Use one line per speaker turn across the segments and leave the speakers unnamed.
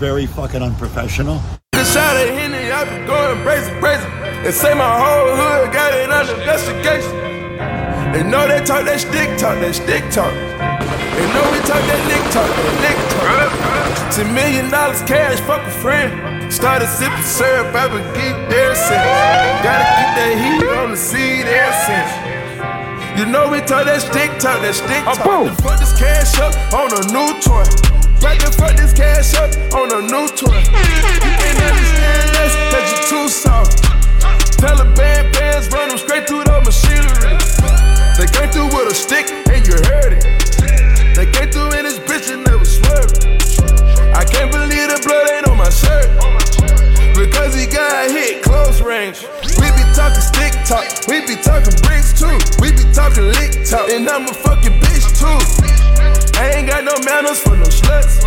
very fucking unprofessional.
Just shot at Henny, I be going crazy, crazy. And say my whole hood got it under investigation. They know they talk that stick talk, that stick talk. They know we talk that lick talk, that lick talk. Ten million dollars cash, fuck a friend. Started sipping syrup, I've been geek there since. Gotta keep that heat on the seed there since. You know we talk that stick talk, that stick talk.
boom.
Then Fuck this cash up on a new toy. Right then fuck this cash up on a new toy. You can't understand this, cause you too soft. Tell the bad bands, run them straight through the machinery. They came through with a stick and you heard it. They came through in this bitch and never swerving. I can't believe the blood ain't on my shirt. Because he got hit close range. We be talking stick talk, we be talking bricks too. We be talking lick talk, and I'm a fucking bitch too. I ain't got no manners for no sluts.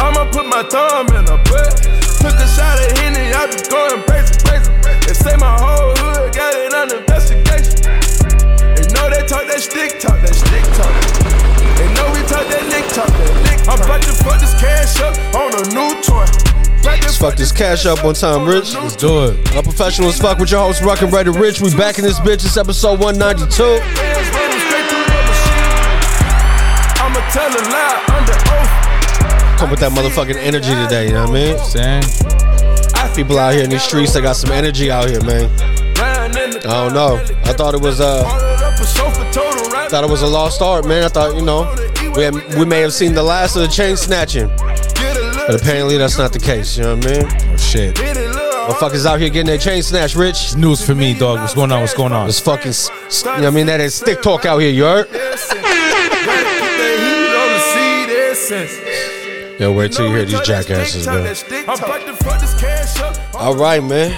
I'ma put my thumb in a butt. Took a shot at Henny, I be going crazy, crazy. They say my whole hood got it under investigation. They know they talk that stick talk, that stick talk. They know we talk that lick talk, that lick talk. I'm about to fuck this cash up on a new toy. Let's
fuck this cash up one time, Rich.
Let's
Do it.
A professional as fuck with your host, Rock and Writer Rich. We back in this bitch. It's episode 192.
I'ma tell a lie under oath.
Come with that motherfucking energy today, you know what I mean?
Saying.
I see
People out here in these streets that got some energy out here, man.
lying in the
I don't know. I thought it was uh
Ordered up a sofa, told her right
thought it was a lost art, man. I thought, you know, we, had, we may have seen the last of the chain snatching.
get a little,
But apparently that's not the case, you know what I mean?
Oh, shit.
get a little.
Motherfuckers out here getting their chain snatched, Rich.
It's news for me, dog. What's going on? What's going on?
It's fucking, s- s- you know what I mean? That is stick talk out here, you heard? Yo, wait till you hear these jackasses, man. All right, man.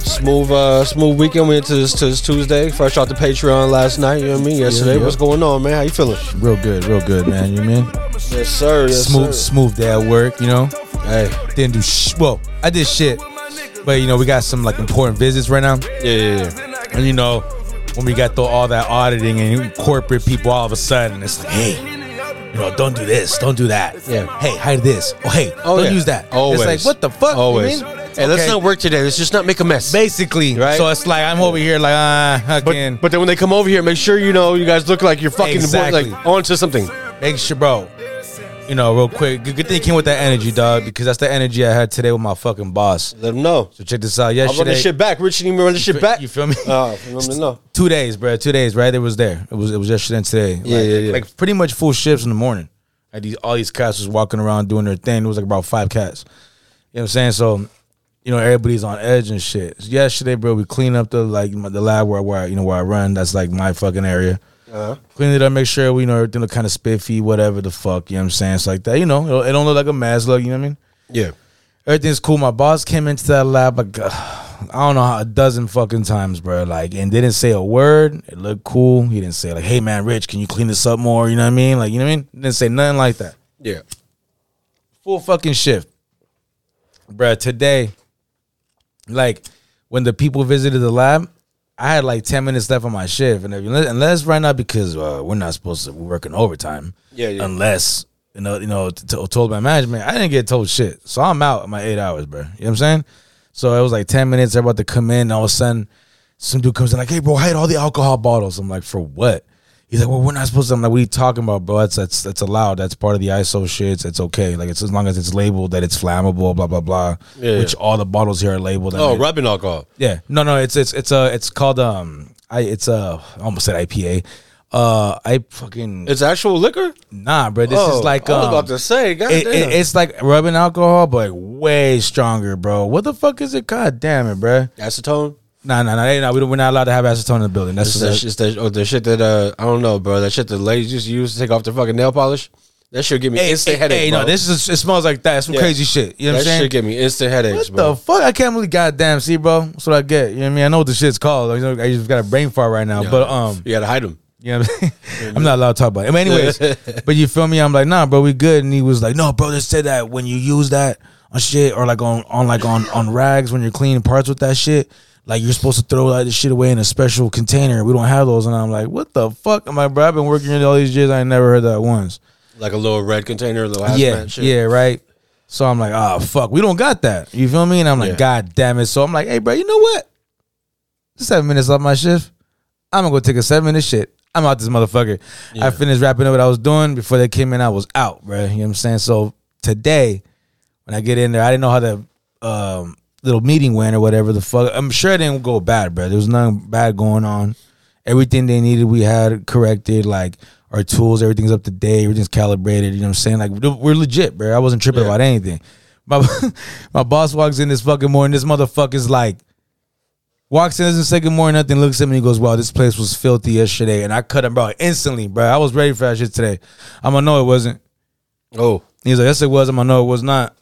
Smooth, uh, smooth weekend. We into this, to this Tuesday. Fresh out the Patreon last night. You know what I mean? Yesterday.
Yeah, yeah.
What's going on, man? How you feeling?
Real good, real good, man. You mean?
Yes, sir. Yes,
Smooth, smooth day at work, you know?
Hey.
Didn't do sh. Well, I did shit. But, you know, we got some, like, important visits right now.
Yeah, yeah, yeah.
And, you know, when we got through all that auditing and corporate people all of a sudden, it's like, hey, you know, don't do this, don't do that.
Yeah.
Hey, hide this. Oh, hey,
Oh,
don't
yeah.
use that.
Always.
It's like, what the fuck? You
Always.
mean?
Hey, let's
Okay.
not work today. Let's just not make a mess.
Basically,
Right?
right? So it's like I'm over here like ah, fucking.
But, but then when they come over here, make sure you know you guys look like you're fucking
Exactly.
like onto something.
make sure, bro. You know, real quick. Good, good thing you came with that energy, dog, because that's the energy I had today with my fucking boss.
Let them know.
So check this out.
I run
Yesterday,
this shit back. Rich didn't even run this shit back.
you feel me?
Uh, let me know.
two days, bro. Two days, right? It was there. It was it was yesterday and today.
Yeah,
like,
yeah, yeah.
Like pretty much full shifts in the morning. Like these, all these cats was walking around doing their thing. It was like about five cats. You know what I'm saying? So, you know, everybody's on edge and shit. Yesterday, bro, we cleaned up the like the lab where where I- you know where I run. That's like my fucking area.
Uh-huh.
Cleaned it up, make sure we you know everything look kind of spiffy, whatever the fuck. You know what I'm saying? It's like that. You know, it, it don't look like a mess. Look, you know what I mean?
Yeah.
Everything's cool. My boss came into that lab like uh, I don't know how a dozen fucking times, bro. Like and didn't say a word. It looked cool. He didn't say like, "Hey man, Rich, can you clean this up more?" You know what I mean? Like you know what I mean? Didn't say nothing like that.
Yeah.
Full fucking shift, bro. Today, like when the people visited the lab, I had like ten minutes left on my shift, and if, unless right now because uh, we're not supposed to, we're working overtime.
Yeah, yeah.
Unless you know, you know, t- t- told by management, I didn't get told shit, so I'm out my eight hours, bro. You know what I'm saying? So it was like ten minutes. They're about to come in, and all of a sudden, some dude comes in like, "Hey, bro, I had all the alcohol bottles." I'm like, "For what?" He's like, "Well, we're not supposed to." I'm like, "What are you talking about, bro? That's that's that's allowed. That's part of the ISO shits. It's okay. Like it's as long as it's labeled that it's flammable, blah blah blah."
Yeah,
Which
yeah.
all the bottles here are labeled. I
Oh,
mean,
rubbing alcohol.
yeah. No, no, it's it's it's uh it's called um I it's uh I almost said IPA. Uh I fucking
It's actual liquor.
nah, bro. This
oh,
is like
I
um,
was about to say. God
it,
damn.
it- it's like rubbing alcohol but way stronger, bro. What the fuck is it? God damn it, bro.
acetone.
Nah, nah, nah, they- nah. We don't, we're not allowed to have acetone in the building. That's
It's
just
that, shit- it's that, oh, the shit that uh, I don't know, bro. That shit that ladies used to use to take off their fucking nail polish. That shit give me instant headaches.
Hey,
bro.
no, this is it smells like that. It's some
Yeah.
crazy shit. You know what I'm
that
saying?
shit give me instant headaches,
What
bro.
the fuck? I can't believe goddamn see, bro. That's what I get. You know what I mean? I know what the shit's called. Like, you know, I just got a brain fart right now. But um
you gotta hide them.
you know what I'm saying? I'm not allowed to talk about it. But anyways, but you feel me? I'm like, nah, bro, we good. And he was like, No, bro, they said that when you use that on shit or like on on like on on rags when you're cleaning parts with that shit. Like you're supposed to throw like this shit away in a special container. We don't have those, and I'm like, "What the fuck?" I'm like, "Bro, I've been working here all these years. I ain't never heard that once."
Like a little red container, a little hazmat
yeah,
shit.
yeah, right. So I'm like, ah, fuck, we don't got that. You feel me? And I'm like,
Yeah.
god damn it. So I'm like, hey, bro, you know what? Seven minutes off my shift. I'm gonna go take a seven minute shit. I'm out this motherfucker. I finished wrapping up what I was doing before they came in. I was out, bro. You know what I'm saying? So today, when I get in there, I didn't know how the um, little meeting went or whatever the fuck. I'm sure it didn't go bad, bro. There was nothing bad going on. Everything they needed, we had corrected. Like our tools, everything's up to date. Everything's calibrated. You know what I'm saying? Like we're legit, bro. I wasn't tripping about anything. My my boss walks in this fucking morning. This motherfucker's like walks in, doesn't say good morning, nothing, looks at me and goes, Wow, this place was filthy yesterday. And I cut him, bro, instantly, bro. I was ready for that shit today. I'm gonna know it wasn't.
Oh,
He's like, Yes, it was. I'm gonna know it was not.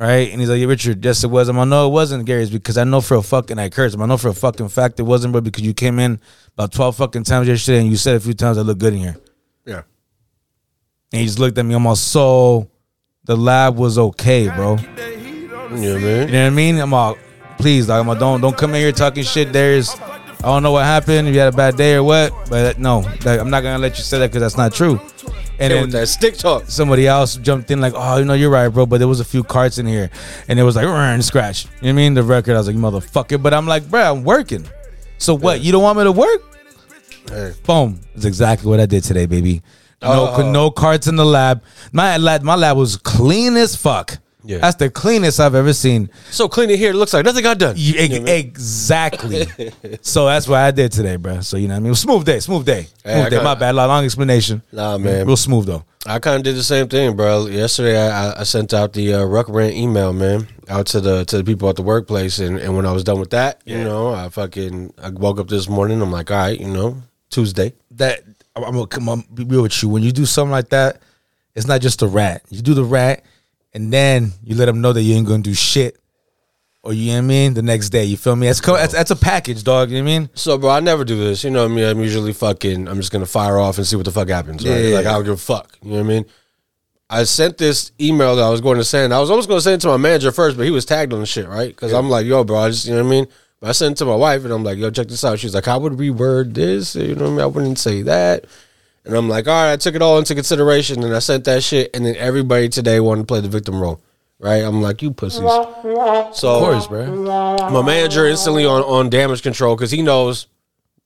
Right? And he's like, Yeah, Richard, yes, it was. I'm gonna know it wasn't, Gary's, because I know for a fucking, I cursed him. I know for a fucking fact it wasn't, bro, because you came in about 12 fucking times yesterday and you said a few times I look good in here.
yeah.
And he just looked at me almost so the lab was okay, bro.
You know what I mean?
You know what I mean? I'm all, please, dog. I'm all, don't don't come in here talking shit. There's, I don't know what happened. If you had a bad day or what, but no, like, I'm not gonna let you say that because that's not true. And
Hit
then
with that stick talk.
somebody else jumped in like, oh, you know, you're right, bro. But there was a few carts in here, and it was like, "Rrr," and scratch. You know what I mean? The record, I was like, motherfucker. But I'm like, bro, I'm working. So what? You don't want me to work?
Hey.
Boom. That's exactly what I did today, baby. No,
Oh.
no carts in the lab. My lab, my lab was clean as fuck.
Yeah.
That's the cleanest I've ever seen.
So clean it here. It looks like nothing got done.
You- e- exactly. so that's what I did today, bro. So you know what I mean? Smooth day, smooth day. Smooth
Hey, I
day.
kinda-
My bad. Long, long explanation.
Nah, man.
Real smooth though.
I kind of did the same thing, bro. Yesterday, I, I- I sent out the uh, Ruck Rant email, man, out to the to the people at the workplace, and, and when I was done with that, you know, I fucking I woke up this morning. I'm like, all right, you know, Tuesday.
That I'm I'm gonna come on, be real with you. When you do something like that, it's not just a rat. You do the rat, and then you let them know that you ain't gonna do shit. Or you know what I mean? The next day, you feel me? That's co- that's, that's a package, dog. You know what I mean?
So, bro, I never do this. You know what I mean? I'm usually fucking, I'm just going to fire off and see what the fuck happens. Right?
Yeah.
Like, I don't give a fuck. You know what I mean? I sent this email that I was going to send. I was almost going to send it to my manager first, but he was tagged on the shit, right? Because I'm like, yo, bro, I just, you know what I mean? But I sent it to my wife and I'm like, yo, check this out. She's like, how would we word this? You know what I mean? I wouldn't say that. And I'm like, all right, I took it all into consideration and I sent that shit. And then everybody today wanted to play the victim role, right? I'm like, you pussies. So,
Of course, bro.
my manager instantly on, on damage control because he knows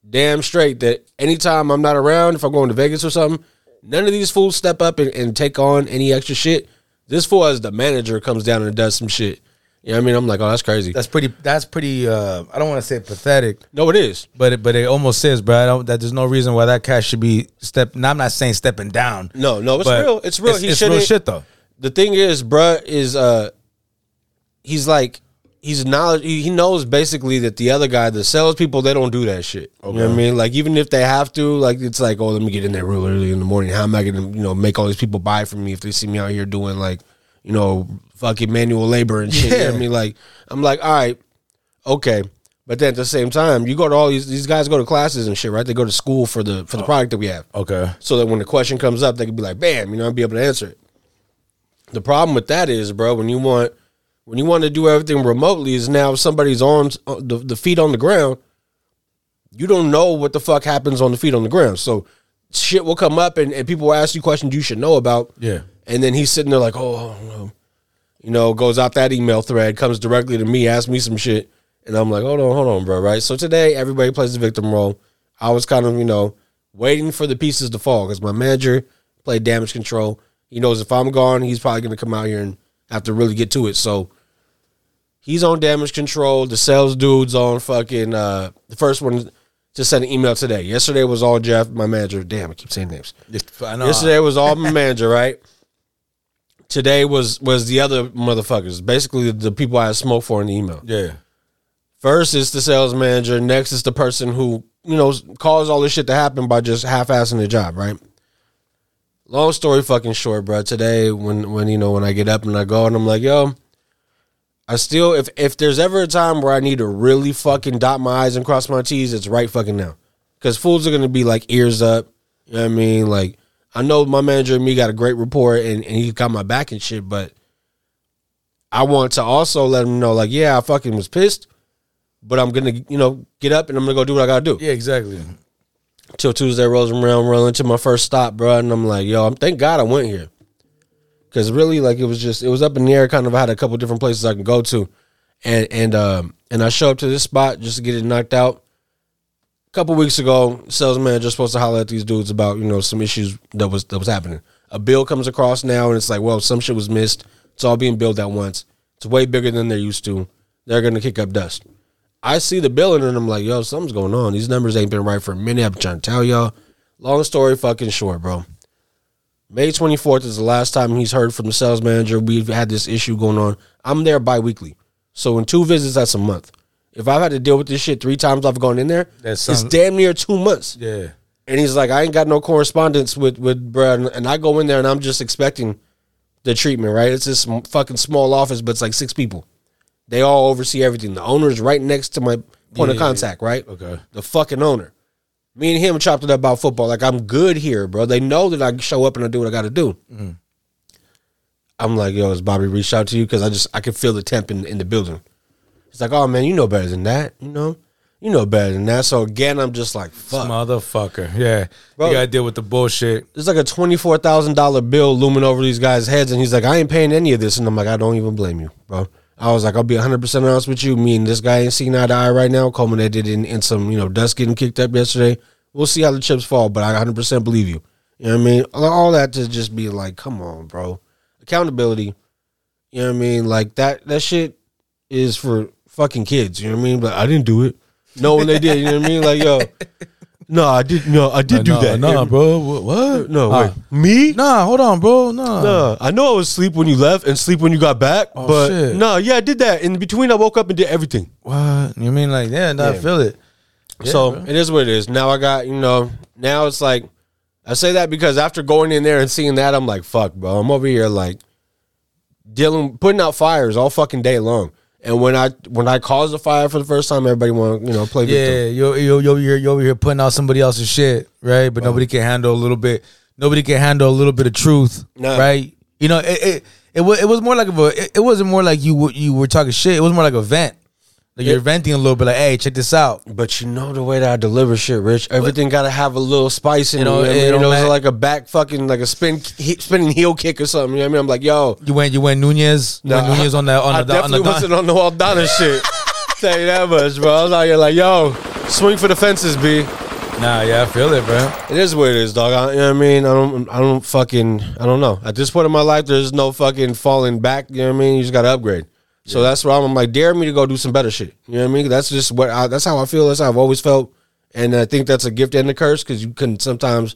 damn straight that anytime I'm not around, if I'm going to Vegas or something, none of these fools step up and, and take on any extra shit. This fool as the manager comes down and does some shit. You know what I mean? I'm like, oh, that's crazy.
That's pretty. That's pretty. uh I don't want to say pathetic,
no, it is.
But it, but it almost says, bro, I don't, that there's no reason why that cat should be step. Now I'm not saying stepping down.
No, no, it's
but
real. It's real.
It's,
He
it's real
shouldn't-
shit though.
The thing is, bruh, is uh he's like he's knowledge he he knows basically that the other guy, the salespeople, they don't do that shit. You know what I mean? Like even if they have to, like it's like, oh, let me get in there real early in the morning. How am I gonna, you know, make all these people buy from me if they see me out here doing like, you know, fucking manual labor and shit. You know what
Yeah.
I mean? Like I'm like, all right, okay. But then at the same time, you go to all these these guys go to classes and shit, right? They go to school for the
Oh.
for the product that we have
Okay.
so that when the question comes up, they can be like, bam, you know, I'll be able to answer it. The problem with that is, bro, when you want when you want to do everything remotely, is now if somebody's arms the, the feet on the ground, you don't know what the fuck happens on the feet on the ground. So shit will come up and, and people will ask you questions you should know about.
Yeah.
And then he's sitting there like, oh, no. you know, goes out that email thread, comes directly to me, asks me some shit. And I'm like, hold on, hold on, bro. Right. So today, everybody plays the victim role. I was kind of, you know, waiting for the pieces to fall because my manager played damage control. He knows if I'm gone, he's probably going to come out here and have to really get to it. So he's on damage control. The sales dude's on fucking, uh, the first one just sent an email today. Yesterday was all Jeff, my manager. Damn, I keep saying names.
I know.
Yesterday was all my manager, right? Today was was the other motherfuckers, basically the people I smoked for in the email.
yeah.
First is the sales manager, next is the person who you know caused all this shit to happen by just half-assing the job, right? Long story fucking short, bro. Today, when when you know when I get up and I go and I'm like, yo, I still if if there's ever a time where I need to really fucking dot my i's and cross my t's, it's right fucking now. Cause fools are gonna be like ears up. You know what I mean? Like I know my manager and me got a great rapport and, and he got my back and shit, but I want to also let him know, like, yeah, I fucking was pissed, but I'm gonna, you know, get up and I'm gonna go do what I gotta do.
Yeah. Exactly.
Till Tuesday rolls around, rolling to my first stop, bro, and I'm like, yo, I'm thank God I went here. Cause really, like it was just it was up in the air. Kind of, I had a couple different places I can go to, and and um and I show up to this spot just to get it knocked out. A couple weeks ago, sales manager supposed to holler at these dudes about you know some issues that was that was happening. A bill comes across now, and it's like, well, some shit was missed. It's all being billed at once. It's way bigger than they're used to. They're gonna kick up dust. I see the billing and I'm like, yo, something's going on. These numbers ain't been right for a minute. I'm trying to tell y'all. Long story fucking short, bro. May 24th is the last time he's heard from the sales manager. We've had this issue going on. I'm there bi weekly. So in two visits, that's a month. If I've had to deal with this shit three times I've gone in there,
That
it's
sounds-
damn near two months.
Yeah.
And he's like, I ain't got no correspondence with with bruh. And- And I go in there and I'm just expecting the treatment, right? It's this m- fucking small office, but it's like six people. They all oversee everything. The owner's right next to my point of contact, right?
Okay.
The fucking owner. Me and him chopped it up about football. Like I'm good here, bro. They know that I show up and I do what I got to do.
Mm-hmm.
I'm like, yo, has Bobby reached out to you? Because I just I could feel the temp in, in the building. He's like, oh man, you know better than that, you know, you know better than that. So again, I'm just like, fuck.
Motherfucker. Yeah.
Bro.
You gotta deal with the bullshit.
There's like a twenty four thousand dollar bill looming over these guys' heads, and he's like, "I ain't paying any of this," and I'm like, "I don't even blame you, bro." I was like, "I'll be hundred percent honest with you. Me and this guy ain't seen eye to eye right now. Culminated in, in some you know dust getting kicked up yesterday. We'll see how the chips fall, but I hundred percent believe you. You know what I mean? All- All that to just be like, come on, bro. Accountability. You know what I mean? Like that that shit is for fucking kids. You know what I mean? But I didn't do it. No, when they did, you know what I mean? Like yo. No, I did. No, I did do
no,
that.
No, bro. Wha- What?
No,
Ah.
Oh, wait. Me?
Nah, hold on, bro. Nah. Oh,
Nah, I know I was asleep when you left and sleep when you got back, but
Ah, shit.
no, yeah, I did that. In between, I woke up and did everything.
What? You mean like, yeah, nah, I
Yeah.
feel it.
so it is what it is. Now I got you know. Now it's like I say that because after going in there and seeing that, I'm like, fuck, bro. I'm over here like dealing, putting out fires all fucking day long. And when I when I caused the fire for the first time, everybody want you know play victim.
Yeah, you you you you're, you're over here putting out somebody else's shit, right? But nobody can handle a little bit. Nobody can handle a little bit of truth,
No.
right? You know, it it it was, it was more like of a. It, it wasn't more like you were- you were talking shit. It was more like a vent. Like you're
Yeah.
venting a little bit, like, hey, check this out.
But you know the way that I deliver shit, Rich. Everything got to have a little spice in
You
it.
know,
You know, what I
it
mean?
don't
You know, it's
matter.
like a back fucking like a spin he, spinning heel kick or something. You know what I mean? I'm like, yo,
You went you went Nunez, you went
Nah,
Nunez on the on the
I
on the.
definitely wasn't on the Aldana shit. Tell you that much, bro. I was out here like, yo, swing for the fences, B.
nah, yeah, I feel it, bro.
It is what it is, dog. I, you know what I mean? I don't, I don't fucking, I don't know. At this point in my life, there's no fucking falling back. You know what I mean? You just got to upgrade. So that's why I'm, I'm like, dare me to go do some better shit. You know what I mean? That's just what I, that's how I feel. That's how I've always felt, and I think that's a gift and a curse because you can sometimes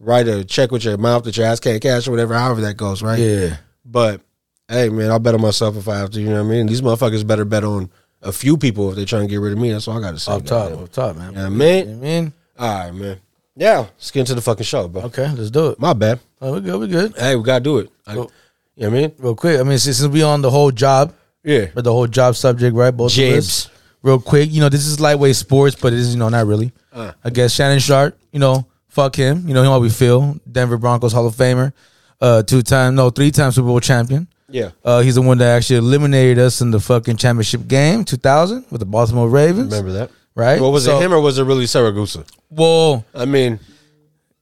write a check with your mouth that your ass can't cash or whatever. However that goes, right?
Yeah,
But hey, man, I'll bet on myself if I have to. You know what I mean? These motherfuckers better bet on a few people if they're trying to get rid of me. That's all I got to say.
up top,
man.
up top, man.
Yeah, man.
You know what I mean,
All right, man. Yeah, let's get into the fucking show, bro.
okay, let's do it.
My bad.
Oh, we good, we good.
Hey, we gotta do it. I,
Cool.
You know what I mean?
Real quick, I mean, since since we on the whole job,
Yeah.
But the whole job subject, right? Both of us.
Jibs.
Real quick, you know, this is lightweight sports, but it is, you know, not really.
Uh.
I guess Shannon Sharp, you know, fuck him. You know, him how we feel. Denver Broncos Hall of Famer, uh, two time, no, three time Super Bowl champion.
Yeah.
Uh, he's the one that actually eliminated us in the fucking championship game, 2000, with the Baltimore Ravens.
Remember that,
Right?
Well, was
So-
it him or was it really Saragusa?
Well,
I mean,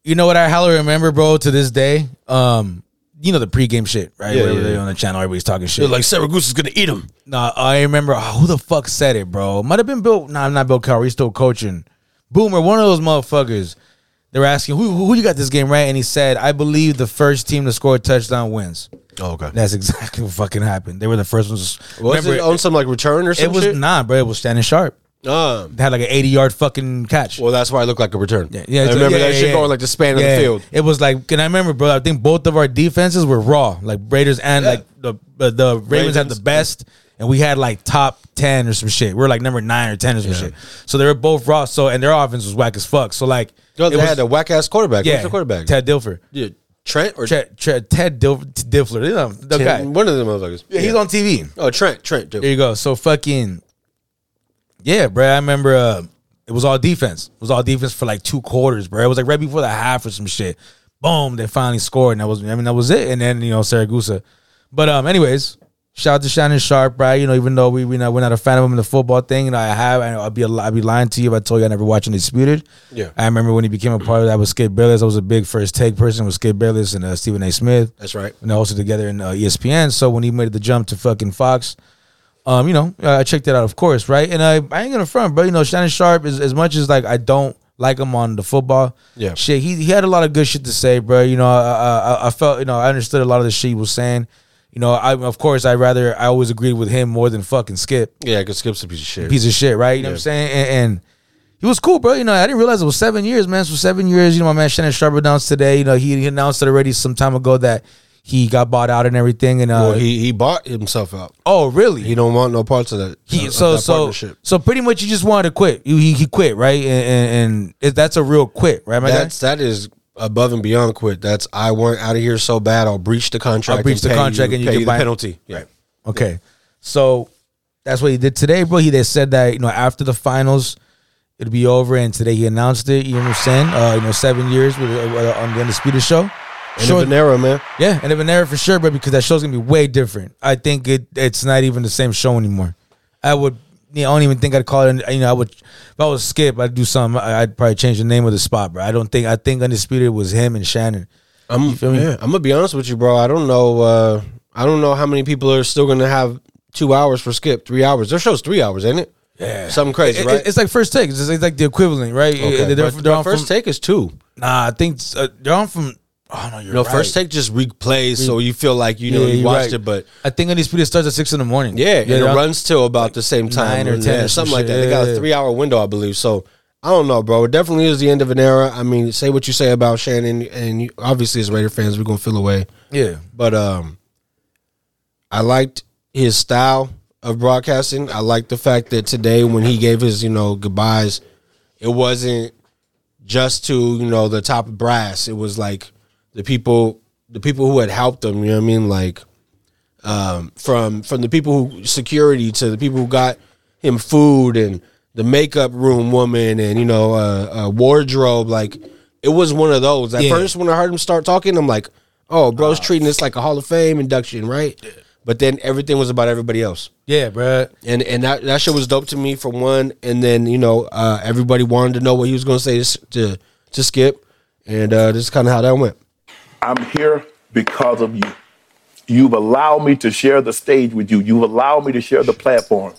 you know what I hella remember, bro, to this day? Um, you know the pregame shit, right?
Yeah,
Where
yeah,
they're
yeah.
on the channel, everybody's talking shit.
Saragusa's gonna eat him.
Nah, I remember oh, who the fuck said it, bro. Might have been Bill. Nah, not Bill Cowher. He's still coaching. Boomer, one of those motherfuckers. They were asking who, who you got this game right, and he said, "I believe the first team to score a touchdown wins."
Oh, okay.
That's exactly what fucking happened. They were the first ones. to-
Was
Remember,
it on some like return or
it
something?
was
shit?
nah, bro. It was standing sharp.
Um,
They had like an eighty-yard fucking catch.
well, that's why it looked like a return.
Yeah, yeah,
I
so-
remember
yeah,
that
yeah,
shit
yeah.
going like the span
Yeah.
of the field.
It was like, and I remember, bro. I think both of our defenses were raw, like Raiders and like the uh, the Ravens, had
Ravens.
the best, and we had like top ten or some shit. We were like number nine or ten or some shit. So they were both raw. So and their offense was whack as fuck. So like,
Yo,
it
they
was-
had a whack ass quarterback. Who's the quarterback?
Ted Dilfer,
Yeah, Trent or
Tre- Tre- Ted Dilf- Dilfer, you know, the
Tim-
guy.
One of them motherfuckers.
Yeah, he's on TV.
Oh, Trent. Trent. Dude.
There you go. So fucking yeah, bro. I remember uh, it was all defense. It was all defense for like two quarters, bro. It was like right before the half or some shit. Boom, they finally scored, and that was I mean that was it. And then you know Saragusa. But um, anyways, Shout out to Shannon Sharp, right? You know, even though we we not, we're not a fan of him in the football thing, and I have, I, I'd be a, li- I'd be lying to you if I told you I never watched Undisputed.
Yeah.
I remember when he became a part of that with Skip Bayless. I was a big first take person with Skip Bayless and uh, Stephen A. Smith.
That's right.
And they're also together in uh, ESPN. So when he made the jump to fucking Fox, um, you know, I checked that out, of course, right? And I, I ain't gonna front, bro. You know, Shannon Sharp is as much as like I don't like him on the football.
Yeah.
shit. He he had a lot of good shit to say, bro. You know, I I, I felt you know I understood a lot of the shit he was saying. You know, I of course I rather I always agreed with him more than fucking Skip
Yeah, because Skip's a piece of shit.
piece of shit, right? You know what I'm saying? And, and he was cool, bro. You know, I didn't realize it was seven years, man. So seven years, you know, my man Shannon Sharp announced today. You know, he, he announced it already some time ago that he got bought out and everything. And uh,
well, he he bought himself out.
oh, really?
He don't want no parts of that.
He,
of
so
that
so
partnership.
so pretty much he just wanted to quit. He, he, he quit, right? And, and, and it, that's a real quit, right? My guy?
That's that is above and beyond quit. That's I want out of here so bad I'll breach the contract.
I'll breach
and
the
pay
contract
you,
and you
pay
can
the
buy-
penalty. Yeah. Right.
Okay. So that's what he did today, bro. He they said that, you know, after the finals, it'll be over. And today he announced it, you know what I'm saying? Uh, you know, seven years with, uh, on the Undisputed Show.
And sure. Venera, man.
Yeah, and an era for sure, bro, because that show's gonna be way different. I think it it's not even the same show anymore. I would, you know, I don't even think I'd call it. You know, I would if I was Skip, I'd do something. I- I'd probably change the name of the spot, bro. I don't think I think Undisputed was him and Shannon.
I'm
feel me?
yeah, I'm gonna be honest with you, bro. I don't know. Uh, I don't know how many people are still gonna have two hours for skip, three hours. Their show's three hours, ain't it? Yeah, something crazy,
It-
right?
it- it's like first take. It's, just- it's like the equivalent, right?
Okay,
They're- they're
but-
they're
but
on
first
from-
take is two.
Nah, I think uh, they're on from. Oh no, you're
No,
right.
first take just replays, so you feel like you know
Yeah,
you
you're
watched
right.
it, but
I think Undisputed starts at six in the morning.
yeah, and it
they're on-
runs till about the same time,
nine or
Yeah,
10 or some
something like
shit.
that. They got
Yeah,
a
yeah.
three hour window, I believe. So I don't know, bro. It definitely is the end of an era. I mean, say what you say about Shannon, and you, obviously as Raider fans, we're gonna feel away.
Yeah,
But um, I liked his style of broadcasting. I liked the fact that today, when he gave his you know goodbyes, it wasn't just to you know the top brass. It was like the people, the people who had helped him. You know what I mean? Like um, from from the people who security to the people who got him food and the makeup room woman and you know uh, uh, wardrobe. Like it was one of those. At
Yeah.
first, when I heard him start talking, I'm like, oh, bro's treating this like a Hall of Fame induction, right? But then everything was about everybody else
yeah, bro.
and and that that shit was dope to me for one. And then you know uh, everybody wanted to know what he was gonna say to s- to, to Skip, and uh, this is kind of how that went.
I'm here because of you. You've allowed me to share the stage with you. You've allowed me to share the platform.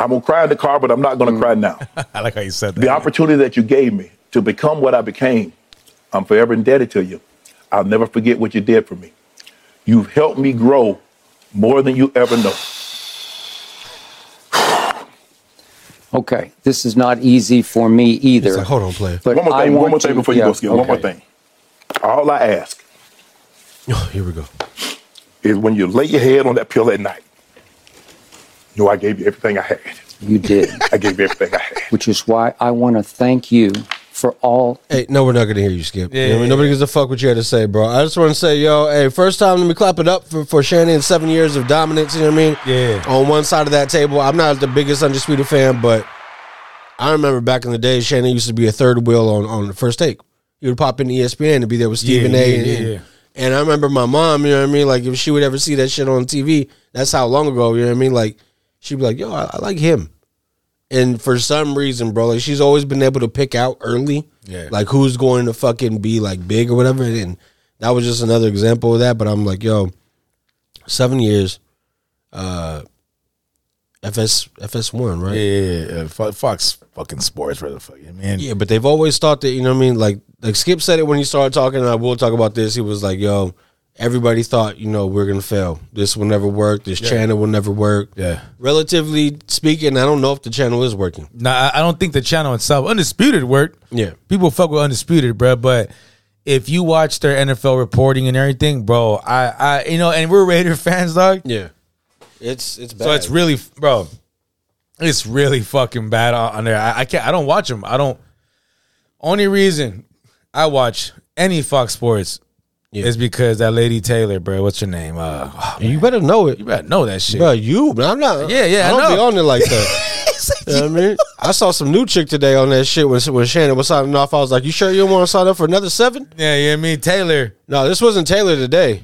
I'm gonna cry in the car, but I'm not gonna cry now.
I like how you said
the
that.
opportunity that you gave me to become what I became, I'm forever indebted to you. I'll never forget what you did for me. You've helped me grow more than you ever know.
Okay, this is not easy for me either.
It's like, hold on, play.
But
One more
I
thing, one
want
more thing
to-
before you
yeah,
go, Skip. One more
okay.
thing. All I ask
Oh, here we go.
is when you lay your head on that pillow at night, know I gave you everything I had.
You did,
I gave you everything I had.
which is why I want to thank you for all.
Hey, no, we're not gonna hear you, Skip. You know what I
Yeah.
mean, nobody gives a fuck what you had to say, bro. I just want to say, yo, hey, first time let me clap it up for, for Shannon. Seven years of dominance. You know what I mean?
Yeah.
On one side of that table, I'm not the biggest undisputed fan, but I remember back in the day, Shannon used to be a third wheel on on the first take. He would pop E in ESPN and be there with Stephen
Yeah,
A.
yeah,
and,
yeah, yeah.
and I remember my mom. You know what I mean? Like if she would ever see that shit on TV, that's how long ago. You know what I mean? Like she'd be like, yo, I, I like him. And for some reason, bro, like she's always been able to pick out early,
Yeah.
like who's going to fucking be like big or whatever. And that was just another example of that. But I'm like, yo, seven years, uh, FS FS one, right?
Yeah, yeah, yeah. Uh, Fo- Fox fucking sports, where the fuck, yeah, man.
Yeah, but they've always thought that you know what I mean. Like like Skip said it when he started talking, and I will talk about this. He was like, yo, everybody thought you know we're gonna fail. This will never work. This channel will never work.
Yeah.
Relatively speaking, I don't know if the channel is working.
Nah, I- I don't think the channel itself, Undisputed worked.
Yeah.
People fuck with Undisputed, bro. But if you watch their NFL reporting and everything, bro, I, I, you know, and we're Raider fans, dog.
Yeah. It's it's bad.
So it's really, bro, it's really fucking bad on, on there. I, I can't, I don't watch them. I don't. Only reason I watch any Fox Sports is because that lady Taylor, bro. What's your name? Uh, oh,
You better know it.
you better know that shit.
Bro, you, but I'm not.
Yeah, yeah,
I
I
don't be
know.
on it like that. you know what I mean? I saw some new chick today on that shit when, when Shannon was signing off. I was like, you sure you don't want to sign up for another seven?
Yeah, you know what I mean? Taylor.
No, this wasn't Taylor today.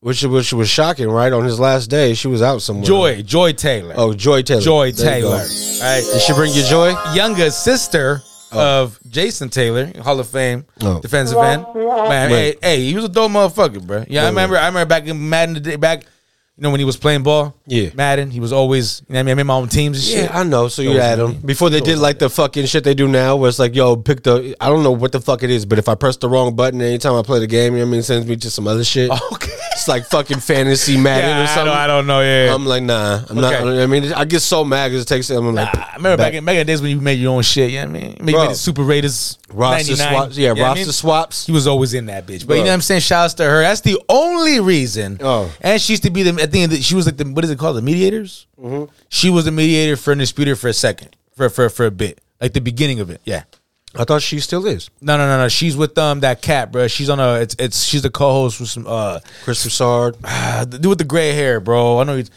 which which was shocking, right? On his last day, she was out somewhere.
Joy, Joy Taylor.
Oh, Joy Taylor.
Joy
There you go.
Taylor. All right.
Did she bring you joy?
younger sister of Jason Taylor, Hall of Fame
Oh.
defensive end. Man, hey,
Right.
hey, he was a dope motherfucker, bro. Yeah, I remember. I remember back in Madden the day, back, you know, when he was playing ball.
Yeah.
Madden. He was always. You know what I mean, I made my own teams and shit.
Yeah, I know. So you
Those
had
are
him
me.
before they did like the fucking shit they do now, where it's like, yo, pick the. I don't know what the fuck it is, but if I press the wrong button anytime I play the game, you know what I mean, it sends me to some other shit.
okay.
It's like fucking fantasy Madden
Yeah,
or
I,
something.
don't, I don't know. Yeah.
I'm like, nah, I'm not.
Okay.
I don't- I mean, I get so mad because it takes. I'm like,
I remember back, in back in the days when you made your own shit. You know what I mean? You made, you
Bro.
made the Super Raiders.
roster
99,
swaps. Yeah,
you know what I
roster
mean?
swaps.
He was always in that bitch. But you
Bro.
know what I'm saying? Shouts to her. That's the only reason.
Oh.
And she used to be the at the end. of the- She was like the what is it called? The mediators. Mm-hmm. She was the mediator for Undisputed for a second, for for for a bit, like the beginning of it. Yeah.
I thought she still is.
No, no, no, no. She's with um that cat, bro. She's on a. It's it's. She's the co-host with some uh,
Chris Broussard.
uh the dude with the gray hair, bro. I know he's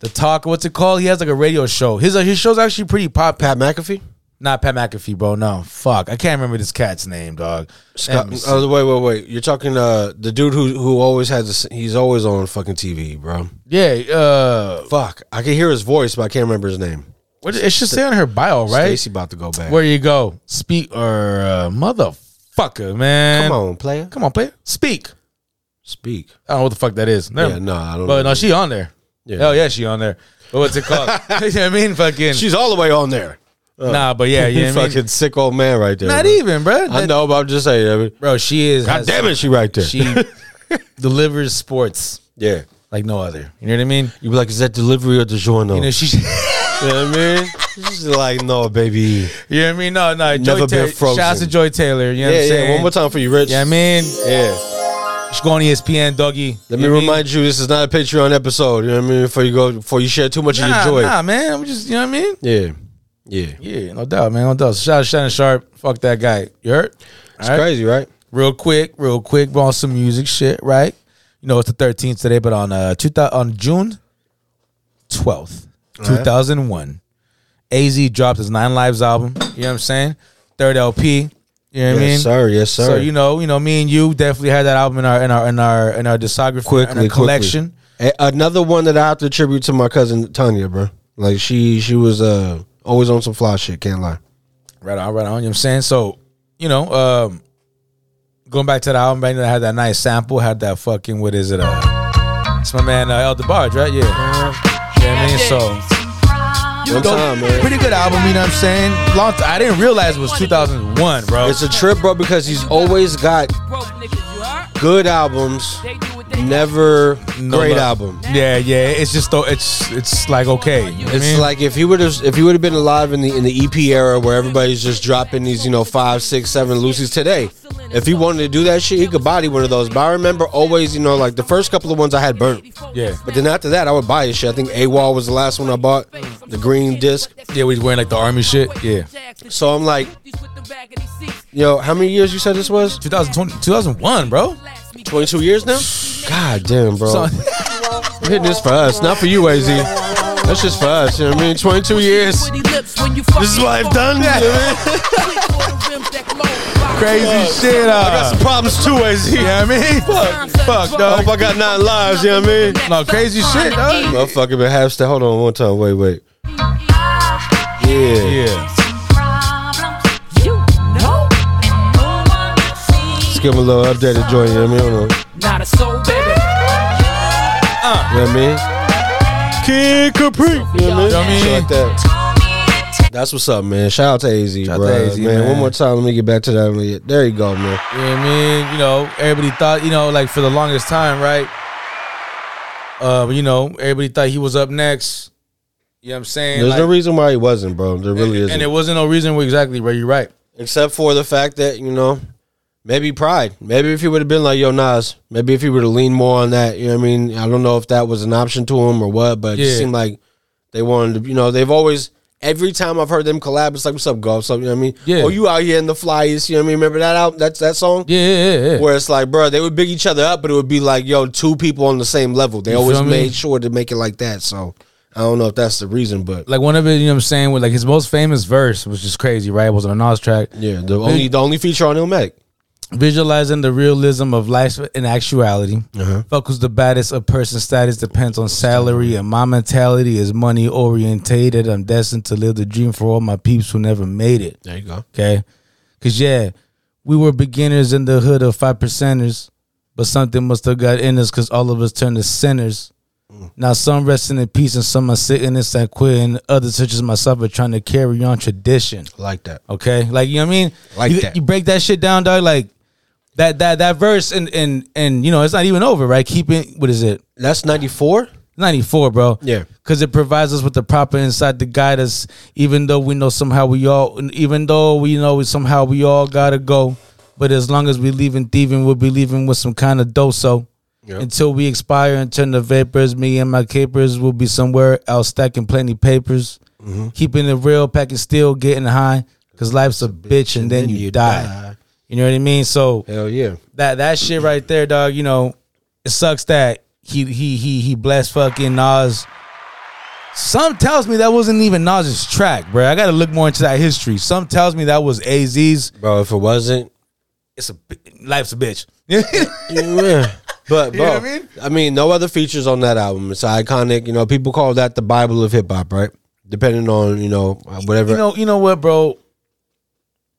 the talk. What's it called? He has like a radio show. His uh, his show's actually pretty pop.
Pat McAfee.
Not Pat McAfee, bro. No, fuck. I can't remember this cat's name, dog.
Scott,
NBC.
oh, wait, wait, wait. You're talking uh the dude who who always has. This, he's always on fucking TV, bro.
yeah. Uh,
Fuck, I can hear his voice, but I can't remember his name.
what, it should say on her bio, right?
Stacy about to go back.
Where you go? Speak or uh, motherfucker, man.
Come on, player.
come on, play. Speak.
Speak.
I don't know what the fuck that is. Never-
Yeah, no, I don't.
but
know.
no, she on there.
Yeah.
Hell yeah, she on there. But what's it called? you know what I mean? Fucking
she's all the way on there.
nah, but yeah, you know
you
what I mean?
fucking sick old man right there.
Not
bro.
even, bro.
I know, but I'm just saying. I mean,
bro. She is.
God
has-
damn it, she right there.
She delivers sports
yeah.
like no other. You know what I mean?
You be like, is that delivery or DiGiorno?
You know she.
You know what I mean? She's like, no, baby.
You know what I mean? No, no. Joy
Never been
Taylor,
frozen.
Shout out to Joy Taylor. You know what
Yeah,
I'm saying?
yeah. One more time for you, Rich.
Yeah, I mean,
Yeah.
she's going ESPN, doggy.
Let
You
me
know what I mean?
remind you, this is not a Patreon episode. You know what I mean? Before you go, before you share too much
Nah,
of your joy.
nah, man. I'm just, you know what I mean?
Yeah. Yeah.
Yeah, no doubt, man. No doubt. Shout out Shannon Sharp. Fuck that guy. You heard?
It's
All right.
crazy, right?
Real quick, real quick. We're on some music shit, right? You know, it's the 13th today, but on uh, two thou- on June 12th, 2001, AZ dropped his Nine Lives album. You know what I'm saying? Third LP. You know what I mean?
Yes, sir. Yes, sir.
So you know, you know, me and you definitely had that album in our in our in our in our discography, in our
quickly,
collection.
quickly. A- another one that I have to attribute to my cousin Tanya, bro. Like she, she was uh always on some fly shit. Can't lie.
Right on, right on. You know what I'm saying? So, you know, um, going back to the album, bang, that had that nice sample, had that fucking, what is it? Uh, it's my man uh, El DeBarge, right? Yeah. You know what I mean? So,
One time, man.
pretty good album, you know what I'm saying? Long t- I didn't realize it was 2001, bro.
It's a trip, bro, because he's always got good albums, never
No
great
love.
album.
Yeah, yeah. It's just, though, it's it's like, okay. You know what I
It's
mean?
like if he would have if he would have been alive in the in the EP era where everybody's just dropping these you know five six seven Lucy's today. If he wanted to do that shit, he could body one of those. But I remember always you know like the first couple of ones I had burnt.
yeah.
But then after that, I would buy his shit. I think AWOL was the last one I bought, the green disc.
Yeah, we was wearing like the army shit. Yeah.
So I'm like, yo, how many years you said this was?
2020, 2001, bro.
22 years now? God damn, bro.
So,
I'm hitting this for us, not for you, AZ. That's just for us, you know what I mean? 22 years. This is what I've done. you know what I mean?
crazy shit. Uh,
I got some problems too, AZ. You know what I mean? Fuck.
fuck,
I
dog.
hope I got nine lives, you know what I mean?
No, crazy shit, dog.
Motherfucker, but half step. Hold on one time. Wait, wait. Yeah.
Yeah.
Let's give him a little updated joint, you know what I mean? Hold on.
Not a soul, baby.
Uh.
You know what I mean? Kid Capri. You know what I mean?
I mean?
Shit like that. That's what's up, man. Shout out to AZ,
Shout out
bro.
to AZ,
man,
man.
one more time. Let me get back to that. There you go, man.
You know what I mean? You know, everybody thought, you know, like for the longest time, right? Uh, you know, everybody thought he was up next. You know what I'm saying?
There's
Like-
no reason why he wasn't, bro. There really isn't.
and there wasn't no reason why exactly, bro. You're right.
except for the fact that you know maybe pride maybe if he would have been like yo nas maybe if he would have leaned more on that you know what i mean i don't know if that was an option to him or what but it
Yeah.
just seemed like they wanted to you know they've always every time i've heard them collab it's like what's up golf what's up you know what i mean
Yeah.
oh you out here in the flyers you know what i mean remember that out that's that song
Yeah, yeah, yeah.
where it's like bro they would big each other up but it would be like yo two people on the same level they
You
always
feel me?
made sure to make it like that so i don't know if that's the reason but
Like one of it, you know what I'm saying? With like his most famous verse was just crazy, right? It was on a Nas track.
yeah the only the only feature on Illmatic.
Visualizing the realism of life in actuality. Fuck who's the baddest of person status depends on salary, and my mentality is money orientated. I'm destined to live the dream for all my peeps who never made it.
There you go.
Okay. Cause yeah, we were beginners in the hood of five percenters, but something must have got in us cause all of us turned to sinners.
Mm.
Now some resting in peace and some are sitting in San Quentin. Others such as myself are trying to carry on tradition.
I like that.
Okay. Like you know what I mean?
Like
you,
that.
you break that shit down, dog, like that that that verse and and and you know, it's not even over, right? Keeping what is it?
That's ninety four.
94, bro.
Yeah.
Because it provides us with the proper insight to guide us, even though we know somehow we all, even though we know we somehow we all gotta go. But as long as we leaving thieving, we'll be leaving with some kind of doso. Until we expire and turn to vapors, me and my capers will be somewhere else stacking plenty papers,
Mm-hmm.
keeping it real, packing steel, getting high. Cause life's a bitch, and then, you die. You know what I mean? So
Hell yeah.
that that shit right there, dog. You know, it sucks that he he he he blessed fucking Nas. Some tells me that wasn't even Nas's track, bro. I got to look more into that history. Some tells me that was AZ's.
Bro, if it wasn't,
It's a bi- life's a bitch.
yeah. But
know
bro, I,
what I
mean?
mean?
no other features on that album. It's iconic. You know, people call that the Bible of hip hop, right? Depending on you know whatever.
You know, you know what, bro.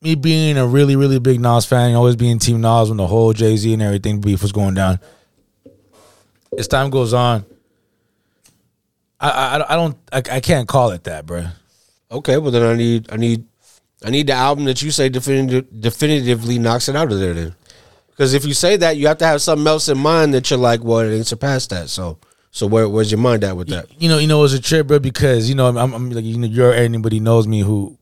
Me being a really really big Nas fan, always being Team Nas when the whole Jay Z and everything beef was going down. As time goes on, I I, I don't I, I can't call it that, bro.
okay, well then I need I need I need the album that you say definitive, definitively knocks it out of there then. Because if you say that, you have to have something else in mind that you're like, well, it didn't surpass that. So so where where's your mind at with that?
you know, you know, it's a trip, bro, because you know, I'm, I'm like, you know, you're anybody knows me who,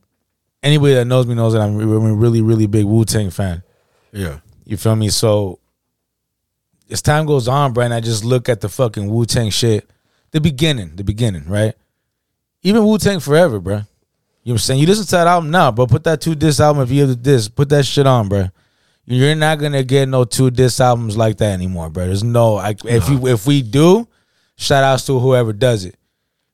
anybody that knows me knows that I'm, re- I'm a really, really big Wu Tang fan.
Yeah.
You feel me? So, as time goes on, bro, and I just look at the fucking Wu Tang shit, the beginning, the beginning, right? Even Wu Tang Forever, bro. You know what I'm saying? You listen to that album now, bro. Put that two disc album if you have the disc. Put that shit on, bro. You're not gonna get no two disc albums like that anymore, bro. There's no. I, if you if we do, shout outs to whoever does it.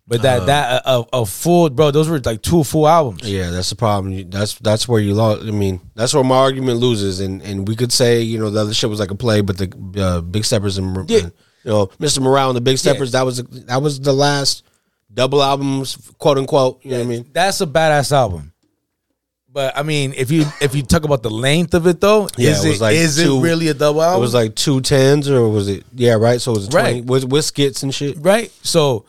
But
Uh,
that that a, a, a full bro, those were like two full albums.
Yeah, that's the problem. You- That's that's where you lost. I mean, that's where my argument loses. And and we could say you know the other shit was like a play, but the uh, Big Steppers and
Yeah.
and, you know Mr. Morale and the Big Steppers that was that was the last double albums, quote unquote. You know what I mean?
That's a badass album. But I mean, if you if you talk about the length of it though,
Yeah,
is
it
it,
was like
is
two-
it really a double
It
album?
was like two tens or was it? Yeah, right. So it was a twenty
Right.
with with skits and shit.
right? So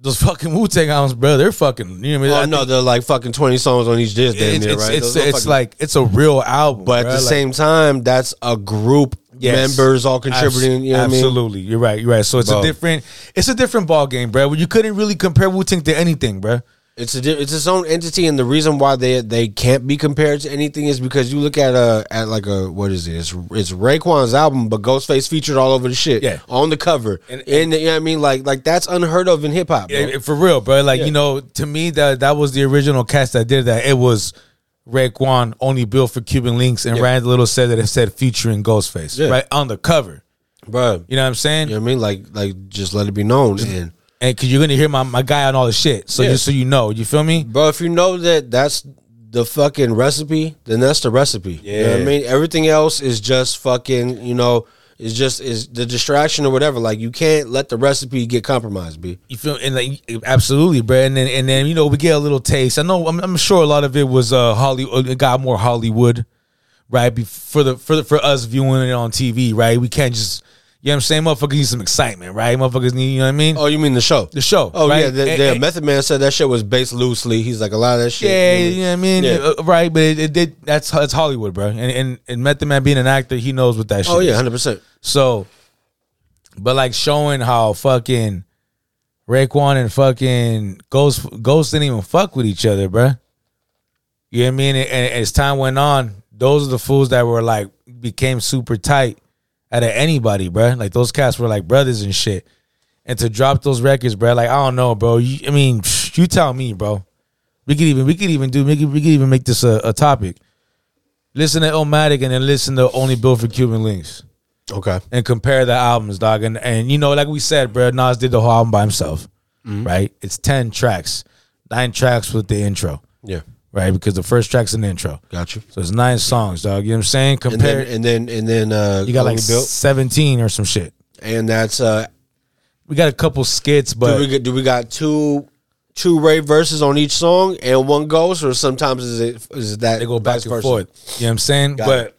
those fucking Wu Tang albums, bro, they're fucking you know what I mean?
Oh
I
no,
think
they're like fucking twenty songs on each disc. Damn
it's,
near,
it's,
right?
it's,
Those are
it's
fucking-
like it's a real album.
but at
bro,
the
like-
same time, that's a group
Yes.
members all contributing. you know what I mean?
Absolutely, you're right. You're right. So it's
Bro.
a different, it's a different ball game, bro. You couldn't really compare Wu Tang to anything, bro.
It's a di- it's its own entity, and the reason why they they can't be compared to anything is because you look at a at like a what is it? It's it's Raekwon's album, but Ghostface featured all over the shit,
Yeah.
on the cover, and,
And-
you know what I mean, like like that's unheard of in hip hop. bro.
Yeah, it- for real, bro. Like
Yeah.
you know, to me that that was the original cast that did that. It was Raekwon only built for Cuban links, and Rand Little said that it said featuring Ghostface
Yeah.
right on the cover.
Bro, you
You know what I'm saying?
know what I mean? Like like just let it be known, and
And because you're gonna hear my, my guy on all the shit, so
Yeah.
just so you know, you feel me?
bro, if you know that that's the fucking recipe, then that's the recipe. You know what I
Yeah.
mean? Everything else is just fucking, you know, is just is the distraction or whatever. Like you can't let the recipe get compromised, b.
You feel and like absolutely, bro. And then and then you know we get a little taste. I know I'm, I'm sure a lot of it was uh Hollywood it got more Hollywood, right? Be- For the for the, for us viewing it on TV, right? We can't just you know what I'm saying, motherfuckers need some excitement, right? Motherfuckers need you know what I mean.
Oh, you mean the show?
The show,
Oh
right?
yeah, the,
And-
the
and-
Method Man said that shit was based loosely. He's like a lot of that shit.
Yeah,
you know what I
you
mean?
know what I mean,
Yeah.
Uh, right? But it, it did. That's that's Hollywood, bro. And and and Method Man being an actor, he knows what that shit.
Oh yeah,
is.
hundred percent.
So, but like showing how fucking Raekwon and fucking Ghost Ghost didn't even fuck with each other, bruh. You know what I mean? And, and as time went on, those are the fools that were like became super tight out of anybody, bruh. Like those cats were like brothers and shit. And to drop those records, bruh, like I don't know, bro. You, I mean, you tell me, bro. We could even we could even do we could, we could even make this a, a topic. Listen to Illmatic and then listen to Only Built for Cuban Links
Okay.
and compare the albums, dog. And and you know, like we said, bro, Nas did the whole
Mm-hmm.
album by himself, right? It's ten tracks, nine tracks with the intro,
Yeah.
right? Because the first track's an intro.
Got you.
So it's nine songs, dog. You know what I'm saying?
And then
Compared,
and then and then uh,
you got like
Golden built,
17 or some shit.
and that's uh,
We got a couple skits,
do we
but
get, do we got two two rap verses on each song and one ghost, or sometimes is it is it that
they go back
vice
and
versa?
forth. You know what I'm saying?
Got
but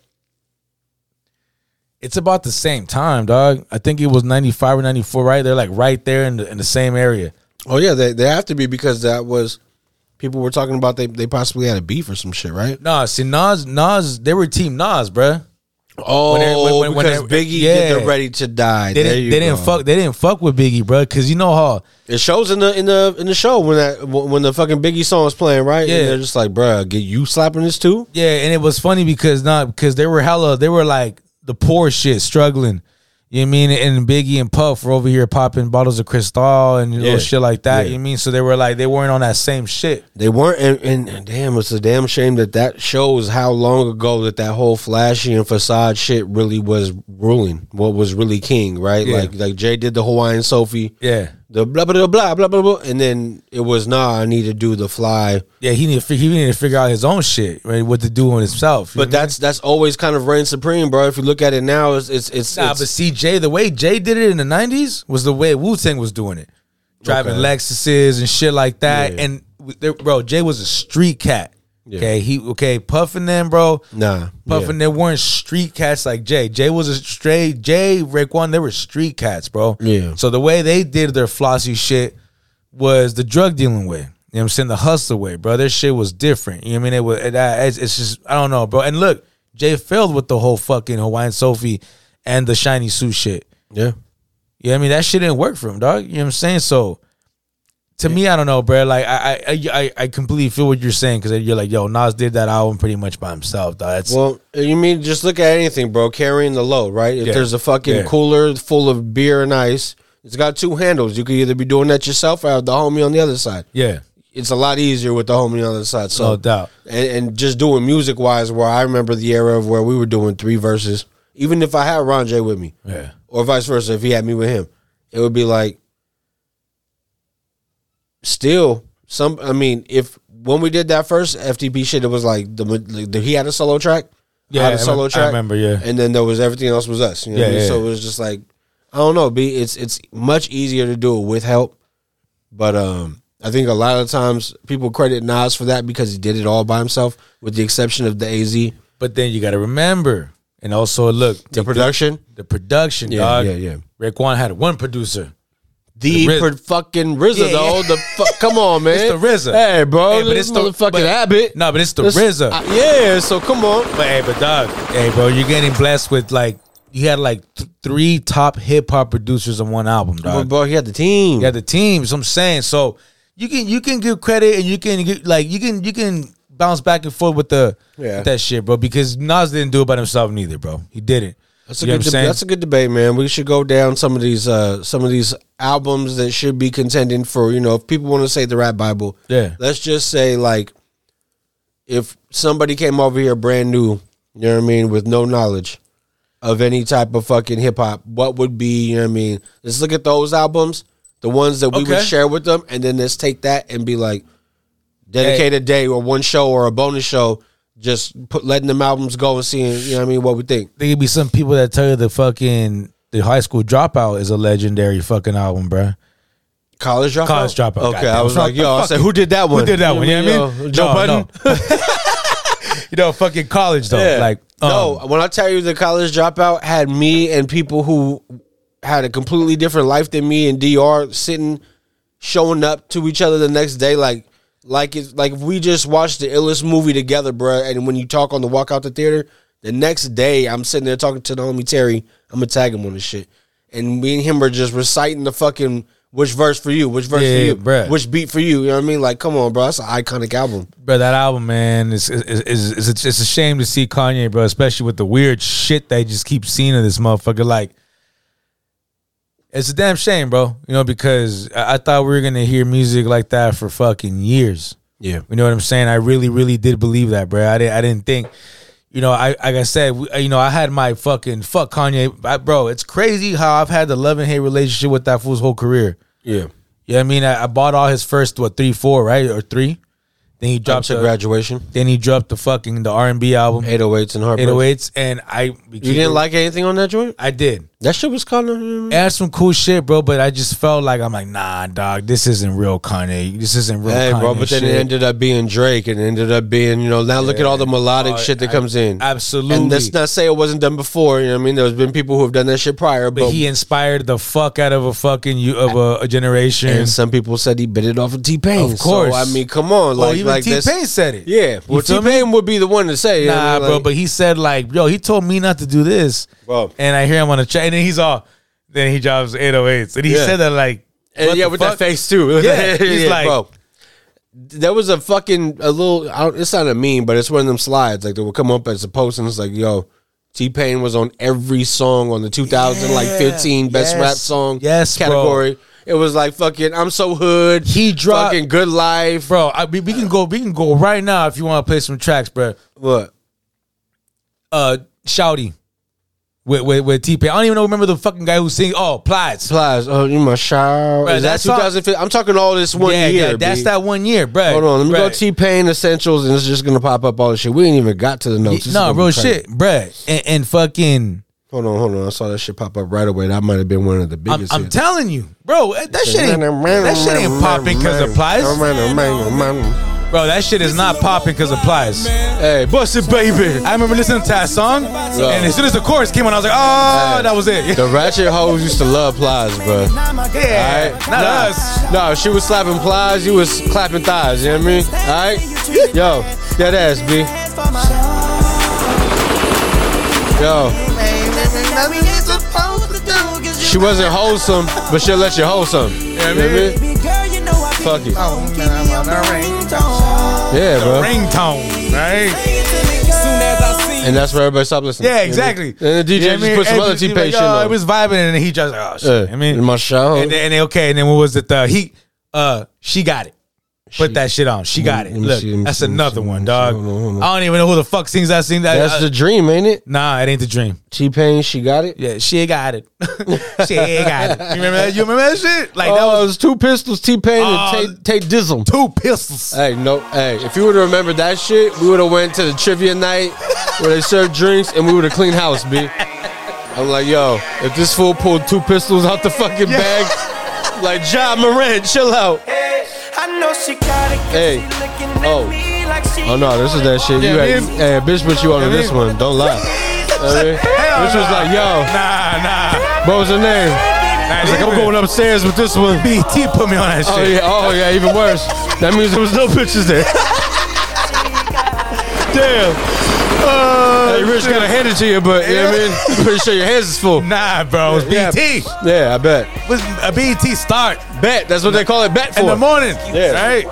it's about the same time, dog. I think it was 95 or 94, right? They're like right there in the, in the same area.
Oh yeah, they they have to be because that was people were talking about they they possibly had a beef or some shit, right?
Nah, see, Nas, Nas, they were Team Nas, bruh.
Oh,
When they- when- when- when
because
they-
Biggie
yeah.
did the Ready to Die.
They
There
didn't,
you
they didn't
go.
fuck. They didn't fuck with Biggie, bruh, because you know how
It shows in the in the in the show when that when the fucking Biggie song is playing, right?
Yeah.
and they're just like, bruh, get you slapping this too?
Yeah, and it was funny because not because they were hella they were like the poor shit struggling. You know what I mean? And Biggie and Puff were over here popping bottles of Cristal and
Yeah.
little shit like that.
Yeah.
You know what I mean? So they were like they weren't on that same shit.
They weren't, and, and, and damn, it's a damn shame that that shows how long ago that that whole flashy and facade shit really was ruling. What was really king, right?
Yeah.
Like like Jay did the Hawaiian Sophie,
Yeah,
the blah blah blah blah blah blah, and then it was nah, I need to do the fly.
yeah. He need to fig- he needed to figure out his own shit, right? What to do on himself. you
But
know what I mean?
that's that's always kind of reigned supreme, bro. If you look at it now, it's it's it's,
Nah,
it's-
but see, Jay, the way Jay did it in the '90s was the way Wu Tang was doing it, driving
Okay.
Lexuses and shit like that. And w- there- bro, Jay was a street cat. Okay, he okay puffing them, bro.
Nah,
puffing. They
yeah.
weren't street cats like Jay. Jay was a straight Jay Raekwon. They were street cats, bro.
Yeah.
So the way they did their flossy shit was the drug dealing way. You know what I'm saying? The hustle way, bro. Their shit was different. You know what I mean? It was. It, uh, it's, it's just I don't know, bro. And look, Jay failed with the whole fucking Hawaiian Sophie and the shiny suit shit. You
yeah.
know what I mean? That shit didn't work for him, dog. You know what I'm saying? So to me, I don't know, bro. Like I, I, I- I, I completely feel what you're saying because you're like, yo, Nas did that album pretty much by himself, dog. That's,
Well, you mean just look at anything, bro. Carrying the load, right? If
Yeah.
there's a fucking
Yeah.
cooler full of beer and ice, it's got two handles. You could either be doing that yourself or have the homie on the other side.
yeah.
It's a lot easier with the homie on the other side. So
No doubt.
And, and just doing music wise, where I remember the era of where we were doing three verses, even if I had Ron J with me,
Yeah.
or vice versa, if he had me with him, it would be like still some. I mean, if when we did that first FTP shit, it was like the, the he had a solo track. I had
I
a solo
remem- I
track.
remember, yeah.
and then there was everything else was us. You know what I
Yeah,
mean?
yeah,
So it
yeah.
was just like I don't know. B, it's it's much easier to do it with help, but um, I think a lot of times people credit Nas for that because he did it all by himself, with the exception of the AZ
But then you got to remember, and also look,
the
the,
production.
the production,
Yeah,
dog.
yeah, yeah.
Raekwon had one producer.
The,
The Riz-
pro- fucking RZA
Yeah, yeah.
though. The fu- come on, man.
It's the RZA.
Hey, bro.
Hey, but
this
it's the-
motherfucking
but-
habit.
No, but it's the
This-
RZA.
I- yeah. So come on.
but hey, but dog, hey, bro, you're getting blessed with like you had like th- three top hip hop producers on one album,
Well,
dog.
bro, he had the team.
You had the teams. I'm saying so you can you can give credit and you can get, like you can you can bounce back and forth with the
Yeah.
with that shit, bro. Because Nas didn't do it by himself neither, bro. He didn't.
That's a
You know what
good.
I'm
deb-
saying?
that's a good debate, man. We should go down some of these uh, some of these albums that should be contending for. You know, if people want to say the Rap Bible,
Yeah.
Let's just say like, if somebody came over here brand new, you know what I mean, with no knowledge of any type of fucking hip hop, what would be? You know what I mean? Let's look at those albums, the ones that we would
Okay.
share with them, and then let's take that and be like, dedicate a day or one show or a bonus show, just put letting them albums go and seeing. You know what I mean? What we think.
there could be some people that tell you the fucking the high school dropout is a legendary fucking album, bruh.
College dropout.
College Dropout.
Oh, Okay,
Goddamn,
I was
fuck
like,
the
yo, I
fuck
said,
it.
who did that one?
Who did that one? You know what I
Yo,
mean?
Joe
No,
Budden.
no. you know, fucking college though.
Yeah.
Like, um,
no, when I tell you the college dropout had me and people who had a completely different life than me and Dr. sitting, showing up to each other the next day, like, like it's like if we just watched the illest movie together, bruh, And when you talk on the walk out the theater, the next day I'm sitting there talking to the homie Terry. I'm gonna tag him on this shit, and me and him are just reciting the fucking. Which verse for you? Which verse
Yeah,
for you?
bruh.
Which beat for you? You know what I mean? Like, come on, bro. That's an iconic album.
bro, that album, man, is is is it's, it's a shame to see Kanye, bro, especially with the weird shit they just keep seeing of this motherfucker. Like, it's a damn shame, bro. You know, because I, I thought we were gonna hear music like that for fucking years.
Yeah.
You know what I'm saying? I really, really did believe that, bro. I didn't, I didn't think, you know, I, like I said, we, you know, I had my fucking fuck Kanye, I, bro. It's crazy how I've had the love and hate relationship with that fool's whole career.
Yeah.
You know what I mean? I, I bought all his first what three, four, right, or three. Then he
Drop
dropped
to
the,
graduation.
Then he dropped the fucking the R and B album,
808s and heartbreak.
808s, and I.
You didn't like anything on that joint?
I did.
That shit was kind of.
It had some cool shit, bro, but I just felt like I'm like, nah, dog, this isn't real Kanye. This isn't real.
Hey,
Kanye
bro, but then
shit.
it ended up being Drake and it ended up being, you know, now look at all the melodic
Oh,
shit that
I-
comes in.
absolutely.
And let's not say it wasn't done before. You know what I mean? There's been people who have done that shit prior, but,
but he inspired the fuck out of a fucking you of a, a generation.
and some people said he bit it off of T Pain.
Of course.
So, I mean, come on.
Well,
Like,
even
like
T
this.
Pain said it.
Yeah.
you
Well, T
feel me?
Pain would be the one to say. you know what I
Nah,
mean?
bro,
Like,
but he said like, yo, he told me not to do this,
Bro.
And I hear him on the chat, and then he's all, then he drops 808s, and he
Yeah.
said that like, what
And yeah,
the
with
fuck?
that face too.
Yeah, he's like-
bro. There was a fucking a little. I don't, it's not a meme, but it's one of them slides like they would come up as a post, and it's like, yo, T Pain was on every song on the 2000 like 15 best
Yes.
rap song
Yes, bro.
category. It was like fucking I'm so hood.
He dropped-
fucking good life.
bro, I, we, we can go, we can go right now if you want to play some tracks, bro.
What?
Uh, Shouty. With, with, with T-Pain. I don't even know, remember the fucking guy who sings. Oh, Plies.
Plies. Oh, you my shower.
Bro,
Is that
that's all-
2015? I'm talking all this one
yeah,
year.
yeah, that's
B.
that one year, bro.
Hold on, let me go
Bruh.
T Pain essentials, and it's just gonna pop up all the shit. We ain't even got to the notes. This is
No,
gonna be
real
crazy.
shit, bro. And, and fucking,
Hold on, hold on. I saw that shit pop up right away. That might have been one of the
I'm,
biggest.
I'm
hits.
telling you, bro, that shit ain't, that shit ain't popping because of Plies. Bro, that shit is not popping because of Plies.
Hey, bust it, baby.
I remember listening to that song, and as soon as the chorus came on, I was like, oh, that was it.
The ratchet hoes used to love plies, bro.
Yeah,
Alright?
not
Nah.
us.
No, if she was slapping plies, you was clapping thighs, you know what I mean? Alright? Yo, that ass, B. Yo. She wasn't wholesome, but she'll let you wholesome. You know what I mean? Fuck it.
Oh,
Yeah, bro.
Ringtone, right?
And that's where everybody stopped listening.
Yeah, exactly.
And the DJ
You know what
just
I mean?
put some
And
other
just be
T
like,
Pain shit
"Oh,
on.
It was vibing, and then he just, like, oh, shit.
Yeah.
I mean,
In my shower.
And then, and then, okay, and then what was it? Uh, he, uh, she got it. Put that shit on. She got it.
Let me
Look,
see, let me
that's
see, let me
another
see,
one,
let me see.
dog.
Hold on, hold on.
I don't even know who the fuck sings that. Sing that.
That's
uh,
the dream, ain't it?
nah, it ain't the dream.
T Pain, she got it.
Yeah, she got it. she got it. You remember that? You remember that shit? Like that
oh, it
was
was two pistols, T Pain
Oh.
and Tate, Tate Dizzle.
two pistols.
Hey, no, hey, if you would have remembered that shit, we would have went to the trivia night where they served drinks and we would have cleaned house, B. I'm like, yo, if this fool pulled two pistols out the fucking bag, like, Ja Moran, chill out.
I know she got it.
Hey.
Hey. She looking at
Oh.
me like she
Oh no, this is that shit.
Yeah,
you had,
man.
hey, bitch, put you on to this one. Don't lie. Hey, bitch was like, yo,
Nah, nah.
what was her name?
nah
He's like, I'm going upstairs with this one.
BT E put me on that
Oh
shit.
yeah, oh yeah, even worse. That means there was no pictures there. Damn. Uh, hey, Rich got to hand it to you, but you know what I mean? I'm pretty sure your hands is full.
Nah, bro, it was
Yeah.
BT. It
Yeah, I bet.
was a BT start
Bet. That's what they call it. Bet for.
in the morning.
Yeah.
Right?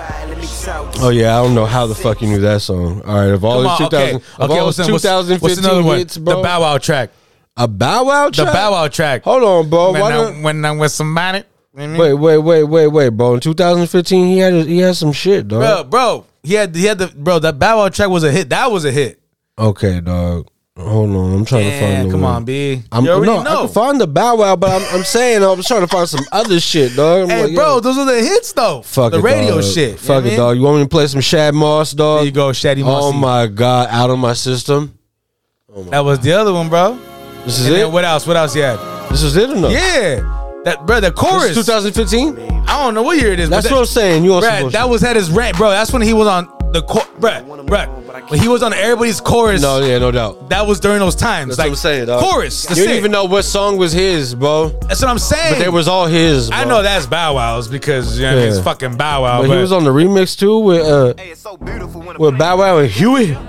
oh yeah, I don't know how the fuck you knew that song. All right, of
Come
all these
on,
2000,
okay.
of all
what's,
these
what's-
2015
what's another one?
hits, bro.
The Bow Wow track.
a bow wow.
The
track?
Bow Wow track.
Hold on, bro.
When,
Why
I'm,
don't,
when I'm with somebody.
wait, wait, wait, wait, wait, bro. In 2015, he had he had some shit, dog.
Bro, bro, he had he had the bro. That Bow Wow track was a hit. That was a hit.
Okay, dog. Hold on, I'm trying to
Yeah,
find. the
come
one.
on, B.
I'm,
you already
no, I
know.
can find the Bow Wow, but I'm, I'm saying I'm trying to find some other shit, dog. I'm
Hey,
like,
bro,
yo,
those are the hits though.
fuck
the
it,
radio
dog.
shit. You know what I
Fuck it,
mean?
dog. You want me to play some Shad Moss, dog?
There you go, Shaddy
Oh
Mossy.
my god, out of my system. Oh
That was the other one, bro.
This is
And
it.
then what else? What else you had?
This is it or no?
Yeah, that bro, the
This
chorus.
is 2015.
I don't know what year it is.
That's
but
what I'm saying. You on some
Bruh,
bullshit.
that was at his rant, bro. That's when he was on the chor- bruh, bruh. When he was on everybody's chorus,
no, yeah, no doubt.
that was during those times.
That's
like
what I'm saying, dog.
chorus. That's,
you didn't
it.
even know what song was his, bro.
that's what I'm saying.
But they was all his. Bro.
I know that's Bow Wow's because you know,
Yeah.
it's fucking Bow Wow.
But
But,
he was on the remix too with uh
Hey, it's so beautiful when
with Bow Wow and Huey. Hold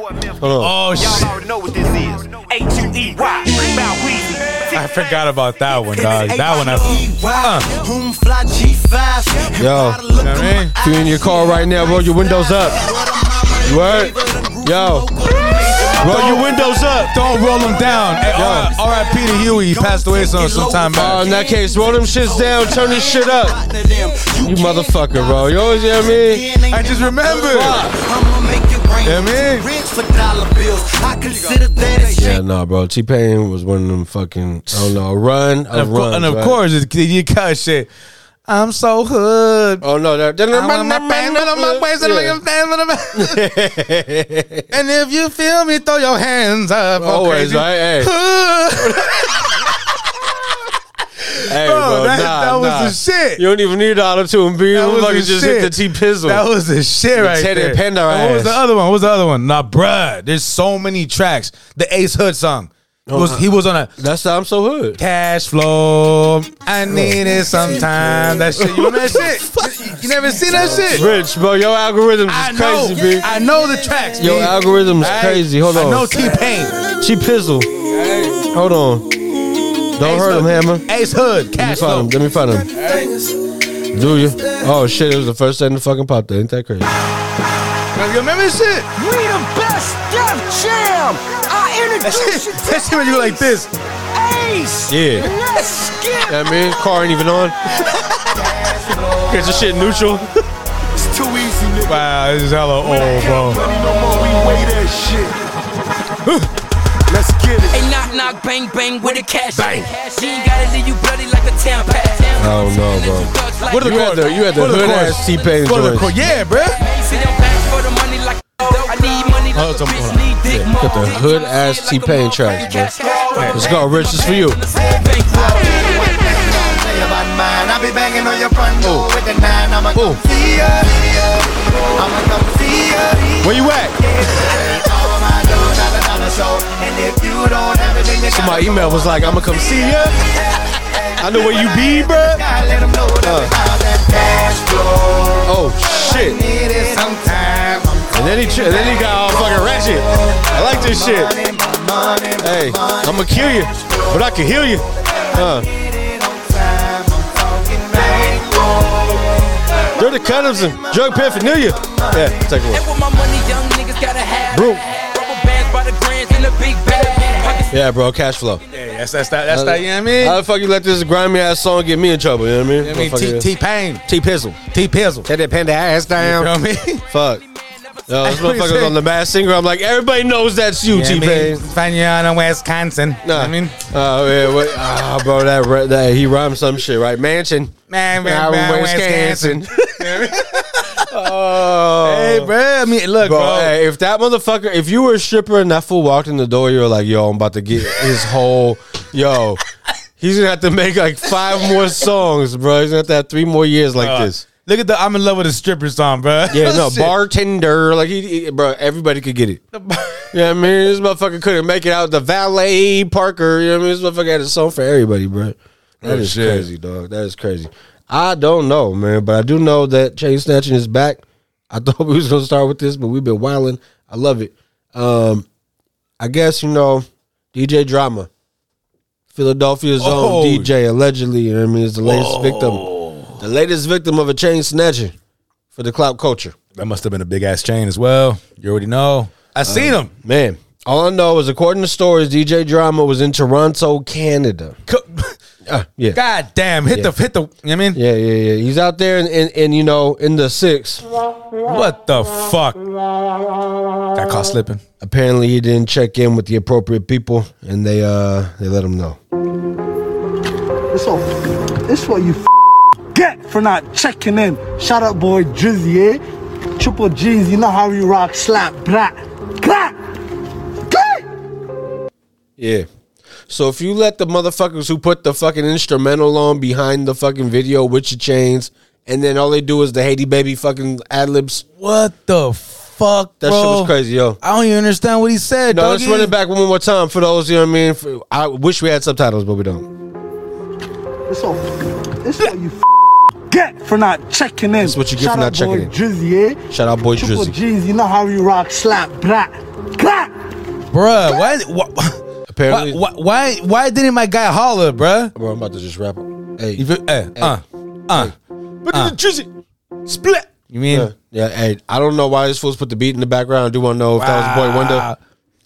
on.
oh
Y'all
shit,
already know what this is. H-U-E-Y. Bow Weezy.
I forgot about that one, dog. That one, I, uh,
Whom fly G5. You
Yo,
know
what I mean?
if you in your car right now, roll your windows up. You heard? Yo, roll your windows up.
don't roll him down. Hey, R- R.I.P. to Huey. He passed away some some time
Oh,
back.
in that case, roll them shits down, turn this shit up. You motherfucker, bro. You always hear me?
I just remembered.
I'ma make it rain.
Yeah, man.
Rent for dollar bills. I consider that a
Yeah, nah, bro. T Pain was one of them fucking, I don't know, a run, a
And of, cour-
run.
and of course, it's Kid Cudi shit. I'm so hood.
Oh no, that,
I'm in my pants, little my waist, little
Yeah.
my pants, little my- And if you feel me, throw your hands up. Go
Always,
crazy.
right?
Hood.
Hey, hey,
Bro,
bro,
that-
nah,
that was
nah.
the shit.
You don't even need the auto tune, B.
That
You
was
fucking
the
just hit
shit.
the T Pizzle.
That was the shit right
Teddy
there.
Panda
And What was
ass.
the other one? What was the other one? Nah, bruh. There's so many tracks. The Ace Hood song. It was, he was on a
Uh-huh. That's how I'm so hood.
cash flow.
Oh,
I need it sometime. That shit. You know that shit? You never seen that shit?
Rich, bro, your algorithm is
I
crazy,
know.
B.
I know the tracks.
Your
B.
algorithm is
Aight.
crazy. Hold
I
on.
know T Pain.
T Pizzle. Hold on. Don't hurt him, Hammer.
Ace Hood.
Let me
Cash
find
flow.
him. Let me find him. Do you? Oh shit! It was the first thing that fucking popped. Ain't that crazy?
You remember this shit?
We the best death jam. I
That
introduce you
shit,
to
that shit when you go like this.
Ace.
Yeah.
Let's get
That man, car ain't even on. Get your shit neutral.
It's too easy, nigga.
Wow, this is hella old, bro.
Money no more, we weigh that shit. Let's get it.
Hey, knock, knock, bang, bang with a cash. Bang. She ain't gotta leave you bloody like a town pass.
Oh no, bro.
What
you had the you had the
What are the
hood
chords?
ass T Pain
For the
joints.
cor- yeah, bruh.
oh, I need money
Oh,
like
it's
a
on-
bitch
hold on.
need dick
Yeah, got the
more.
hood ass T-Pain tracks, bro. Let's go, Rich. This for you.
I'll be banging on your front door
Oh.
with the nine. I'ma
Ooh.
come see ya. I'ma come see ya.
Where you at?
All my dough, dollar, dollar show. And if you don't have it, then you
So my
gotta
email was like, I'ma come see ya. I know where you be, bro.
gotta let 'em know that we found that cash flow.
Oh shit.
Need it sometime. I'm
And then he tri- and then he got all fucking ratchet. I like this shit.
calling my money, my
Hey, I'ma kill you, but I can heal you. Uh,
time. I'm talking rainbow.
they're the Cunnams and drug paraphernalia. Yeah, take it away.
with my money, young niggas gotta have.
Bro.
Rubber bands by the grands and a big bag. Pockets
Yeah, bro, cash flow.
Yeah, that's that's that that's that. You know what I mean?
How the fuck you let this grimy ass song get me in trouble? You know what I mean?
I mean, T
Motherfucker.
T Pain,
T Pizzle.
T Pizzle. You
Take that panda ass
know
down.
what I mean?
Fuck. Yo, this
That's what he
motherfucker's
said.
on the mass singer. I'm like, everybody knows that's you, T Pain.
Find you out in Wisconsin. You know what I mean,
oh yeah, wait, ah, bro, that, ra- that he rhymed some shit right. Mansion,
man,
Out
man,
in
man,
Wisconsin.
Wisconsin. You know what I mean?
Oh,
Hey, bro. I mean, look,
Bro,
bro.
hey, if that motherfucker, if you were a stripper and that fool walked in the door, you were like, yo, I'm about to get his whole, yo, he's gonna have to make like five more songs, bro. He's gonna have to have three more years like
Uh,
this.
Look at the "I'm in love with a stripper" song, bro.
Yeah, no,
Shit.
bartender, like he, he- bro, everybody could get it. Yeah, I mean, this motherfucker couldn't make it out. The valet Parker, you know what I mean? This motherfucker had a song for everybody, bro. That is
Oh, shit.
crazy, dog. That is crazy. I don't know, man, but I do know that chain snatching is back. I thought we was gonna start with this, but we've been wilding. I love it. Um, I guess you know, DJ Drama, Philadelphia zone
Oh.
DJ allegedly. You know what I mean? Is the latest victim, the latest victim of a chain snatching for the clout culture.
That must have been a big ass chain as well. You already know. I seen him.
Uh, Man, all I know is according to stories, DJ Drama was in Toronto, Canada.
Co-
Uh, yeah.
God damn! Hit the hit the. You know what I mean,
Yeah, yeah, yeah. He's out there and, and, and you know, in the six.
what the fuck? Got caught slipping.
Apparently he didn't check in with the appropriate people and they uh they let him know.
This all, this what you f- get for not checking in. Shout out, boy Drizzy, eh? Triple G's, you know how we rock, slap, brat, clap, clap.
Yeah. So if you let the motherfuckers who put the fucking instrumental on behind the fucking video with your chains, and then all they do is the Haiti baby fucking ad libs.
What the fuck?
That shit
bro?
was crazy, yo.
I don't even understand what he said.
No, let's
doggy.
run it back one more time for those, you know what I mean? For- I wish we had subtitles, but we don't.
This all, this what you f- get for not checking in.
That's what you get
Shout
for not
out, boy
checking in.
Drizzy, eh?
Shout out boy
Triple
Drizzy.
G's, you know how we rock, slap, brat, clap.
bruh. Why? is it- wh- Why,
Apparently,
why? Why? Why didn't my guy holler, bruh?
Bro, I'm about to just wrap up. Hey,
You feel, eh, uh, uh,
look at the drizzy split.
You mean?
Yeah, yeah. Hey, I don't know why these fools put the beat in the background. I do want to know if that was Boy Wonder.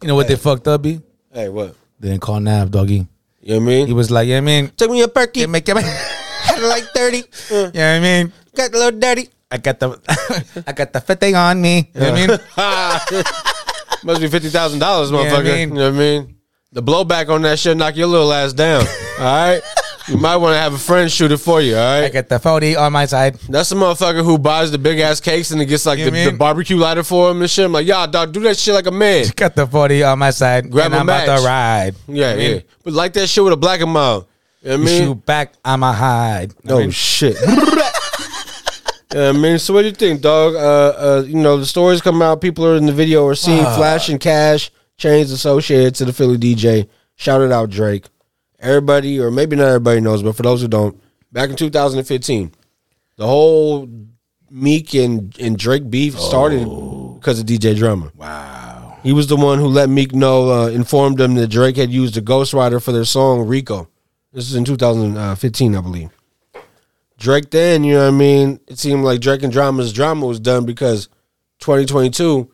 You know what they fucked up, B?
Hey, what?
They didn't call Nav, doggy.
You know what I mean?
He was like, yeah, I mean,
took me a perky.
yeah, make it,
Had it like thirty. Uh,
yeah, I mean,
got a little dirty.
I got the, I got the fete on me. You know what I mean?
Must be fifty thousand dollars,
what I
motherfucker.
mean?
You know what I mean? The blowback on that shit knock your little ass down. all right. You might want to have a friend shoot it for you, all right? I
get the 40 on my side.
That's the motherfucker who buys the big ass cakes and it gets like
You
the,
know what I
the
mean?
barbecue lighter for him and shit. I'm like, y'all, dog, do that shit like a man.
Got the 40 on my side.
Grab
and
a
I'm about
match.
to ride.
Yeah,
You know what I
yeah.
mean?
But like that shit with a black and mild. You know
You
what I mean?
shoot back, I'ma hide. You know
Oh
what I mean?
shit. Yeah, I mean, Uh, so what do you think, dog? Uh, uh, you know, the stories come out. People are in the video are seeing flash and cash chains associated to the Philly DJ. Shout it out, Drake. Everybody, or maybe not everybody knows, but for those who don't, back in 2015, the whole Meek and, and Drake beef started because of DJ Drummer. Wow. He was the one who let Meek know, uh, informed them that Drake had used a ghostwriter for their song Rico. This is in 2015, Uh, I believe. Drake then, you know what I mean? It seemed like Drake and Drama's drama was done because 2022,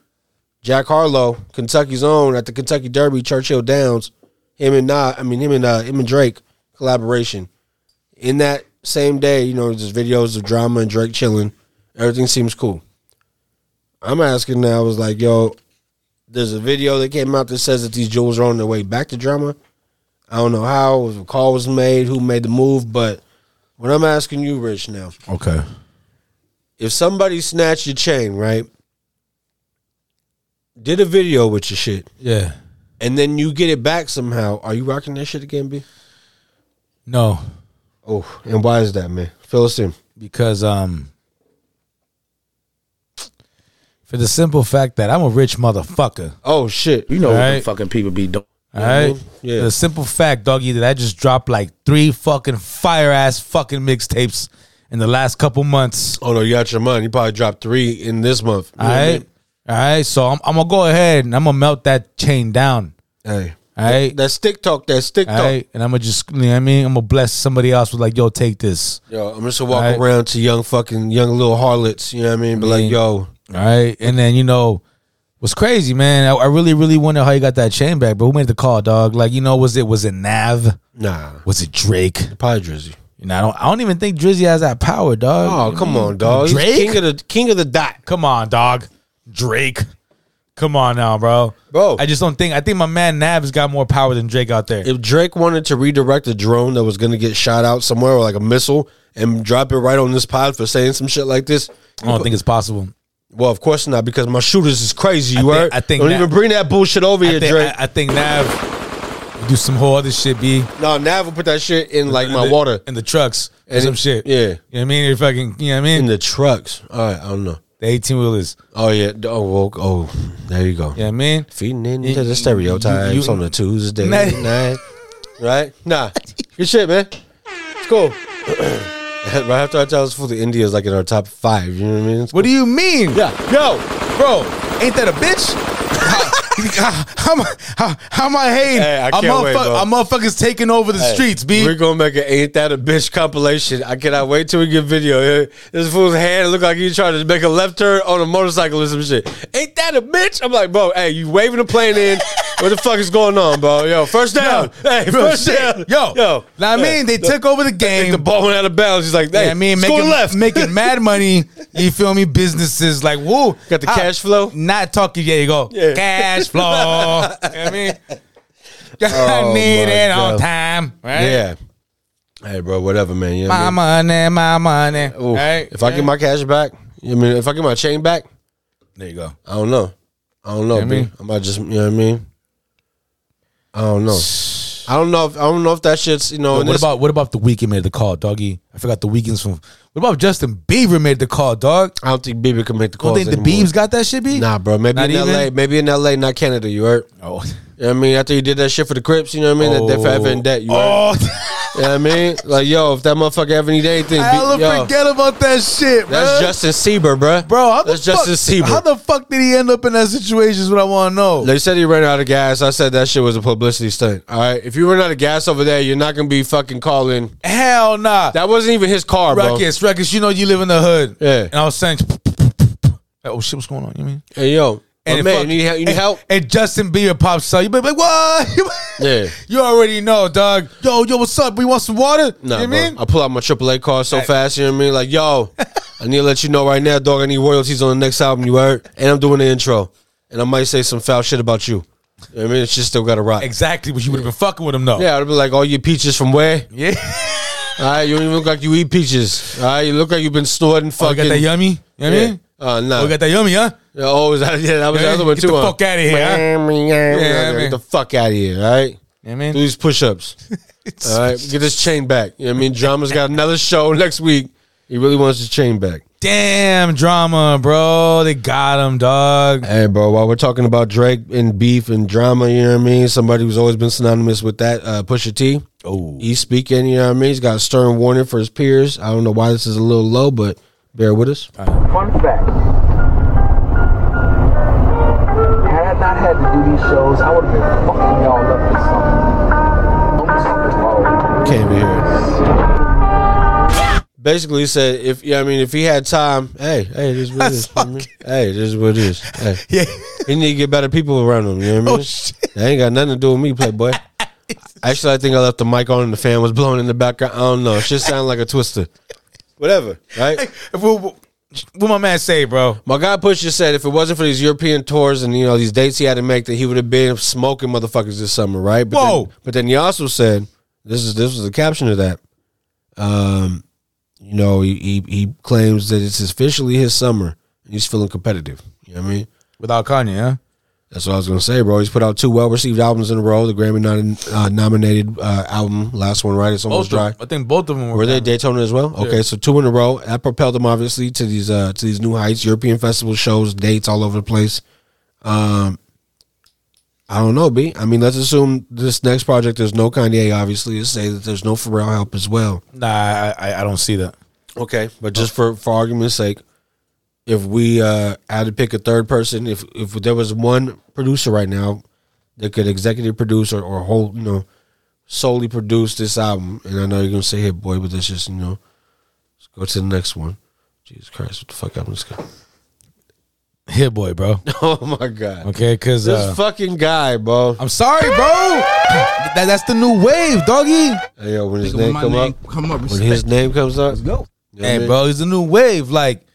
Jack Harlow, Kentucky's own, at the Kentucky Derby, Churchill Downs, him and not, I mean him and uh, him and Drake collaboration. In that same day, you know, there's videos of drama and Drake chilling. Everything seems cool. I'm asking now, I was like, yo, there's a video that came out that says that these jewels are on their way back to drama. I don't know how, if a call was made, who made the move, but what I'm asking you, Rich, now,
Okay.
if somebody snatched your chain, right? Did a video with your shit,
Yeah.
and then you get it back somehow. Are you rocking that shit again, B?
No,
Oh, and why is that, man? Fill us in.
because um, for the simple fact that I'm a rich motherfucker.
Oh shit.
You know what
Alright.
the fucking people be doing.
All right.
Yeah.
The simple fact, doggy, that I just dropped like three fucking fire ass fucking mixtapes in the last couple months.
Oh no, you got your money. You probably dropped three in this month. You know
All
what I
right. All right. So I'm, I'm going to go ahead and I'm going to melt that chain down.
mean? Hey.
All right.
That stick talk, that stick
All
talk.
right. And I'm going to just, you know what I mean? I'm going to bless somebody else with like, yo, take this.
Yo, I'm just gonna walk
Alright.
around to young fucking young little harlots, you know what I mean? But like,
mean-
yo,
All right. And then, you know, what's crazy, man. I, I really, really wonder how you got that chain back, but who made the call, dog? Like, you know, was it, was it Nav?
nah.
Was it Drake?
Pie drizzy.
You know, I don't, I don't even think Drizzy has that power,
Oh,
dog.
come on, dog.
Drake?
King of the king of the dot.
Come on, dog. Drake. Come on now, bro.
Bro.
I just don't think, I think my man Nav's got more power than Drake out there.
if Drake wanted to redirect a drone that was going to get shot out somewhere or like a missile and drop it right on this pod for saying some shit like this,
I don't think it's possible.
well, of course not because my shooters is crazy.
I
You
think-
heard?
I think
don't
that-
even bring that bullshit over
I
here,
think,
Drake.
I, I think Nav do some whole other shit, B.
no, Nav will put that shit in like
In
my
the-
water
In the trucks. Or
And
some
it-
shit.
yeah.
You know what I mean? You're fucking, you know what I mean?
in the trucks. All right, I don't know.
the 18 wheelers.
Oh yeah. Oh, well, oh, there you go.
You know what I mean?
Feeding
You-
into
you-
the stereotypes
you- you-
on a Tuesday
Nah.
night, right? Nah, good shit, man. It's cool. right after I tell us for the India is like in our top five. You know what I mean? It's
What do you mean?
Yeah. Yo,
Bro, ain't that a bitch? how, am I- how, how am I hating?
Hey, I
A
can't wait,
motherfuck-
bro.
a motherfucker's taking over the streets, B.
We're gonna make an ain't that a bitch compilation. I cannot wait till we get video. Eh, This fool's hand look like he's trying to make a left turn on a motorcycle or some shit. Ain't that a bitch? I'm like, bro, hey, you waving the plane in. what the fuck is going on, bro? Yo, first down. hey,
Real
first
shit.
down.
Yo,
yo.
Now I mean, they took over the
Hey,
game.
the ball went out of bounds. He's like,
Yeah,
hey,
I mean,
score
making,
left.
making mad money. You feel me? Businesses like, whoa,
Got the
I-
cash flow?
Not talking. Yeah, you go.
Yeah.
Cash flow. you know what I mean,
Oh,
I need
my
it on
God.
time. Right?
yeah. Hey, bro, whatever, man. You know what I
My
mean?
money, my money.
Ooh,
Right?
If I get my cash back, I mean, if I get my chain back,
there you go.
I don't know. I don't know.
You know what I
B.
mean?
I might just you know what I mean. I don't know. I don't know. If, I don't know if that shit's you know.
But
in
what
this-
about what about the weekend made the call, doggy? I forgot the weekends from. What about Justin Bieber made the call, dog?
I don't think Bieber can make the
Don't
calls.
think the
anymore.
Biebs got that shit, B?
Nah, bro. Maybe
Not
in
even?
L.A. Maybe in L.A. Not Canada. You heard?
Oh,
You know what I mean? After you did that shit for the Crips, you know what I mean? That they forever in debt. You heard?
oh,
You know what I mean? Like yo, if that motherfucker ever need anything,
I hella
be, yo,
forget about that shit, bro.
that's Justin Sieber, bro.
Bro, how
that's
the fuck,
Justin Sieber.
How the fuck did he end up in that situation? Is what I want to know.
They said he ran out of gas. I said that shit was a publicity stunt. All right, if you run out of gas over there, you're not gonna be fucking calling.
Hell nah.
That wasn't even his car, bro.
Ruckus, Ruckus, you know you live in the hood.
Yeah.
And I was saying, oh shit, what's going on? You mean?
Hey yo,
And
my
it
man,
fuck-
you need help? You need
and,
help?
And Justin Bieber pops up. You be like, what?
Yeah.
You already know, dog. Yo, yo, what's up? We want some water?
Nah,
you know
bro.
what I mean?
I pull out my AAA card so fast. You know what I mean? Like, yo, I need to let you know right now, dog. I need royalties on the next album. You heard? And I'm doing the intro, and I might say some foul shit about you. I mean, she still got to rock.
Exactly, but you would have been fucking with him though.
Yeah, I'd be like, all your peaches from where?
Yeah.
All right, you don't even look like you eat peaches. All right, you look like you've been snorting
Oh,
fucking.
you got that yummy? You know what I
Yeah.
mean?
Uh, nah.
Oh, you got that yummy, huh?
Yeah, Oh, was that, yeah, that was the
Yeah,
other one
get
too.
the
huh?
fuck outta here, huh?
Yeah,
I mean-
Get the fuck out of here, all right?
You know what I
Do
mean?
these push ups. all right, get this chain back. You know what I mean? Drama's got another show next week. He really wants his chain back.
Damn drama, bro. They got him, dog.
Hey, bro, while we're talking about Drake and beef and drama, you know what I mean? Somebody who's always been synonymous with that, uh, Pusha T.
Oh.
He's speaking, you know what I mean? He's got a stern warning for his peers. I don't know why this is a little low, but bear with us.
Fun fact. Had I not had to do these shows, I would have been fucking y'all up with something. Something wrong.
Can't be here. Basically, he said if yeah, I mean, if he had time, hey, hey, this is what it is. you know what I mean? Hey, this is what it is. Hey,
Yeah.
he need to get better people around him. You know what I mean? That ain't got nothing to do with me, Playboy. Actually, I think I left the mic on and the fan was blowing in the background. I don't know. It just sounded like a twister. Whatever, right?
What what my man say, bro?
My guy Pusher said if it wasn't for these European tours and you know these dates he had to make, that he would have been smoking motherfuckers this summer, right? But
Whoa.
Then, but then he also said this is this was the caption of that. Um, you know he, he he claims that it's officially his summer. He's feeling competitive. You know what I mean?
Without Kanye, huh?
That's what I was gonna say, bro. He's put out two well received albums in a row. The Grammy nom- uh, nominated uh, album, last one, right? It's almost
Both
dry.
of, I think both of them were.
Were they Daytona as well? Okay, so two in a row. That propelled them obviously to these uh to these new heights, European festival shows, dates all over the place. Um I don't know, B. I mean, let's assume this next project there's no Kanye, obviously, to say that there's no Pharrell help as well.
Nah, I, I, I don't see that.
Okay. But just for, for argument's sake, if we uh had to pick a third person, if if there was one producer right now that could executive produce or, or hold, you know, solely produce this album, and I know you're gonna say, "Hey, boy," but that's just you know, let's go to the next one. Jesus Christ, what the fuck happened to this guy?
Hit boy, bro.
Oh my god,
Okay, cause
this
uh,
fucking guy, bro.
I'm sorry, bro. That, that's the new wave, doggy.
Hey, yo, when his name come up, when his name comes up,
Go.
know what I
Hey,
mean?
bro, it's a new wave. Like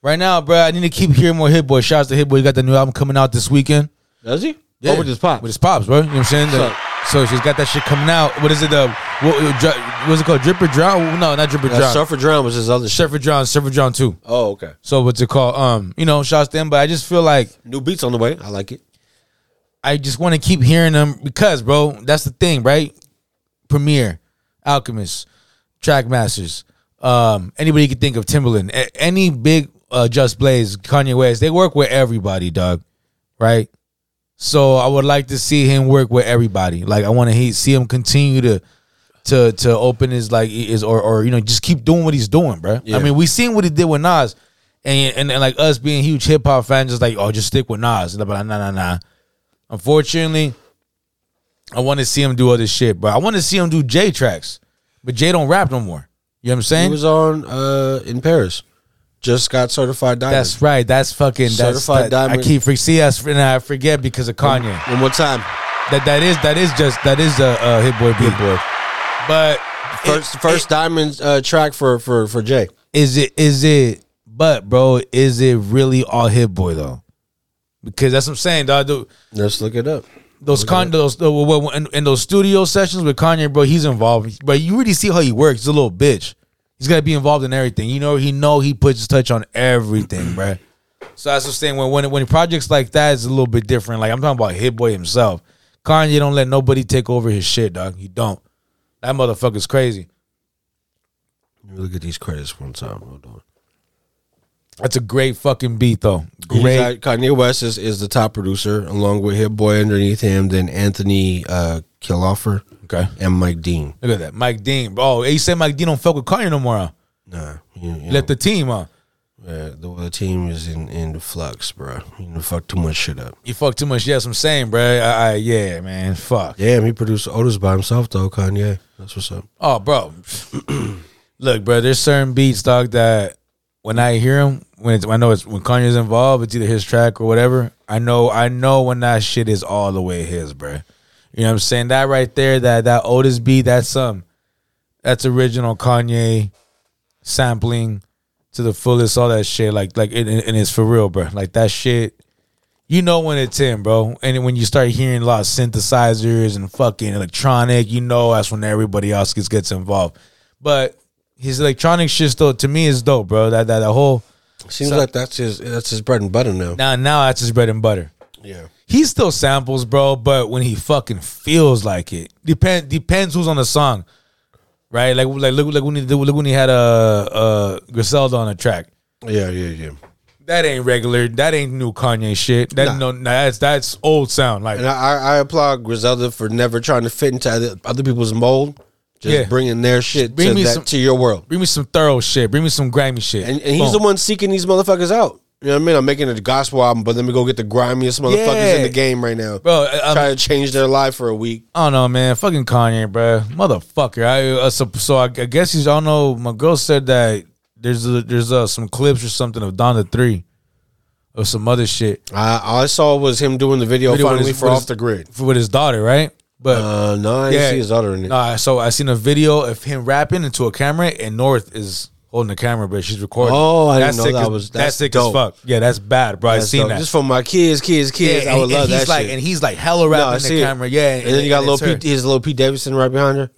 right now, bro, I need to keep hearing more Hit Boy. Shouts to Hit Boy. You got the new album coming out this weekend.
does he?
Yeah.
Oh, with his pop.
With his pops, bro. You know what I'm saying? The-
What's up?
so she's got that shit coming out. What is it? The what, what's it called? Drip or drown? No, not drip or
Yeah,
drown.
Surfer Drown was his other shit.
Surfer drown. Surfer drown two.
Oh, okay.
So what's it called? Um, you know, shouts to him. But I just feel like
New beats on the way. I like it.
I just want to keep hearing them because, bro, that's the thing, right? Premier, Alchemist, Trackmasters, um, anybody you can think of, Timberland, a- any big uh, Just Blaze, Kanye West, they work with everybody, dog, right? So I would like to see him work with everybody. Like I want to he- see him continue to to to open his like his or or you know just keep doing what he's doing, bro.
Yeah.
I mean, we seen what he did with Nas, and and, and like us being huge hip hop fans, just like oh, just stick with Nas, but nah, nah, nah, nah. Unfortunately, I want to see him do other shit, but I want to see him do J tracks. But Jay don't rap no more. You know what I'm
He
saying?
was on uh in Paris. Just got certified diamond.
that's right. That's fucking that's,
Certified
that- I
Diamond.
keep for see us and I forget because of Kanye.
One more time.
That that is that is just that is a, a hit boy beat boy. But
First
it-
first diamond uh track for for for Jay.
is it is it but bro is it really all hit boy though because that's what i'm saying dog Th-
Let's look it up.
those con those uh, wh- wh- in, in those studio sessions with kanye bro he's involved but you really see how he works he's a little bitch he's got to be involved in everything you know he know he puts his touch on everything bro so that's what i'm saying when when, when projects like that is a little bit different like i'm talking about hit boy himself kanye don't let nobody take over his shit dog he don't that motherfucker's crazy
Let me look at these credits one time. Hold on.
that's a great fucking beat though
He's
great
got- Kanye West is, is the top producer, along with Hit Boy underneath him, then Anthony uh Kiloffer
okay
and Mike Dean.
Look at that, Mike Dean. Oh, he said Mike Dean don't fuck with Kanye no more. Huh?
Nah. You, you
Left the team. Huh?
know, uh, the, the team is in, in flux, bro. You know, fuck too much shit up.
You fuck too much. Yes, I'm saying, bro. I, I, yeah, man. Fuck.
Damn, he produced Otis by himself though, Kanye. That's what's up.
Oh, bro. Look, bro. There's certain beats, dog, that when I hear him, when it's, I know it's when Kanye's involved, it's either his track or whatever. I know, I know when that shit is all the way his, bro. You know what I'm saying? That right there, that that Otis beat, that's some, that's original Kanye sampling to the fullest, all that shit. Like, like, and, and it's for real, bro. Like that shit. you know when it's in, bro. And when you start hearing a lot of synthesizers and fucking electronic, you know that's when everybody else gets, gets involved. But his electronic shit still to me is dope, bro. That that, that whole
Seems like that's his that's his bread and butter now.
Now now that's his bread and butter.
Yeah.
He still samples, bro, but when he fucking feels like it. Depend depends who's on the song. Right? Like like look like when he look when he had a uh, Griselda on a track.
Yeah, yeah, yeah.
That ain't regular. That ain't new Kanye shit. That no, nah, that's that's old sound. Like
And I, I applaud Griselda for never trying to fit into other, other people's mold. Just
Yeah.
bringing their shit
Bring
to,
me
that,
some-
to your world.
Bring me some thorough shit. Bring me some grimy shit.
And, and he's the one seeking these motherfuckers out. You know what I mean? I'm making a gospel album, but let me go get the grimiest motherfuckers in
Yeah.
the game right now.
Bro,
trying to change their life for a week.
I don't know, man. Fucking Kanye, bro, motherfucker. I uh, so, so I, I guess he's. I don't know. My girl said that there's a, there's uh, some clips or something of Donna Three, or some other shit.
I, all I saw was him doing the video,
Video with
finally
his-
for
with
off
his-
the grid.
for, with his daughter, right? But
uh, no, I didn't see his daughter in it.
Nah, so I seen a video of him rapping into a camera, and North is holding the camera, but she's recording.
Oh, I
That's
didn't know
sick
that
as-
was-
that's,
that's
sick as
dope.
fuck. Yeah, that's bad, bro. I
That's
seen
dope.
that.
Just for my kids, kids, kids.
Yeah,
I
and-
would
and
love that.
he's like-
shit.
and he's like hella rapping the camera. Yeah,
and,
and-
then you got
and
little
it's
Pete. His little Pete Davidson right behind her.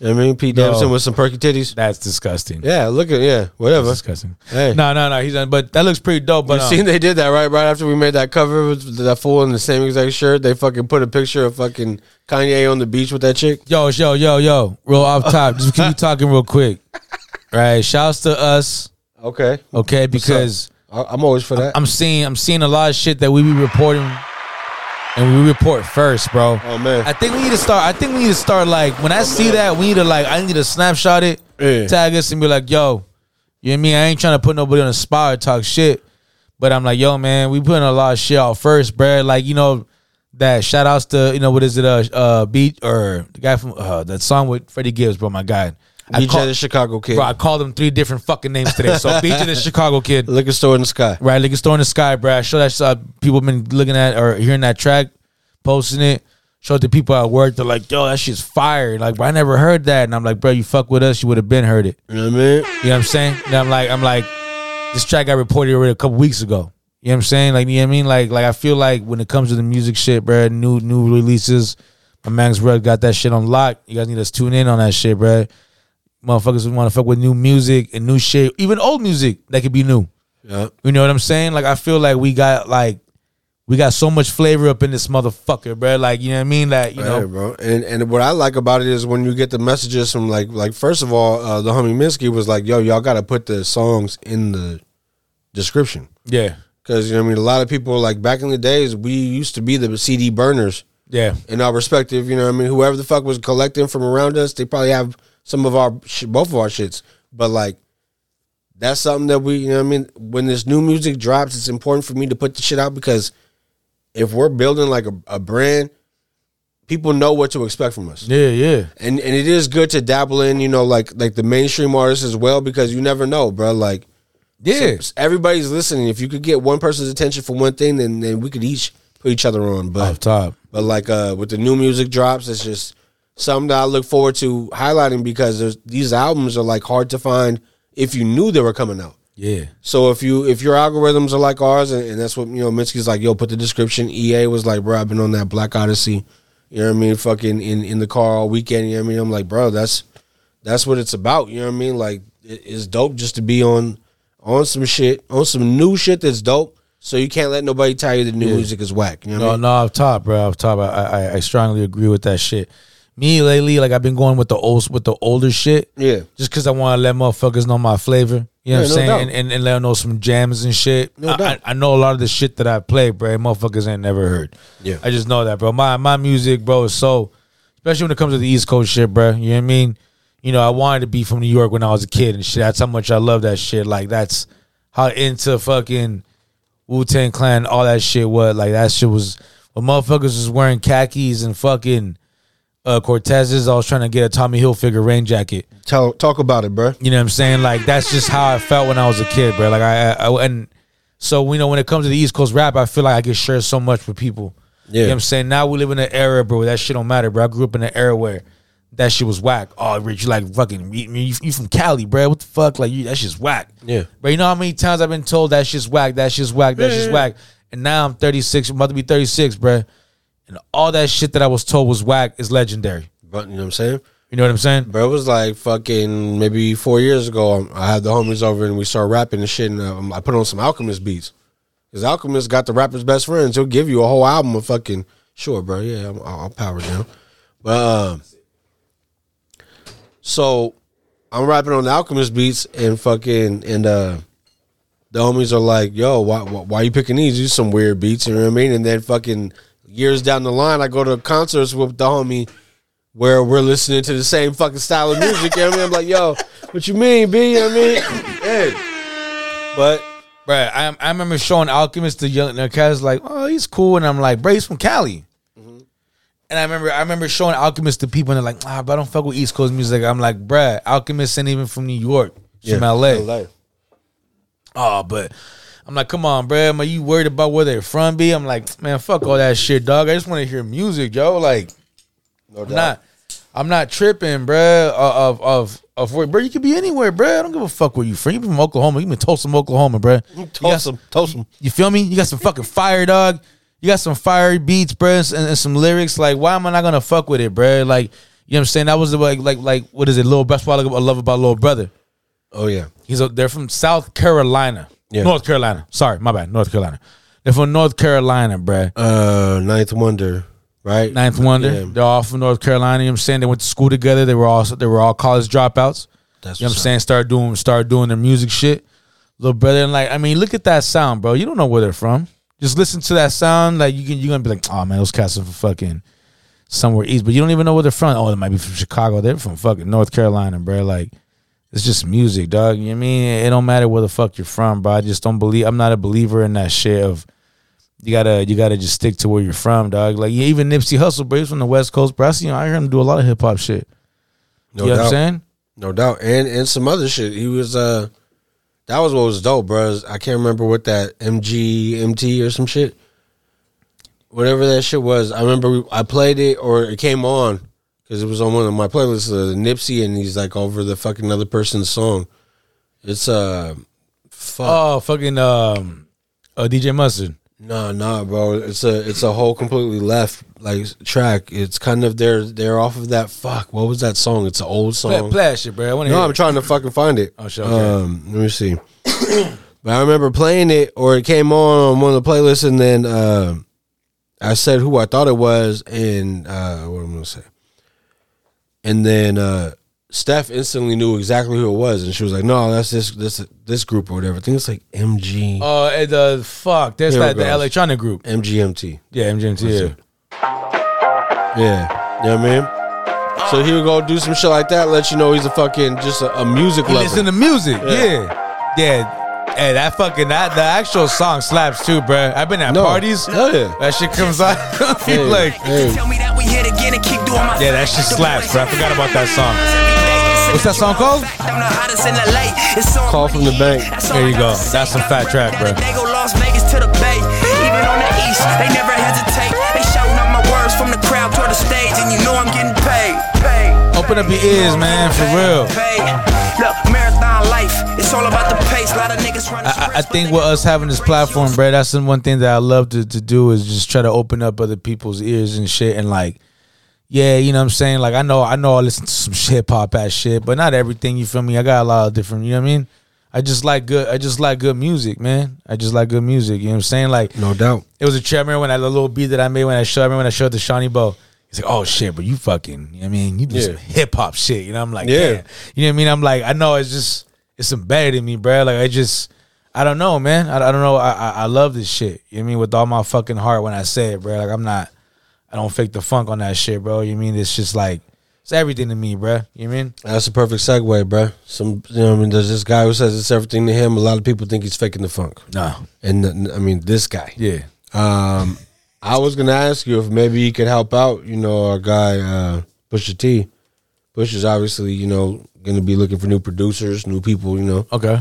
You know what I mean, Pete
No.
Davidson with some perky titties.
That's disgusting.
Yeah, look at yeah, whatever.
That's disgusting.
Hey,
No, no, no. He's done, but that looks pretty dope. But
you
um,
seen they did that right right after we made that cover with that fool in the same exact shirt. They fucking put a picture of fucking Kanye on the beach with that chick.
Yo, yo, yo, yo. Real off top. Just keep talking real quick. Right. Shouts to us.
Okay,
Okay,
What's
because
up? I- I'm always for that.
I'm seeing I'm seeing a lot of shit that we be reporting and we report first, bro.
oh man, Oh,
I think we need to start I think we need to start like when I see that, we need to like I need to snapshot it,
Yeah.
tag us and be like, yo, you know what I mean? I ain't trying to put nobody on the spot or talk shit. But I'm like, yo, man, we putting a lot of shit out first, bro. Like, you know, that shout outs to, you know, what is it, uh uh beat or the guy from uh that song with Freddie Gibbs, bro, my God. I
DJ
call-
the Chicago kid,
Bro, I called him three different fucking names today. So BJ the Chicago kid,
liquor store in the sky.
right? Like it's throwing the sky, bro. I show that uh, people been looking at or hearing that track, posting it. Show it to people at work. They're like, "Yo, that shit's fire!" Like, bro, I never heard that, and I'm like, "Bro, you fuck with us, you would have been heard it."
You know what I mean?
You know what I'm saying? And I'm like, I'm like, this track got reported already a couple weeks ago. You know what I'm saying? Like, you know what I mean? Like, like I feel like when it comes to the music shit, bro, new new releases, my man's Red got that shit on lock. You guys need us to tune in on that shit, bro. Motherfuckers want to fuck with new music and new shit, even old music that could be new.
Yeah.
You know what I'm saying? Like, I feel like we got like we got so much flavor up in this motherfucker, bro. Like, you know what I mean? Like, you
Yeah,
know,
bro. And and what I like about it is when you get the messages from like like first of all, uh, the homie Minsky was like, "Yo, y'all got to put the songs in the description."
yeah,
Because you know, what I mean, a lot of people like back in the days, we used to be the CD burners
yeah,
in our respective. You know, what I mean, whoever the fuck was collecting from around us, they probably have some of our sh- both of our shits. But like, that's something that we, you know, what I mean, when this new music drops, it's important for me to put the shit out because if we're building like a, a brand, people know what to expect from us
yeah, yeah.
and and it is good to dabble in, you know, like like the mainstream artists as well because you never know, bro. Like,
Yeah.
so- everybody's listening. If you could get one person's attention for one thing, then then we could each put each other on.
Off
But
top,
but like uh with the new music drops, it's just something that I look forward to highlighting because there's, these albums are like hard to find if you knew they were coming out.
yeah,
So if you if your algorithms are like ours, and, and that's what you know, Minsky's like, yo, put the description. EA was like, bro, I've been on that Black Odyssey. You know what I mean? Fucking in in the car all weekend. You know what I mean? I'm like, bro, that's that's what it's about. You know what I mean? Like, it, it's dope just to be on on some shit, on some new shit that's dope. So you can't let nobody tell you the new music is whack. You know what I
no,
mean?
no, off top, bro, off top. I, I, I strongly agree with that shit. Me lately, like I've been going with the old, with the older shit.
Yeah.
just because I want to let motherfuckers know my flavor. You know
Yeah,
what I'm
no
saying?
doubt.
And, and and let them know some jams and shit.
No
I,
doubt.
I, I know a lot of the shit that I play, bro. Motherfuckers ain't never heard.
Yeah.
I just know that, bro. My my music, bro, is so especially when it comes to the East Coast shit, bro. You know what I mean? You know, I wanted to be from New York when I was a kid and shit. That's how much I love that shit. Like that's how into fucking Wu Tang Clan, all that shit was like that shit was when motherfuckers was wearing khakis and fucking uh Cortezes. I was trying to get a Tommy Hilfiger rain jacket.
Tell talk about it, bro.
You know what I'm saying? Like that's just how I felt when I was a kid, bro. Like I, I, I- and so you know when it comes to the East Coast rap, I feel like I can share so much with people. You know
Yeah.
what I'm saying? Now we live in an era, bro, where that shit don't matter, bro. I grew up in an era where that shit was whack. Oh, Rich, you like fucking you, you, you from Cali, bro. What the fuck? Like you that shit's whack.
Yeah.
But you know how many times I've been told that shit's whack, that shit's whack, that shit's whack. and now I'm 36. I'm about to be 36, bruh. And all that shit that I was told was whack is legendary.
But you know what I'm saying?
You know what I'm saying?
Bro, it was like fucking maybe four years ago. um, I had the homies over and we started rapping and shit. And um, I put on some Alchemist beats. Because Alchemist got the rapper's best friends. He'll give you a whole album of fucking. Sure, bro. Yeah, I'm, I'll I'll power down. But um, so I'm rapping on the Alchemist beats and fucking. And uh, the homies are like, yo, why, why, why you picking these? These some weird beats. You know what I mean? And then fucking years down the line, I go to concerts with the homie where we're listening to the same fucking style of music. you know what I mean? I'm like, yo, what you mean, B? You know what I mean? Hey. But
bruh, I, I remember showing Alchemist to young the cats like, oh, he's cool, and I'm like, bruh, he's from Cali. And I remember, I remember showing Alchemist to people, and they're like, ah, but I don't fuck with East Coast music. I'm like, bruh, Alchemist ain't even from New York, He's from
Yeah,
LA.
LA.
Oh, but I'm like, come on, bruh, are you worried about where they're from? B, I'm like, man, fuck all that shit, dog. I just want to hear music, yo. Like, I'm not, I'm not tripping, bruh. uh, Of of of where, bruh, you could be anywhere, bruh. I don't give a fuck where you from. You from Oklahoma, you been Tulsa, Oklahoma, bruh. Tulsa,
Tulsa.
You feel me? You got some fucking fire, dog. You got some fiery beats, bruh, and, and some lyrics. Like, why am I not gonna fuck with it, bruh? Like, you know what I'm saying? That was the like like like what is it? Little best what I love about little brother.
Oh yeah,
he's a, they're from South Carolina,
Yeah.
North Carolina. Sorry, my bad, North Carolina. They're from North Carolina, bruh.
Uh, Ninth Wonder, right?
Ninth Wonder.
Yeah.
They're all from North Carolina. You know what I'm saying? They went to school together. They were all they were all college dropouts.
That's
you know what I'm
what's
saying? Start doing start doing their music shit. Little brother and like I mean, look at that sound, bro. You don't know where they're from. Just listen to that sound. Like you can you're gonna be like, oh man, those cats are from fucking somewhere east, but you don't even know where they're from. Oh, they might be from Chicago. They're from fucking North Carolina, bro. Like it's just music, dog. You know what I mean? It don't matter where the fuck you're from, bro. I just don't believe I'm not a believer in that shit of you gotta you gotta just stick to where you're from, dog. Like yeah, even Nipsey Hussle, bro, he's from the West Coast, bro. I see him, I hear him do a lot of hip hop shit.
No
you know
doubt.
what I'm saying?
No doubt. And and some other shit. He was uh that was what was dope, bruh. I can't remember what that MG MT or some shit. Whatever that shit was. I remember we, I played it or it came on cuz it was on one of my playlists uh, Nipsey and he's like over the fucking other person's song. It's uh fuck.
Oh, fucking um uh, DJ Mustard.
Nah, nah, bro. It's a it's a whole completely left like track. It's kind of they're they're off of that. Fuck, what was that song? It's an old
Play,
song.
play that shit, bro. I wanna
No,
hear
I'm
it.
trying to fucking find it.
Oh, shit, okay.
Um, let me see. but I remember playing it, or it came on on one of the playlists, and then uh, I said who I thought it was, and uh, what I'm gonna say, and then uh, Steph instantly knew exactly who it was, and she was like, "No, that's this this this group or whatever." I think it's like MG.
Oh, and the fuck. That's
Here it
like the
goes.
electronic group.
MGMT.
Yeah, MGMT.
That's
Yeah.
it. Yeah. You know what I mean? So he would go do some shit like that, let you know he's a fucking just a, a music
He
lover.
listen to music. Yeah. yeah. Hey, that fucking that the actual song slaps too, bro. I've been at
No.
parties.
Yeah.
That shit comes on.
Hey,
People like,
hey.
Tell me that we hit again and keep doing my
yeah, that shit slaps, bro. I forgot about that song. What's that song called?
I'm the hottest in LA. It's on
Call from the bank. There you go. That's some fat track, bro.
They go Las Vegas to the Bay, even on the East. They never hesitate. They shouting out my words from the crowd toward the stage, and you know I'm getting paid. Paid.
Open up your ears, man, for real.
Paid. Look, marathon life. It's all about the pace. lot of niggas running.
I, I- I think with us having this platform, bro, that's the one thing that I love to, to do is just try to open up other people's ears and shit and like yeah, you know what I'm saying? Like I know I know I listen to some hip hop ass shit, but not everything, you feel me? I got a lot of different you know what I mean? I just like good I just like good music, man. I just like good music. You know what I'm saying? Like
No doubt.
it was a trip. I remember when I the little beat that I made when I showed I remember when I showed the Shawnee Bo. He's like, oh shit, but you fucking, you know what I mean, you do
Yeah.
some hip hop shit. You know, I'm like,
Yeah.
yeah. You know what I mean? I'm like, I know it's just it's embedded in me, bro. Like I just I don't know, man. I, I don't know. I, I I love this shit. You know what I mean? With all my fucking heart when I say it, bro. Like I'm not I don't fake the funk on that shit, bro. You know what I mean it's just like it's everything to me, bro. You know what I mean?
That's a perfect segue, bro. Some, you know, what I mean, there's this guy who says it's everything to him. A lot of people think he's faking the funk.
No.
and th- I mean this guy.
Yeah.
Um, I was gonna ask you if maybe you could help out. You know, our guy uh, Pusha T. Push is obviously, you know, gonna be looking for new producers, new people. You know,
Okay.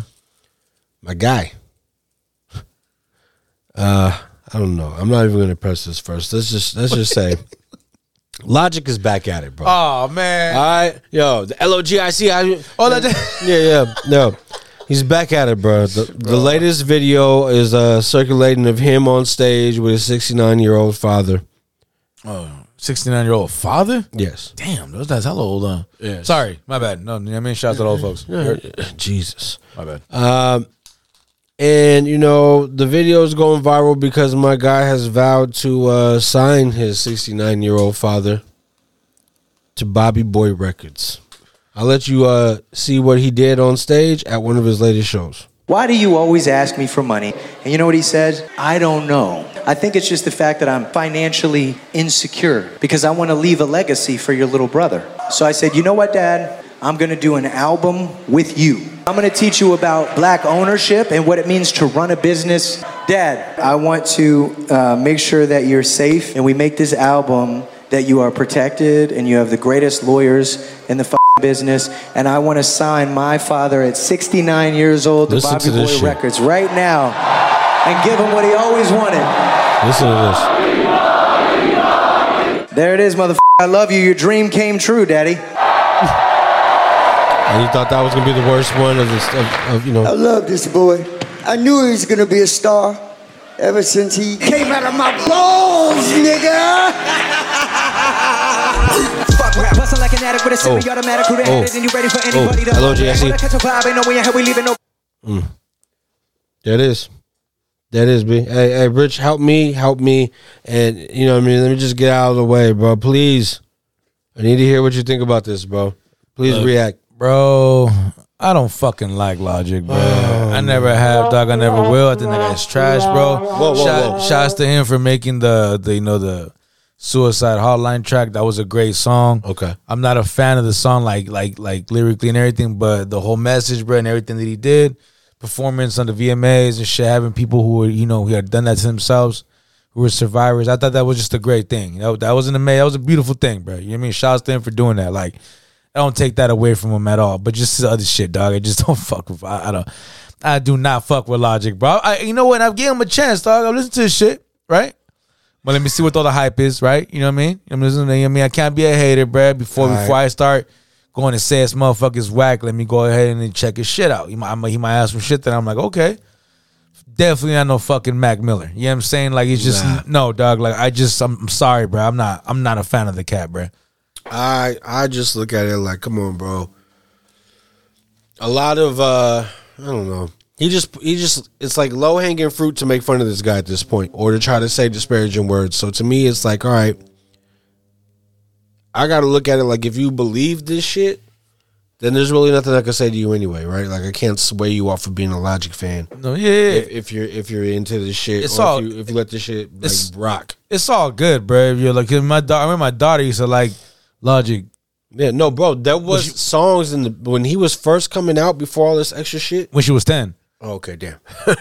my guy. Uh, I don't know. I'm not even gonna press this first. Let's just let's just say, Logic is back at it, bro.
Oh man.
All right, yo, the L O G I C I.
Oh, that-
yeah, yeah, no. He's back at it, bro. The, the latest video is uh, circulating of him on stage with his 69 year old father.
Oh, 69 year old father?
Yes.
Damn, those guys hella old. Uh.
Yes.
Sorry, my bad. No, you know what I mean, shout out to the old folks.
Yeah. Jesus.
My bad.
Um, and you know the video is going viral because my guy has vowed to uh, sign his 69 year old father to Bobby Boy Records. I'll let you uh, see what he did on stage at one of his latest shows.
Why do you always ask me for money? And you know what he said? I don't know. I think it's just the fact that I'm financially insecure because I want to leave a legacy for your little brother. So I said, You know what, Dad? I'm going to do an album with you. I'm going to teach you about black ownership and what it means to run a business. Dad, I want to uh, make sure that you're safe and we make this album that you are protected and you have the greatest lawyers in the f- business. And I want to sign my father at 69 years old to
Listen
Bobby
to
Boy
this shit.
Records right now and give him what he always wanted.
Listen to this.
There it is, motherfucker. I love you. Your dream came true, Daddy.
And you thought that was gonna be the worst one of this, of, of you
I
know.
love this boy. I knew he was gonna be a star ever since he came out of my balls, nigga.
Fuck rap, bustin' like an addict with a
Oh.
semi-automatic. Who the hell
Oh.
is and you ready for
Oh.
anybody to
Hello, JSE.
Wanna catch a vibe? Ain't no way in hell we leaving no
Mm. That is. That is, B. Hey, hey, Rich, help me, help me. And, you know what I mean? Let me just get out of the way, bro. Please. I need to hear what you think about this, bro. Please
Look,
react.
Bro, I don't fucking like Logic, bro. I never have, dog. I never will. I think that guy's trash, bro.
Oh. Whoa, whoa,
Shout-
whoa.
Shouts to him for making the, the you know the Suicide Hotline track. That was a great song.
Okay.
I'm not a fan of the song, like like like lyrically and everything, but the whole message, bro, and everything that he did, performance on the VMAs and shit, having people who were you know who had done that to themselves, who were survivors. I thought that was just a great thing. You know, that was an amazing, that was a beautiful thing, bro. You know what I mean? Shouts to him for doing that. Like, I don't take that away from him at all. But just the other shit, dog. I just don't fuck with. I, I don't. I do not fuck with Logic, bro. I, you know what? I've given him a chance, dog. I've listened to his shit, right? But let me see what all the hype is, right? You know what I mean? I'm listening. To, you know what I mean, I can't be a hater, bruh. Before
All right.
before I start going and say this motherfucker's whack, let me go ahead and then check his shit out. He might, I might- he might have some shit that I'm like, okay, definitely not no fucking Mac Miller. You know what I'm saying? Like it's just
Nah.
no, dog. Like I just, I'm, I'm sorry, bruh. I'm not, I'm not a fan of the cat, bruh.
I I just look at it like, come on, bro. A lot of uh I don't know. He just he just it's like low hanging fruit to make fun of this guy at this point, or to try to say disparaging words. So to me, it's like, all right, I gotta look at it like if you believe this shit, then there's really nothing I can say to you anyway, right? Like I can't sway you off of being a Logic fan.
No, yeah, yeah.
If, if you're if you're into this shit,
It's
or
all-
if, you, if you let this shit like
it's-
rock.
It's all good, bruh. If You're like 'cause my daughter. I remember my daughter used to like Logic.
Yeah, no, bro. There was songs in the when he was first coming out before all this extra shit. Oh,
when she was ten.
okay, damn,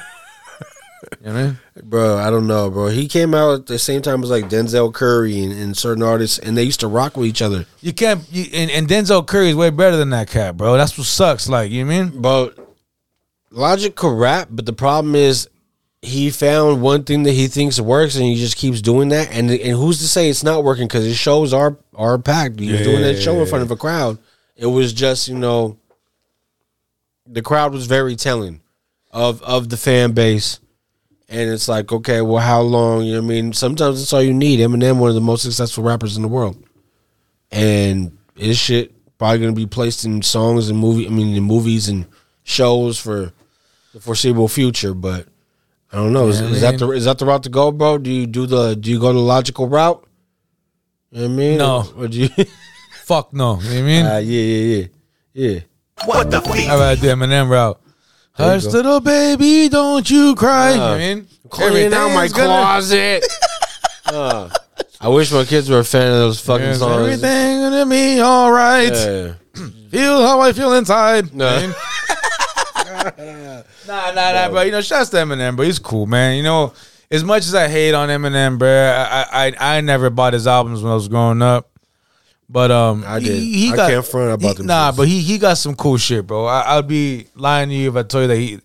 You know what I mean?
bro. I don't know, bro. He came out at the same time as like Denzel Curry and, and certain artists, and they used to rock with each other.
You can't. You, and, and Denzel Curry is way better than that cat, bro. That's what sucks. Like you know what I mean,
bro. Logic could rap, but the problem is he found one thing that he thinks works, and he just keeps doing that. And and who's to say it's not working? Because his shows are are packed. He was
Yeah,
doing
yeah,
that show
yeah,
in front of a crowd. It was just you know, the crowd was very telling of of the fan base. And it's like, okay, well, how long? You know what I mean? Sometimes it's all you need. Eminem, one of the most successful rappers in the world. And his shit probably gonna be placed in songs and movie I mean in movies and shows for the foreseeable future, but I don't know. Is,
Yeah, I
is that
mean-
the is that the route to go, bro? Do you do the do you go the logical route? You know what I mean?
No.
Or do you
Fuck no. You know what I mean?
Ah, yeah, yeah, yeah. Yeah.
What the fuck? All right, the Eminem route.
There you
Hush,
go.
little baby, don't you cry.
Uh,
you know what I mean?
Cleaning out my
Everything's gonna-
closet. Uh, I wish my kids were a fan of those fucking
Yes,
songs.
everything gonna be all right.
Yeah.
Feel how I feel inside.
No.
You know what I mean? nah, nah, nah, bro. You know, shouts to Eminem, bro. He's cool, man. You know, as much as I hate on Eminem, bro, I I, I never bought his albums when I was growing up. But um,
I did. I can't front about
he,
them
Nah,
shits.
but he he got some cool shit, bro. I, I'd be lying to you if I told you that he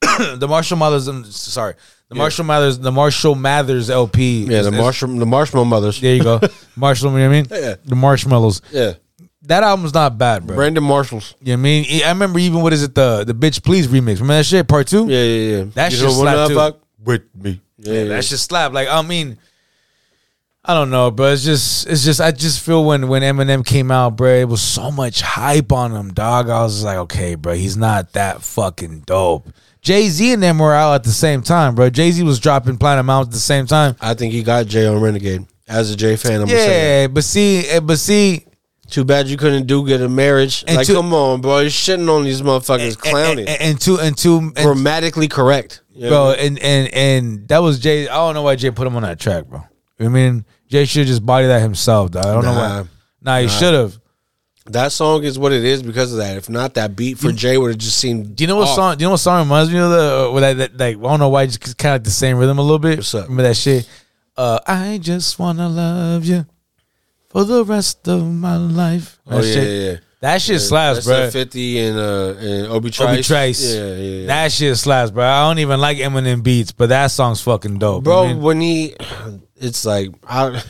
the Marshall Mathers. um, Sorry, the Marshall Mathers. The Marshall Mathers LP.
Yeah,
is-
the
is-
Marshall the Marshmallow Mothers.
There you go, Marshall. You know what I mean?
Yeah.
The marshmallows.
Yeah.
that album's not bad, bro. Brandon Marshall's. You know what I mean? E- I remember even what is it the the bitch please remix. Remember that shit part two? Yeah, yeah, yeah. That
You
shit
don't wanna
slapped too.
fuck with me.
Yeah, that shit slapped. Like I mean, I don't know, bro. It's just it's just I just feel when when Eminem came out, bro, it was so much hype on him, dog. I was just like, okay, bro, he's not that fucking dope. Jay Z and them were out at the same time, bro. Jay Z was dropping Planet Mountain at the same time.
I think he got Jay on Renegade as a Jay fan. I'm
yeah,
gonna say that.
but see, eh, but see,
too bad you couldn't do get a marriage.
And
like,
too-
come on, bro, you're shitting on these motherfuckers, clowning.
and, and two and two
grammatically correct, You know
bro.
what I
And
mean?
and and that was Jay. I don't know why Jay put him on that track, bro. I mean, Jay should just body that himself. Dog. I don't know why. Nah, he should have.
That song is what it is because of that. If not, that beat for Jay would have just seemed.
Do you know what
off.
song? Do you know what song reminds me of? The, or that, that, like I don't know why, it's just kind of like the same rhythm a little bit. What's up? Remember that shit? Uh, I just wanna love you for the rest of my life.
Oh
That
yeah,
shit-
yeah, yeah.
That shit
Yeah,
slaps,
that's
bro.
that Fifty and uh and Obi Trice.
Obi Trice.
Yeah, yeah, yeah.
That shit slaps, bro. I don't even like Eminem beats, but that song's fucking dope.
bro.
I mean,
when he, it's like I,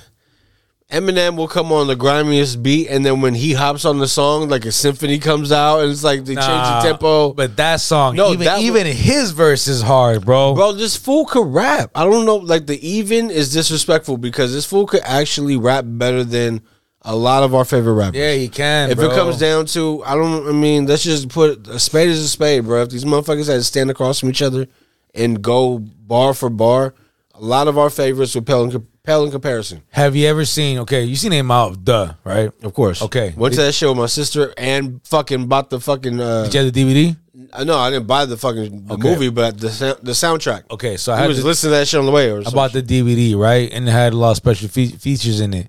Eminem will come on the grimiest beat, and then when he hops on the song, like a symphony comes out, and it's like they
Nah,
change the tempo.
But that song, even- even his verse is hard, bro.
Bro, this fool could rap. I don't know, like the even is disrespectful because this fool could actually rap better than a lot of our favorite rappers.
yeah, he can.
If
bro.
it comes down to, I don't. I mean, let's just put a spade is a spade, bro. If these motherfuckers had to stand across from each other and go bar for bar, a lot of our favorites would pale in, pale in comparison.
have you ever seen? Okay, you seen him out, duh, right?
Of course.
Okay,
Went to that show with my sister and fucking bought the fucking. Uh,
Did you have the DVD?
I know I didn't buy the fucking the
Okay.
movie, but the sou- the soundtrack.
Okay, so I
I
had
was
the-
listening to that shit on the way. Or
I bought the DVD, right? And it had a lot of special fe- features in it.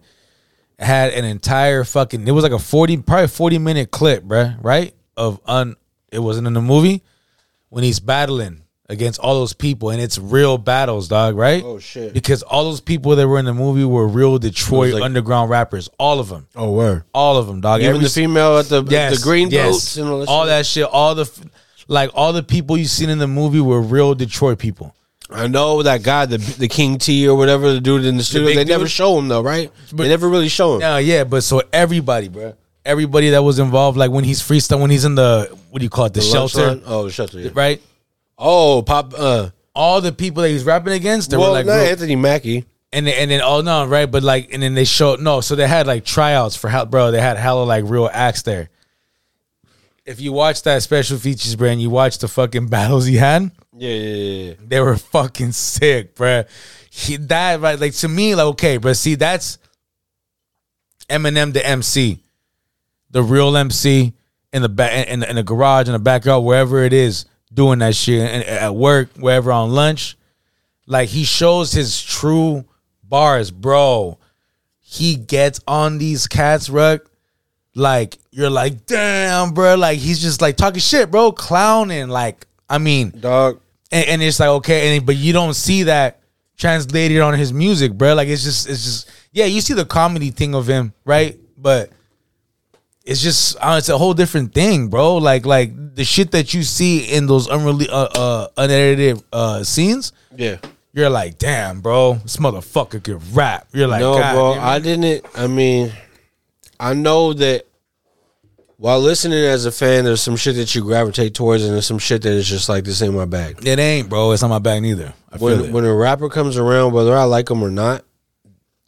It had an entire fucking. It was like a forty, probably forty minute clip, bruh, Right? Of un. It wasn't in the movie when he's battling against all those people, and it's real battles, dog. Right?
Oh, shit.
Because all those people that were in the movie were real Detroit
like-
underground rappers, all of them.
Oh, where?
All of them, dog.
Even
Every
the
s-
female at the- the green boots and all that shit.
that shit. All the f- like all the people you seen in the movie were real Detroit people.
I know that guy, the the King T or whatever, the dude in the studio.
big
they never
dude?
show him though, right? they never really show him.
Yeah, yeah, but so everybody, bro, everybody that was involved, like when he's freestyle, when he's in the what do you call it, the,
The lunch
shelter,
line? Oh, the shelter, yeah.
right?
Oh, pop, uh,
all the people that he's rapping against, they
Well,
were like
not
real-
Anthony Mackie.
and then- and then oh no, right? But like, and then they showed no, so they had like tryouts for how, bro, they had hella like real acts there. If you watch that special features, bro, and you watch the fucking battles he had,
Yeah, yeah, yeah, yeah.
they were fucking sick, bruh. He, that right, like to me, like okay, but see, that's Eminem the MC, the real MC in the back in, the- in the garage in the backyard wherever it is doing that shit and at work wherever on lunch, like he shows his true bars, bro. He gets on these cats, rug. Like you're like, damn, bro. Like he's just like talking shit, bro, clowning. Like I mean,
dog.
And, and it's like okay, and but you don't see that translated on his music, bro. Like it's just, it's just, yeah. You see the comedy thing of him, right? But it's just, uh, it's a whole different thing, bro. Like, like the shit that you see in those unrele- uh, uh, unedited uh, scenes.
Yeah.
You're like, damn, bro, this motherfucker could rap. You're like,
no,
God,
bro.
damn.
I didn't. I mean, I know that while listening as a fan, there's some shit that you gravitate towards, and there's some shit that is just like this ain't my bag.
It ain't, bro. It's not my bag neither. I feel
when
it.
when a rapper comes around, whether I like him or not,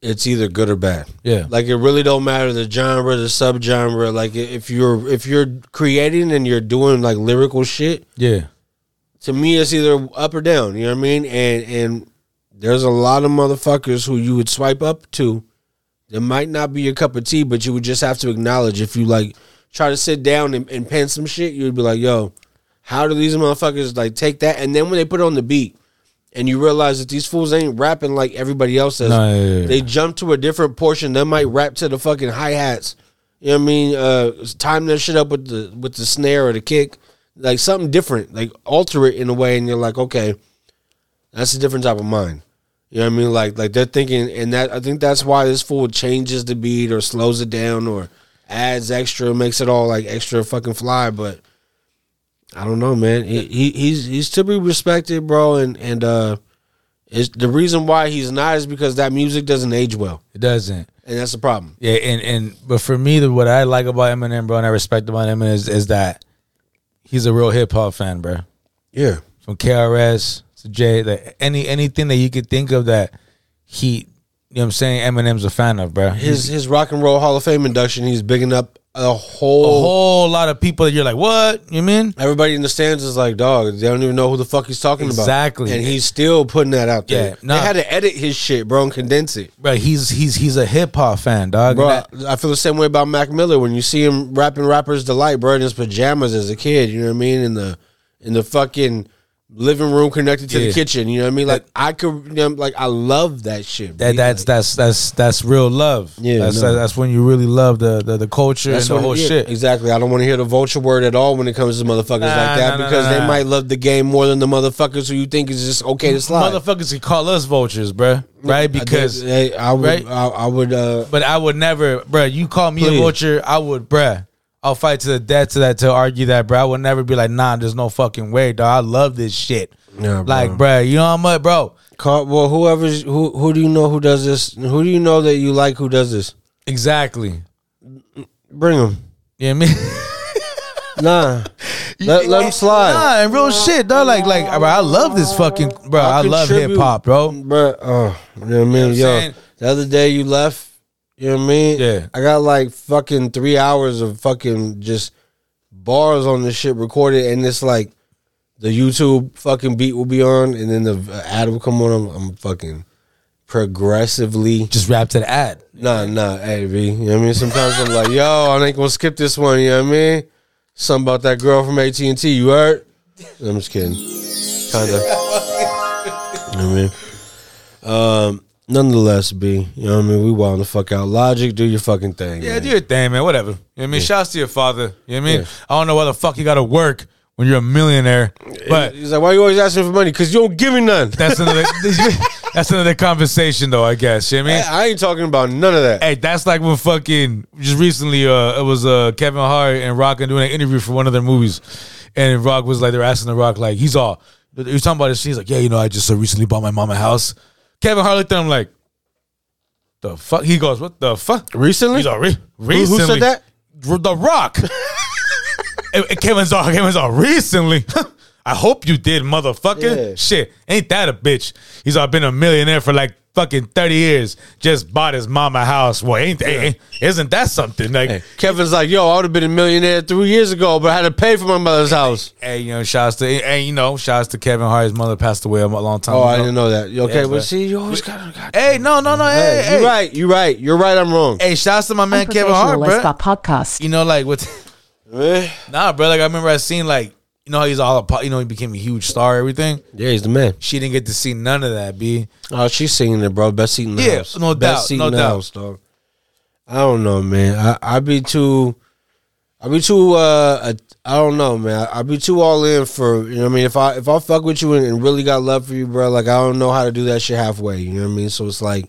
it's either good or bad.
Yeah.
like it really don't matter the genre, the subgenre. Like i- if you're if you're creating and you're doing like lyrical shit,
Yeah.
to me it's either up or down. You know what I mean? And and there's a lot of motherfuckers who you would swipe up to. It might not be your cup of tea, but you would just have to acknowledge if you like try to sit down and, and pen some shit, you'd be like, yo, how do these motherfuckers like take that? And then when they put it on the beat and you realize that these fools ain't rapping like everybody else does,
Nah, yeah, yeah, yeah.
they jump to a different portion. They might rap to the fucking hi hats. You know what I mean? Uh time that shit up with the with the snare or the kick. Like something different. Like alter it in a way and you're like, okay, that's a different type of mind. You know what I mean? Like like they're thinking and that I think that's why this fool changes the beat or slows it down or adds extra, makes it all like extra fucking fly, but I don't know, man. He, he he's he's to be respected, bro, and and uh, it's the reason why he's not is because that music doesn't age well.
It doesn't.
and that's the problem.
Yeah, and and but for me, the, what I like about Eminem, bro, and I respect about him is is that he's a real hip hop fan, bro.
Yeah,
from KRS to Jay, that any anything that you could think of that he, you know, what I'm saying Eminem's a fan of, bro. He's-
His his Rock and Roll Hall of Fame induction, he's bigging up a
a
whole
whole lot of people that you're like, what you mean?
Everybody in the stands is like, dog, they don't even know who the fuck he's talking about.
Exactly.
And he's still putting that out there.
Yeah, nah.
They had to edit his shit, bro, and condense it.
Bro, he's he's he's a hip hop fan, dog.
Bro,
And
I,
that-
I feel the same way about Mac Miller when you see him rapping rappers delight, bro, in his pajamas as a kid, you know what I mean? In the in the fucking living room connected to
Yeah.
the kitchen, you know what I mean? Like I could you know, like I love that shit. bro.
that that's that's that's that's real love.
Yeah,
that's
no.
that's when you really love the the, the culture and the
what-
whole
yeah,
shit.
Exactly. I don't want to hear the vulture word at all when it comes to motherfuckers
Nah,
like that
nah, nah,
because
nah,
they
nah.
might love the game more than the motherfuckers who you think is just okay to slide.
Motherfuckers can call us vultures, bro. Right? Because
I, I would,
right?
I, I would, uh,
but I would never, bro. You call me
Please.
a vulture, I would, bruh. I'll fight to the death to that to argue that, bro. I would never be like, nah, there's no fucking way, dog. I love this shit.
Yeah,
Like, bro, you know how much, bro.
Call, well, whoever's who, who do you know who does this? Who do you know that you like? Who does this?
Exactly.
Bring them.
You know what I mean?
Nah, let, let 'em slide.
Nah, and real shit, dog. Like, like, bro, I love this fucking, bro. I, love hip
contribute,
hop, bro.
Bro, oh, you know what I mean?
I'm
Yo,
saying?
the other day you left. You know what I mean?
Yeah.
I got like fucking three hours of fucking just bars on this shit recorded, and it's like the YouTube fucking beat will be on, and then the ad will come on. I'm, I'm fucking progressively
Just rap to the ad.
Nah, nah, hey, B. You know what I mean? Sometimes I'm like, yo, I ain't gonna skip this one. You know what I mean? Something about that girl from AT and T. You heard? I'm just kidding. Kinda. you know what I mean? Um, nonetheless, B. You know what I mean? We wild the fuck out. Logic, do your fucking thing.
Yeah,
man.
do your thing, man. Whatever. You know what I mean? Shouts to your father. You know what I mean?
Yeah.
I don't know why the fuck you gotta work when you're a millionaire. But
he's like, why you always asking for money? Because you don't give me none.
that's another that's another conversation though, I guess. You know what I mean?
I ain't talking about none of that.
Hey, that's like when fucking just recently uh it was uh Kevin Hart and Rock and doing an interview for one of their movies. And Rock was like they're asking the Rock like he's all he was talking about his scene, he's like, Yeah, you know, I just uh, recently bought my mom a house. Kevin Hart looked at him like the fuck he goes, What the fuck?
Recently?
He's all re-
Who- who
recently.
said that?
The Rock. and, and Kevin's all Kevin's all recently. I hope you did, motherfucker.
Yeah.
Shit, ain't that a bitch? He's all been a millionaire for like fucking thirty years. Just bought his mama a house. Well, ain't ain't- isn't that something? Like, hey,
Kevin's like, yo, I would have been a millionaire three years ago, but I had to pay for my mother's house.
you know, shouts to hey, you know, shouts to Kevin Hart. His mother passed away a long time.
Oh,
ago.
I didn't know that. Okay,
Yeah,
well,
but-
see, you always got to.
Hey, no, no, no. Hey,
Hey,
hey,
you're right. You're right. You're right. I'm wrong.
Hey, shouts to my man Kevin Hart, bro.
podcast.
You know, like with
Eh?
nah, bro. Like I remember I seen like you know how he's all apo- you know he became a huge star, everything.
Yeah, he's the man.
She didn't get to see none of that, b.
Oh, she's singing it, bro. Best seat in the
Yeah,
house.
no
Best
doubt,
seat
no
in the
doubt.
house, dog. I don't know, man. I I be too. I be too. Uh, at- I don't know, man. I, I be too all in for you know. what I mean, if I if I fuck with you and, and really got love for you, bro, like I don't know how to do that shit halfway. You know what I mean? So it's like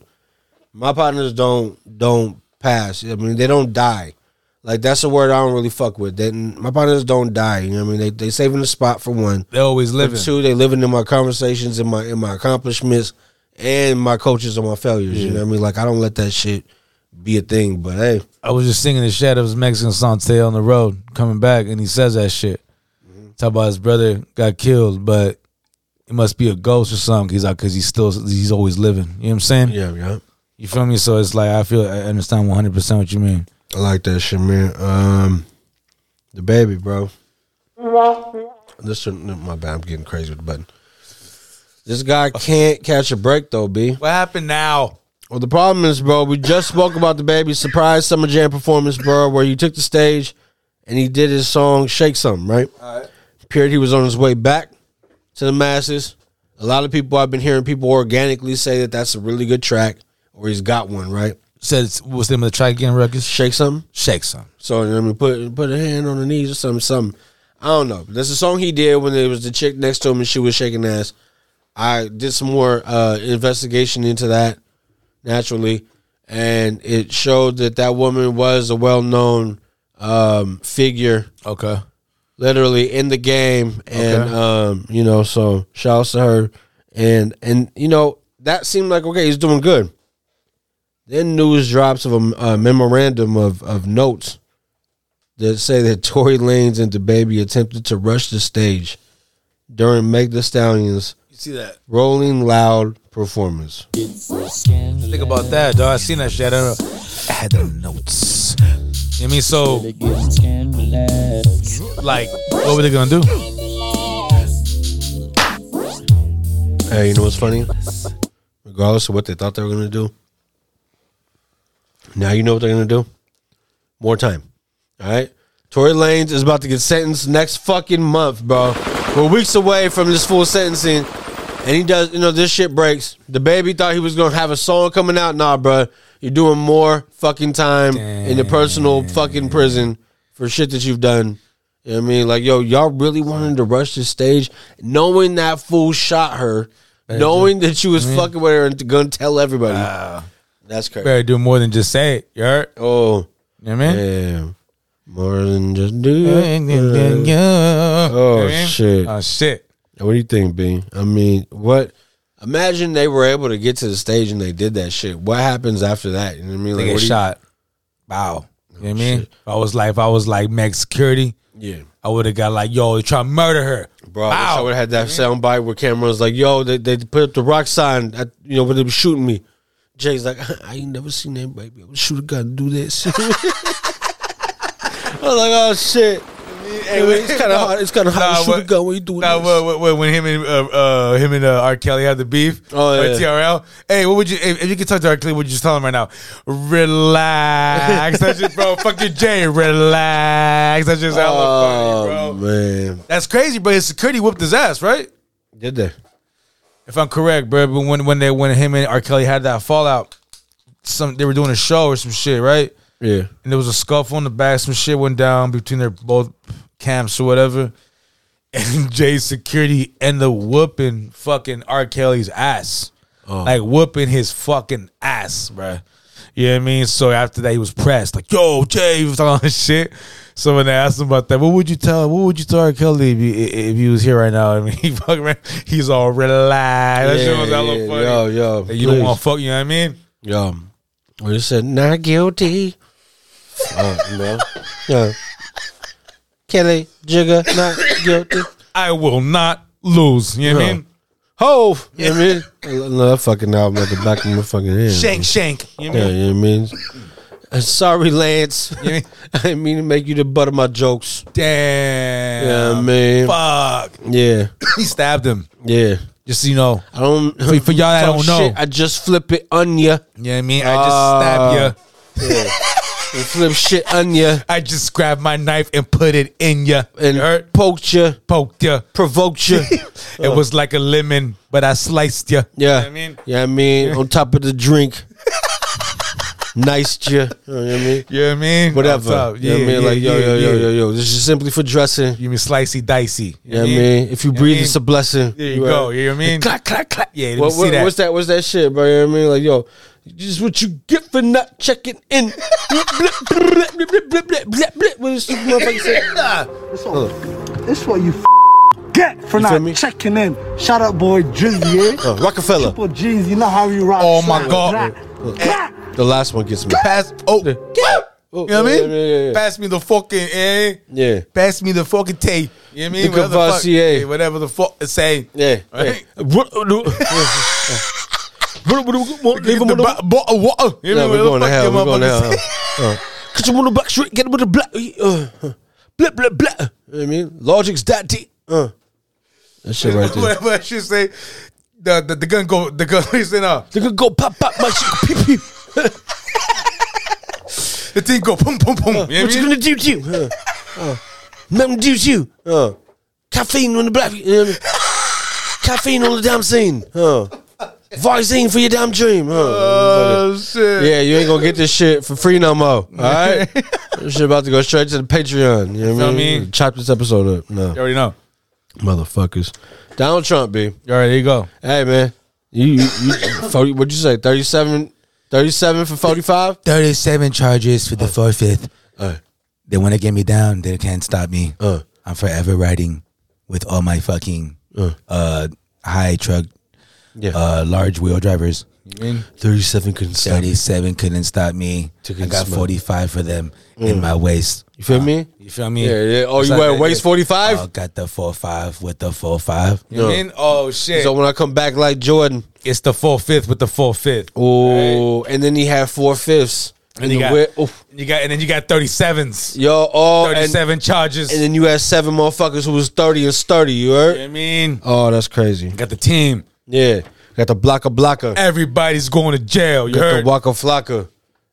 my partners don't don't pass. I mean, they don't die. Like that's a word I don't really fuck with. They, my partners don't die. You know what I mean? They they saving the spot for one.
They always living.
For two, they living in my conversations and my in my accomplishments and my coaches and my failures. You know what I mean? Like I don't let that shit be a thing. But hey,
I was just singing the Shadows Mexican song today on the road, coming back, and he says that shit.
Mm-hmm.
Talk about his brother got killed, but it must be a ghost or something. He's like, cause he's still, he's always living. You know what I'm saying?
Yeah, yeah.
You feel me? So it's like I feel, I understand 100 percent what you mean.
I like that shit, man. Um, the baby, bro. This my bad. I'm getting crazy with the button. This guy can't catch a break though, B.
What happened now?
Well, the problem is, bro, we just spoke about the baby's surprise summer jam performance, bro, where he took the stage and he did his song Shake Something, right? All right. Appeared he was on his way back to the masses. A lot of people, I've been hearing people organically say that that's a really good track or he's got one, right?
Said it's, what's the name of the track again, Ruckus?
Shake Something?
Shake Something.
So, I mean, put, put a hand on the knees or something, something. I don't know. But that's a song he did when there was the chick next to him and she was shaking ass. I did some more uh, investigation into that naturally, and it showed that that woman was a well-known um, figure.
Okay,
literally in the game, and
Okay.
um, you know, so shouts to her, and and you know that seemed like okay, he's doing good. Then news drops of a, a memorandum of, of notes that say that Tory Lanez and the baby attempted to rush the stage during Meg The Stallion's
You see that?
Rolling Loud performance.
Think about that, dog. I seen that shit. I don't know. I had the notes. You know what I mean, so like, what were they gonna do?
Hey, you know what's funny? Regardless of what they thought they were gonna do, now you know what they're gonna do. More time. All right. Tory Lanez is about to get sentenced next fucking month, bro. We're weeks away from this full sentencing, and he does. You know this shit breaks. The baby thought he was gonna have a song coming out. Nah, bro. You're doing more fucking time in your personal fucking prison for shit that you've done. You know what I mean? Like, yo, y'all really wanted to rush this stage, knowing that fool shot her, knowing that you was
Mhm.
fucking with her and gonna tell everybody. That's crazy.
Better do more than just say it. You heard?
Oh,
you know what I mean?
Damn. More than just do
Yeah, yeah,
it.
yeah.
Oh
Yeah.
shit.
Oh shit.
What do you think, B? I mean, what imagine they were able to get to the stage and they did that shit. What happens after that? You know what I mean?
They get
what do you-
shot. Wow. You know what I mean? If I was like, if I was like Meg Security,
Yeah.
I would have got like, yo, they try to murder her.
Bro, I wish I would have had that sound bite where cameras like, yo, they, they put up the rock sign at, you know, when they were shooting me. Jay's like, I ain't never seen anybody be able to shoot a gun and do this. I was like, oh shit. it's kinda hard. It's kinda hard to shoot a gun when you do
nah,
this.
what- what- what- when him and uh, uh, him and uh, R. Kelly had the beef,
Oh,
or
yeah.
TRL. Hey, what would you if, if you could talk to R. Kelly? What would you just tell him right now? Relax, that's just, bro. Fuck your J. Relax, that's
Oh,
just hella funny, bro.
Man.
That's crazy, bro. His security whipped his ass, right?
Did they?
If I'm correct, bro, but when when they when him and R. Kelly had that fallout, some they were doing a show or some shit, right?
Yeah.
And there was a scuffle in the back. Some shit went down between their both camps or whatever. And Jay's security ended up whooping fucking R. Kelly's ass,
Oh.
like whooping his fucking ass, bro. You know what I mean? So after that, he was pressed, like, yo, Jay, he was talking all this shit. So when they asked him about that, what would you tell what would you tell R. Kelly if he, if he was here right now? I mean, he fucking ran- he's all relaxed. That shit was hella
yeah,
funny.
Yo, yo.
Like, you don't
please.
want to fuck, you know what I mean?
Yo. We just said not guilty. oh, no. Yeah. Kelly Jigga not guilty.
I will not lose. You know what I
Yeah.
mean?
Ho! You know what I mean? I love that fucking album at the back of my fucking head.
Shank, shank. You know what I
yeah,
mean?
you know what I mean? Uh, Sorry, Lance. I didn't mean to make you the butt of my jokes.
Damn.
Yeah, I mean.
Fuck.
Yeah.
he stabbed him.
Yeah.
Just so you know.
I don't.
For, for y'all that
Talk
don't know.
shit, I just flip it on ya. Ah.
You know what I mean? I just
stab ya. Yeah. You flip shit on ya.
I just grabbed my knife and put it in ya.
And
hurt.
poked ya.
Poked ya.
Provoked ya.
it was like a lemon, but I sliced ya.
Yeah. I mean? Yeah, I mean, on top of the drink. nice you. You know what I mean?
You know what I mean?
Whatever.
On top.
You know what I
Yeah,
mean? Like,
yeah,
yo,
yeah,
yo, yo,
yeah.
yo, yo. This is simply for dressing.
You mean slicey dicey.
You know what I mean? If you
know what I
breathe,
mean?
it's a blessing.
There you go. You know what I mean?
Clack, clack, clack.
Yeah, let me
What,
see
what-
that.
What's that? What's that shit, bro? You know what I mean? Like, yo, this is what you get for not checking in. Blip, blip, blip, blip, blip, blip, blip, blip, blip. What is this motherfucker saying? Hold on.
This what you f- get for
You feel
not
me?
checking in. Shout out, boy, Drizzy, eh?
Oh, Rockefeller.
Triple G's, you know how you rock. Oh
my God.
The last one gets me.
Pass. Oh. You know what I
yeah,
mean?
yeah, yeah, yeah.
Pass me the fucking eh.
Yeah.
Pass me the fucking tape. You know what I mean?
The
Whatever fuck-
Cavassier.
yeah, Whatever the fuck say.
Yeah.
Right?
yeah. What- what- what- Leave
Give
him
the
on the
bo- bo- uh, wa- uh, you
Yeah,
know
we're
what
going
the fuck
to hell.
your
We're going to hell.
motherfucker
Uh, Cause you want the black street, get him with the black. Uh, uh, blip, blip, blip. You know what I mean? Logic's that deep. Uh. That shit right there.
Whatever I should say. The, the, the gun go the gun is in uh,
They could go pop pop my shit pee pee.
the thing go boom boom boom.
What you gonna do to you? Uh, uh, Mountain Dew to you. Uh, caffeine on the black. You know what I mean? caffeine on the damn scene. Uh, Visine for your damn dream. Uh,
Oh shit.
Yeah, you ain't gonna get this shit for free no more. All right, this shit about to go straight to the Patreon. You know what I
Feel
mean?
me?
Chop this episode up, no
You already know.
motherfuckers. Donald Trump, b.
All right, there you go.
Hey man, you, you, you 40, what'd you say? 37, 37 for forty five.
Thirty seven charges
Oh.
for the forfeit.
Uh,
They wanna get me down, they can't stop me.
Oh.
I'm forever riding with all my fucking uh, high truck
Oh.
uh,
Yeah.
large wheel drivers. Thirty-seven couldn't stop. Thirty-seven couldn't stop me. I got
smoke.
forty-five for them in
Mm.
my waist.
You feel me? Uh,
You feel me?
Yeah, yeah. Oh,
It's
you
like
wear
that,
waist
yeah.
45?
Oh, got the four five with the four five.
You know what I mean? Oh shit! So when I come back like Jordan,
it's the four fifth with the four fifth.
Oh, and then he had four fifths.
And you got, you got, and then you got thirty-sevens.
Yo, oh, and-
thirty-seven charges.
and then you had seven motherfuckers who was thirty and sturdy. You heard?
I mean,
oh, that's crazy.
Got the team.
Yeah, got the blocker blocker.
Everybody's going to jail. You
got
heard?
the waka flocka.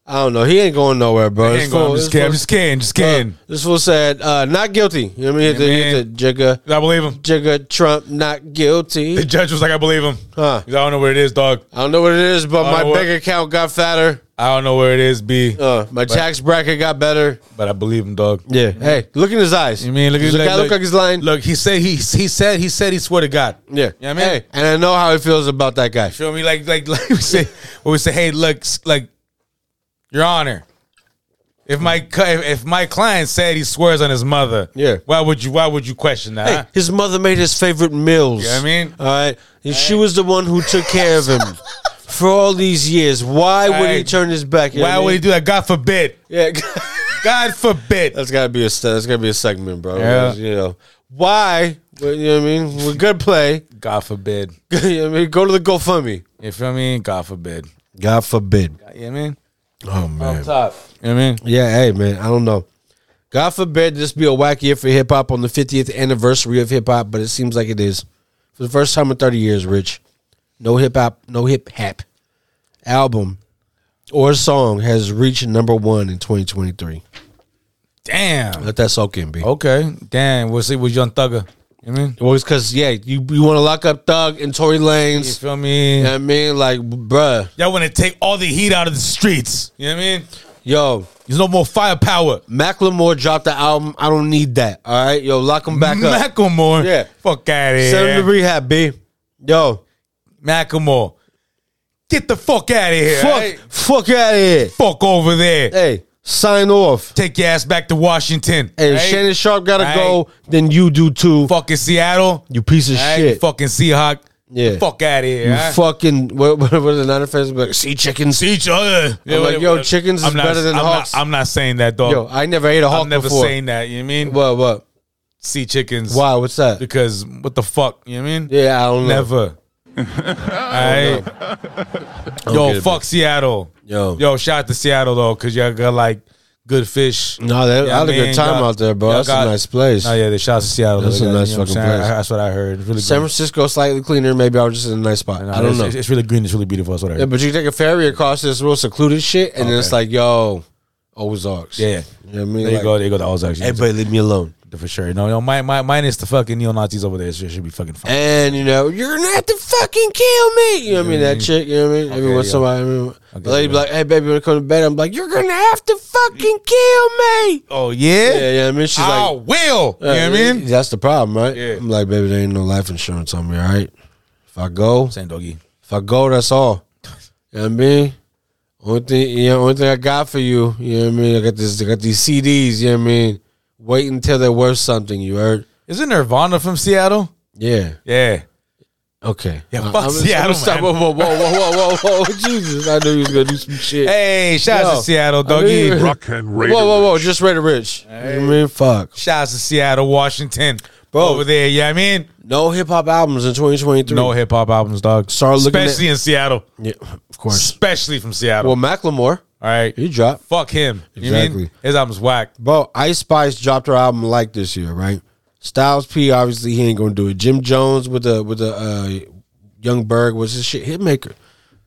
I don't know. He ain't going nowhere, bro.
He
This
ain't going-
fool-
I'm just
this
kidding. I'm
fool-
just kidding. Just kidding.
Uh, this fool said, uh, "Not guilty." You know what I mean? Hit the- hit the Jigga.
I believe him.
Jigga Trump, not guilty.
The judge was like, "I believe him."
Huh?
I don't know where it is, dog.
I don't know what it is, but
I don't
my
know what-
bank account got fatter.
I don't know where it is, B.
Uh, my tax bracket got better.
But I believe him, dog.
Yeah. Hey, look in his eyes.
You mean look at
Does the guy look like
he's lying? Look, he said he he said he said he swear to God.
Yeah.
You know what I mean?
Hey, and I know how he feels about that guy.
Feel me? Like like like we say when we say, hey, look, s- like Your Honor. If my cu- if, if my client said he swears on his mother, yeah, why would you why would you question that? huh?
Hey, his mother made his favorite meals.
You know what I mean?
All right. And she was the one who took care of him for all these years. Why would
Hey,
he turn his back?
why would he do that? God forbid.
Yeah.
God forbid.
That's gotta be a se- that's gotta be a segment, bro.
Yeah.
You know. Why? Well, you know what I mean? With good play.
God forbid.
you know what I mean? Go to the GoFundMe.
You feel me? God forbid.
God forbid.
You know what I mean?
Oh man.
Up top. You know what I mean?
Yeah, hey man, I don't know. God forbid this be a whack year for hip hop on the 50th anniversary of hip hop, but it seems like it is. For the first time in 30 years, Rich, no hip hop, no hip hop album or song has reached number one in 2023.
Damn.
Let that soak in, B.
Okay. Damn. We'll see with Young Thugger. You know what I mean?
Well, it's because, yeah, you, you want to lock up Thug and Tory Lanez.
You feel me?
You know what I mean? Like, bruh.
Y'all want to take all the heat out of the streets. You know what I mean?
Yo,
there's no more firepower.
Macklemore dropped the album. I don't need that. All right, yo, lock him back up.
Macklemore.
Yeah.
Fuck out of here.
Send him to rehab, B. Yo.
Macklemore. Get the fuck out of here.
Fuck- fuck out of here.
Fuck over there.
Hey, sign off.
Take your ass back to Washington.
Hey,
right?
Shannon Sharp gotta
Right?
go, then you do too.
Fucking Seattle.
You piece of
Right?
shit.
Fucking Seahawk.
Yeah.
Fuck out of here.
you
right?
fucking what, what, what is it? Niner fans be like sea chickens.
Sea chicken. oh,
I'm like, yo, chickens is
I'm not-
better than
I'm
hawks.
Not, I'm not saying that, dog.
Yo, I never ate a hawk
I'm never
before.
saying that. You know what I mean?
What? What?
Sea chickens.
Why? What's that?
Because what the fuck? You know what I mean?
Yeah, I don't know.
Never. Alright.
don't
Yo,
get it,
fuck Seattle.
Yo.
Yo, shout out to Seattle though, cause y'all got like good fish.
No, that-
You know
I had
what
a good
mean?
time
Y'all-
out there, bro.
y'all
That's a nice place.
No, yeah, they shout out to Seattle.
That's
though.
a
They got-
nice
you know what I'm
fucking
saying?
place.
I- That's what I heard. It's really
San
good.
Francisco slightly cleaner. Maybe I was just in a nice spot. I don't
It's-
know.
It's, it's really green. It's really beautiful. That's what I heard.
yeah, but you take a ferry across this real secluded shit, and then it's like, yo, Ozarks.
Yeah.
You know what I mean?
There you
Like,
go. There you go. The Ozarks.
Everybody leave me alone.
For sure. No, no. My, my, mine is the fucking neo Nazis over there. It should should be fucking fine.
And you know, you're gonna have to fucking kill me. You know what I mean? That chick, you know what I mean? Every once in a
yeah.
while, I mean, the lady be like, hey, baby, wanna come to bed? I'm like, you're gonna have to fucking kill me.
Oh yeah.
Yeah, yeah, I mean, she's
I
like,
will. you know what I mean?
That's the problem, right?
Yeah.
I'm like, baby, there ain't no life insurance on me, all right? If I go,
Same doggy.
if I go, that's all. You know what I mean? Only thing, you know, only thing I got for you, you know what I mean? I got this, I got these CDs, you know what I mean? Wait until they're worth something, you heard?
Isn't Nirvana from Seattle?
Yeah.
Yeah.
Okay.
Yeah,
Uh,
fuck
I'm-
Seattle,
I'm stop-
man.
Whoa, whoa, whoa, whoa, whoa, whoa, Jesus! I knew you was gonna do some shit.
Hey, shout out
Yo,
to Seattle,
I knew
doggy.
you- Whoa, whoa, whoa! Just Raider Rich. You know what I mean, fuck,
Shout out to Seattle, Washington.
bro.
Over there, yeah, I mean,
no hip hop albums in 2023.
no hip hop albums, dog.
Start looking at-
Especially in Seattle.
Yeah, of course.
Especially from Seattle.
Well, Macklemore,
All right.
he dropped.
Fuck him. You
Exactly.
mean? His album's whack.
Bro, Ice Spice dropped her album like this year, right? Styles P, obviously he ain't gonna do it. Jim Jones with the with the uh, Young Berg was his shit hitmaker.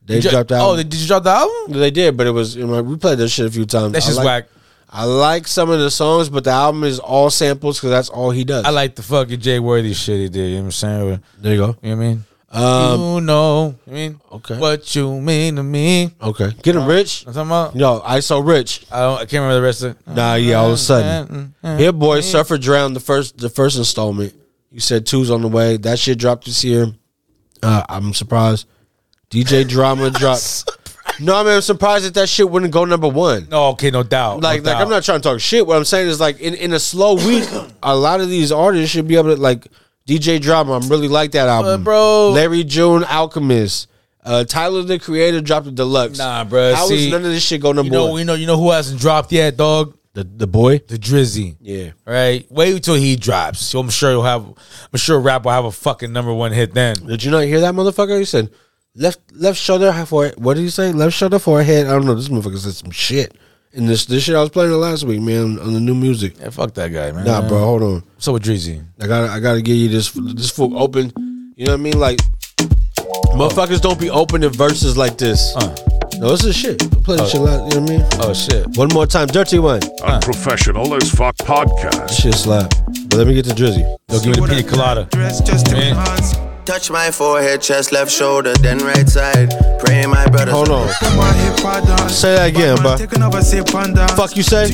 They
Did you-
dropped out.
Oh, did you drop the album?
They did, but it was you know, we played that shit a few times.
That's
I
just
like-
whack.
I like some of the songs, but the album is all samples because that's all he does.
I like the fucking Jay Worthy shit he did. You know what I'm saying?
There you go.
You know what I mean?
Um,
you know, I mean, okay. what you mean to me.
okay, get him rich.
I'm talking about?
No, I so rich.
I, don't, I can't remember the rest of it. Mm,
Nah, yeah. All of a sudden, here, boy, suffer drown. The first, the first installment. You said two's on the way. That shit dropped this year. Uh, I'm surprised. DJ Drama dropped. No, I mean, I'm surprised that that shit wouldn't go number one.
No, okay, no doubt.
Like,
no
like I'm
doubt.
not trying to talk shit. What I'm saying is, like, in, in a slow week, a lot of these artists should be able to, like, DJ Drama. I'm really like that album,
bro.
Larry June, Alchemist, Uh, Tyler the Creator dropped a deluxe.
Nah, bro.
How
see,
is none of this shit go number
you know,
one?
You know, you know who hasn't dropped yet, dog? The the boy, the Drizzy.
Yeah.
Right. Wait until he drops. So I'm sure he'll have. I'm sure rap will have a fucking number one hit then.
Did you not hear that motherfucker? He said left left shoulder for what did he say? Left shoulder for a head. I don't know. This motherfucker said some shit. And this this shit I was playing last week, man, on the new music.
Yeah, fuck that guy, man.
Nah, bro, hold on.
So with Drizzy,
I got I got to give you this this full open. You know what I mean? Like motherfuckers don't be open to verses like this. No, this is shit. I played this shit last. You know what I mean?
Oh shit.
One more time, dirty one.
Unprofessional as fuck podcast.
Shit slap. But let me get to Drizzy.
Yo, give me the pina colada.
Touch my forehead, chest, left shoulder, then right side. Pray my brother.
Hold on. Say that again, bro. Fuck you say?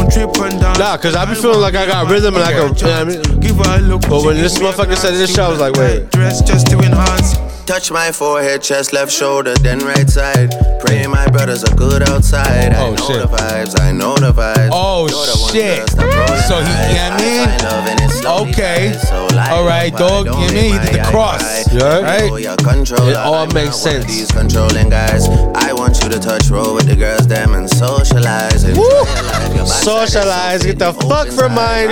Nah, cause I be feeling like I got rhythm and I can. You know what I mean? Give her a look. But when this motherfucker said this shit, I was like, wait.
Dress just to enhance. Touch my forehead, chest, left shoulder, then right side. Pray my brothers are good outside.
Oh,
I know the vibes, I know the vibes.
Oh shit. So he, yeah, I mean, okay. All right, dog. You know what I mean, he did the cross.
Yeah. Right? It all makes sense. These controlling guys. I want you to touch roll with the girls, damn, and socialize. Enjoy your life, your backside is
Socialize. Get the fuck from mine.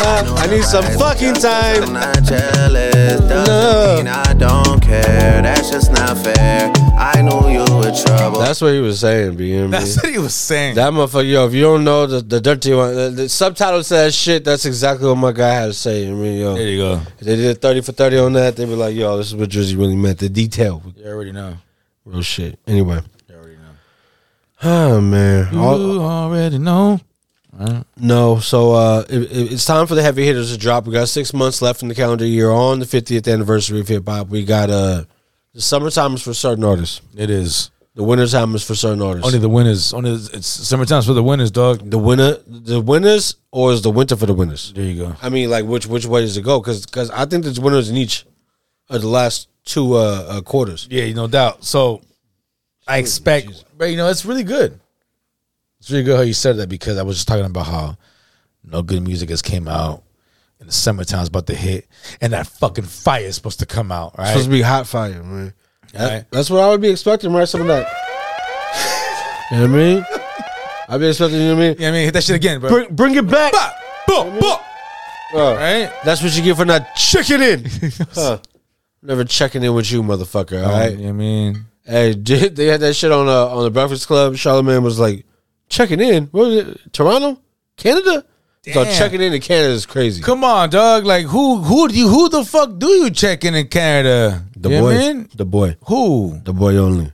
Uh, I need some fucking time.
not jealous doesn't mean I don't care. That's just not fair. I knew you were trouble.
That's what he was saying, BM.
That's
what he was saying.
That motherfucker, yo, if you don't know the, the dirty one, the, the subtitle to that shit, that's exactly what my guy had to say. I mean, yo.
There you go.
If they did 30 for 30 on that, they'd be like, yo, this is what Drizzy really meant. The detail.
You already know.
Real shit. Anyway. Oh, man.
You
All-
already know.
No, so uh, it, it- it's time for the heavy hitters to drop. We got six months left in the calendar year on the 50th anniversary of hip hop. We got uh, the summertime is for certain artists.
It is.
The wintertime is for certain artists.
Only the winners. Only the, it's summertime's for the winners, dog.
The winner, the winners, or is the winter for the winners?
There you go.
I mean, like which which way does it go? Because I think there's winners in each of the last two uh, uh quarters.
Yeah, no doubt. So I expect, but you know, it's really good. It's really good how you said that because I was just talking about how no good music has came out and the summertime's about to hit and that fucking fire is supposed to come out, right?
It's supposed to be hot fire, man. That-
Right.
That's what I would be expecting, right? Some of that. you know what I mean? I'd be expecting. You know what I mean?
Yeah, I mean, hit that shit again, bro.
Bring, bring it back.
Boom, boom.
right? That's what you get for not checking in. Huh. Never checking in with you, motherfucker. All right.
I mean,
hey, did- they had that shit on uh, on the Breakfast Club. Charlemagne was like, checking in. What was it? Toronto, Canada. So
Damn.
checking in in Canada is crazy.
Come on, dog. Like who who do you who the fuck do you check in in Canada?
The
You know
boy,
what I mean?
the boy,
who
the boy only,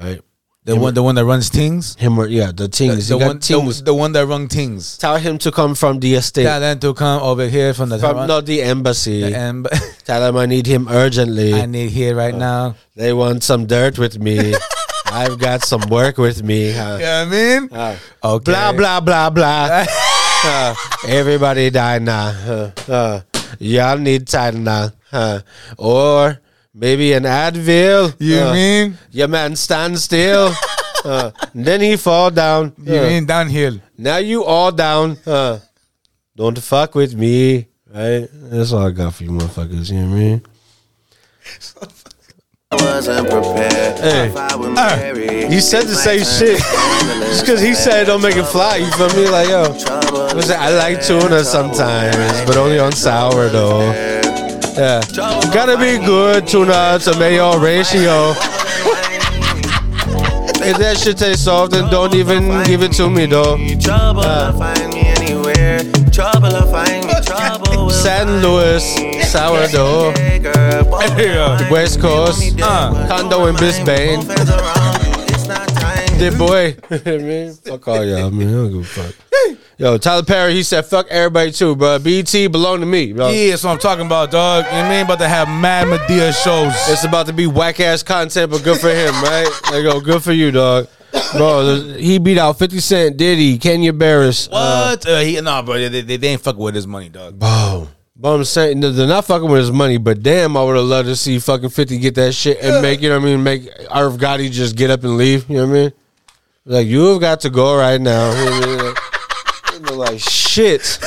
right?
The one- the one that runs things.
Him, or, yeah,
The,
the things.
the
he got
one
things.
The, the one that rung things.
Tell him to come from the estate.
Tell them to come over here from the
from not the embassy.
The emb-
Tell him I need him urgently. Uh,
I need here right now.
They want some dirt with me. I've got some work with me. Uh,
Yeah, I mean, okay.
Blah blah blah blah. Uh, everybody die now. Uh, uh, y'all need time now, uh, or maybe an Advil.
You
Uh,
mean?
your man stand still? uh, then he fall down.
You
Uh,
mean downhill?
now you all down. Uh, don't fuck with me. Right? That's all I got for you motherfuckers. You know what I mean?
I wasn't prepared.
Hey.
If I were
Ah,
married,
you said the same shit. Just because he said don't make it fly. You feel me? Like, yo. What's that? I like tuna sometimes, but only on sourdough. Yeah. Gotta be good tuna to mayo ratio. If that shit tastes soft, then don't even give it to me, though. Ah.
Trouble will find me anywhere. Trouble will find me. Trouble will
San Luis, sourdough. West Coast, condo in Brisbane. The boy. man, fuck all y'all, man. I don't give a fuck. Yo, Tyler Perry, he said, fuck everybody too, bro. BT belong to me, bro.
Yeah, that's what I'm talking about, dog. You know what I mean? About to have mad Medea shows.
It's about to be whack ass content, but good for him, right? There you go, good for you, dog. Bro, th- he beat out 50 Cent, Diddy, Kenya Barris.
What? Uh, he, nah, bro. They, they, they ain't fucking with his money, dog.
Bro. But I'm saying no, they're not fucking with his money, but damn, I would have loved to see fucking 50 get that shit and make, you know what I mean? Make Arv Gotti just get up and leave, you know what I mean? Like, you have got to go right now. You know what I mean? Like, and they're like, shit.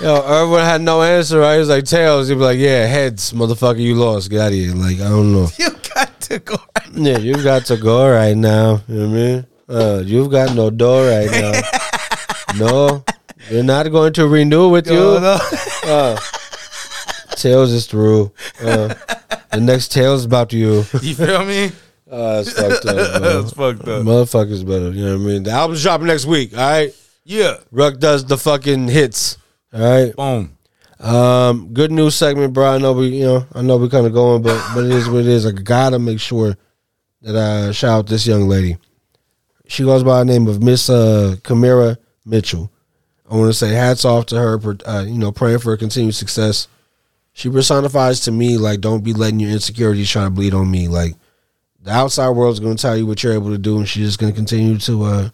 Yo, Irv would have had no answer, right? He was like, tails. He'd be like, yeah, heads, motherfucker, you lost. Get out of here. Like, I don't know.
You got
Yeah, you got to go right now. You know what I mean? Uh, you've got no door right now. no, we're not going to renew with
Yo,
you.
no.
Uh, Tails is through. Uh, the next Tails about you.
You feel me?
Uh, it's fucked up. bro.
It's fucked up.
Motherfuckers better. You know what I mean? The album's dropping next week. All right.
Yeah.
Ruck does the fucking hits. All right.
Boom.
Um, good news segment, bro. I know we, you know, I know we're kind of going, but but it is what it is. I gotta make sure that I shout out this young lady. She goes by the name of Miss uh, Kamira Mitchell. I want to say hats off to her. For, uh, you know, praying for her continued success. She personifies to me like, don't be letting your insecurities try to bleed on me. Like, the outside world's going to tell you what you're able to do, and she's just going to continue to uh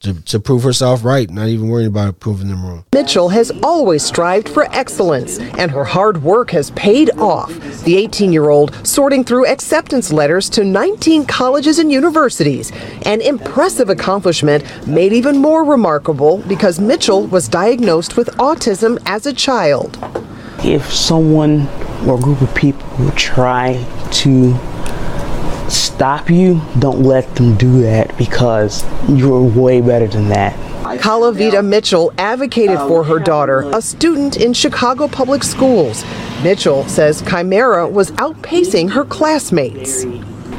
to to prove herself right. Not even worrying about proving them wrong.
Mitchell has always strived for excellence, and her hard work has paid off. The 18 year old sorting through acceptance letters to 19 colleges and universities. An impressive accomplishment made even more remarkable because Mitchell was diagnosed with autism as a child.
if someone or a group of people try to stop you, don't let them do that because you're way better than that.
Kalavita Mitchell advocated for her daughter, a student in Chicago public schools. Mitchell says Chimera was outpacing her classmates.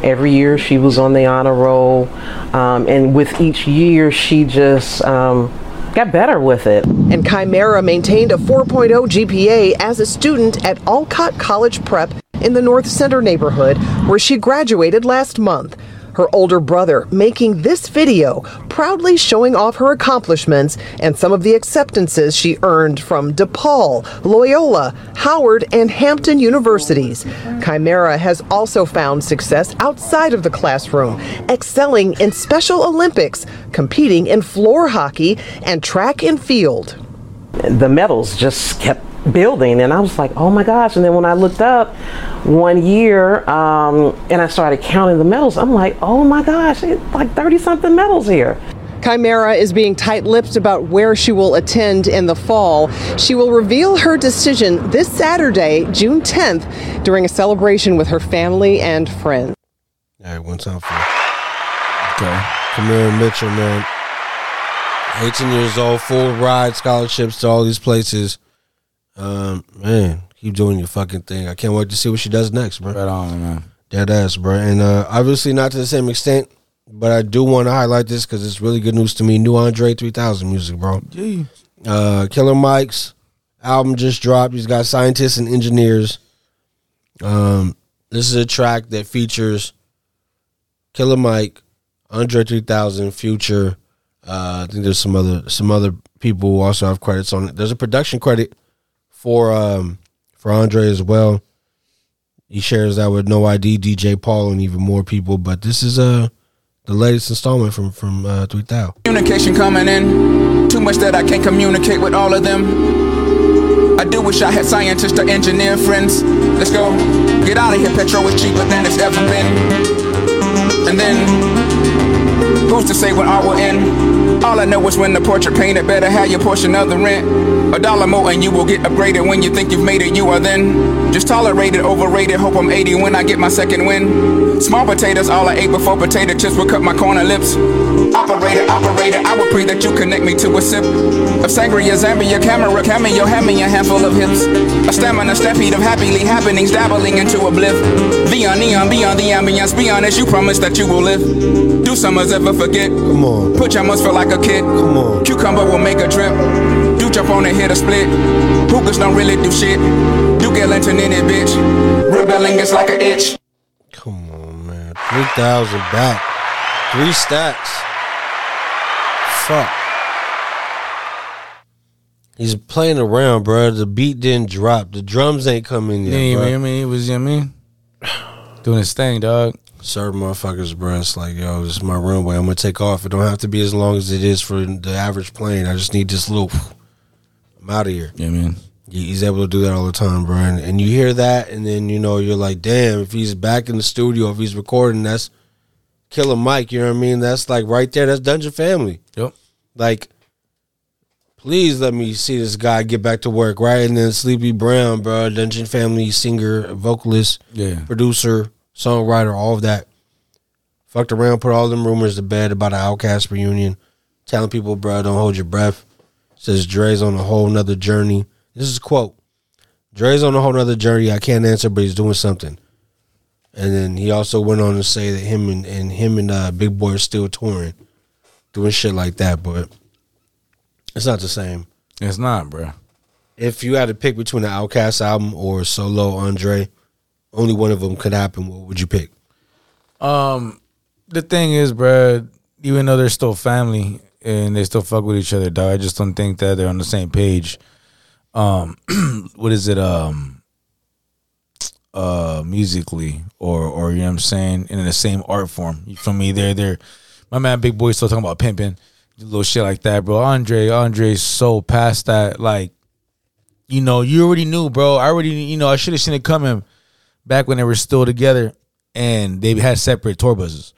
Every year she was on the honor roll, um, and with each year she just um, got better with it.
And Chimera maintained a 4.0 GPA as a student at Alcott College Prep in the North Center neighborhood, where she graduated last month. Her older brother making this video, proudly showing off her accomplishments and some of the acceptances she earned from DePaul, Loyola, Howard, and Hampton universities. Chimera has also found success outside of the classroom, excelling in Special Olympics, competing in floor hockey and track and field.
The medals just kept building, and I was like, oh my gosh. And then when I looked up one year um, and I started counting the medals, I'm like, oh my gosh, it's like 30 something medals here.
Chimera is being tight lipped about where she will attend in the fall. She will reveal her decision this Saturday, June 10th, during a celebration with her family and friends.
All right, one time for okay. Kamara Mitchell, man. 18 years old, full ride scholarships to all these places. Um, man, keep doing your fucking thing. I can't wait to see what she does next, bro. Right
on, man.
Dead ass, bro. And uh, obviously not to the same extent, but I do want to highlight this because it's really good news to me. New Andre 3000 music, bro.
Jeez.
Uh, Killer Mike's album just dropped. He's got scientists and engineers. Um, this is a track that features Killer Mike, Andre 3000, Future. Uh, I think there's some other some other people who also have credits on it. There's a production credit for um for Andre as well. He shares that with No ID, DJ Paul, and even more people. But this is uh the latest installment from from uh, 3000.
Communication coming in. Too much that I can't communicate with all of them. I do wish I had scientists or engineer friends. Let's go. Get out of here, petrol is cheaper than it's ever been. And then, who's to say when I will end? All I know is when the portrait painted, better have your portion of the rent. A dollar more and you will get upgraded when you think you've made it, you are then. Just tolerated, overrated, hope I'm 80 when I get my second win. Small potatoes, all I ate before potato chips would cut my corner lips. Operator, operator, I would pray that you connect me to a sip of sangria, Zambia, camera, cameo, hammy, a handful of hips. A stamina, stampede of happily happenings, dabbling into obliv. Beyond neon, beyond the ambience, be honest, you promise that you will live. Do summers ever forget? Come on. Put your must feel like a kid. Come on. Cucumber will make a drip. Do jump on and hit a split. Hookers don't really do shit. Do get lantern in it, bitch. Rebelling is like an itch.
3,000 back. Three stacks. Fuck. He's playing around, bro. The beat didn't drop. The drums ain't coming
Yeah,
yet,
you know what I
bro.
mean? It was, you know what I mean? Doing his thing, dog.
Certain motherfuckers, bro. It's like, yo, this is my runway. I'm gonna take off. It don't have to be as long as it is for the average plane. I just need this little. I'm out of here.
Yeah, man.
He's able to do that all the time, bro. And, and you hear that, and then you know you're like, damn. If he's back in the studio, if he's recording, that's Killer Mike. You know what I mean? That's like right there. That's Dungeon Family.
Yep.
Like, please let me see this guy get back to work, right? And then Sleepy Brown, bro, Dungeon Family singer, vocalist,
Yeah.
producer, songwriter, all of that. Fucked around, put all them rumors to bed about an Outcast reunion, telling people, bro, don't hold your breath. Says Dre's on a whole nother journey. This is a quote. Dre's on a whole nother journey. I can't answer, but he's doing something. And then he also went on to say that him and, and him and uh, Big Boy are still touring, doing shit like that. But it's not the same.
It's not, bro.
If you had to pick between an Outcast album or solo Andre, only one of them could happen. What would you pick?
Um, the thing is, bro, even though they're still family and they still fuck with each other, dog, I just don't think that they're on the same page. Um, what is it? Um, uh, musically or or you know what I'm saying in the same art form. You feel me? They're they're my man, Big Boy, still talking about pimping, little shit like that, bro. Andre, Andre's so past that, like. You know, you already knew, bro. I already, you know, I should have seen it coming back when they were still together and they had separate tour buses.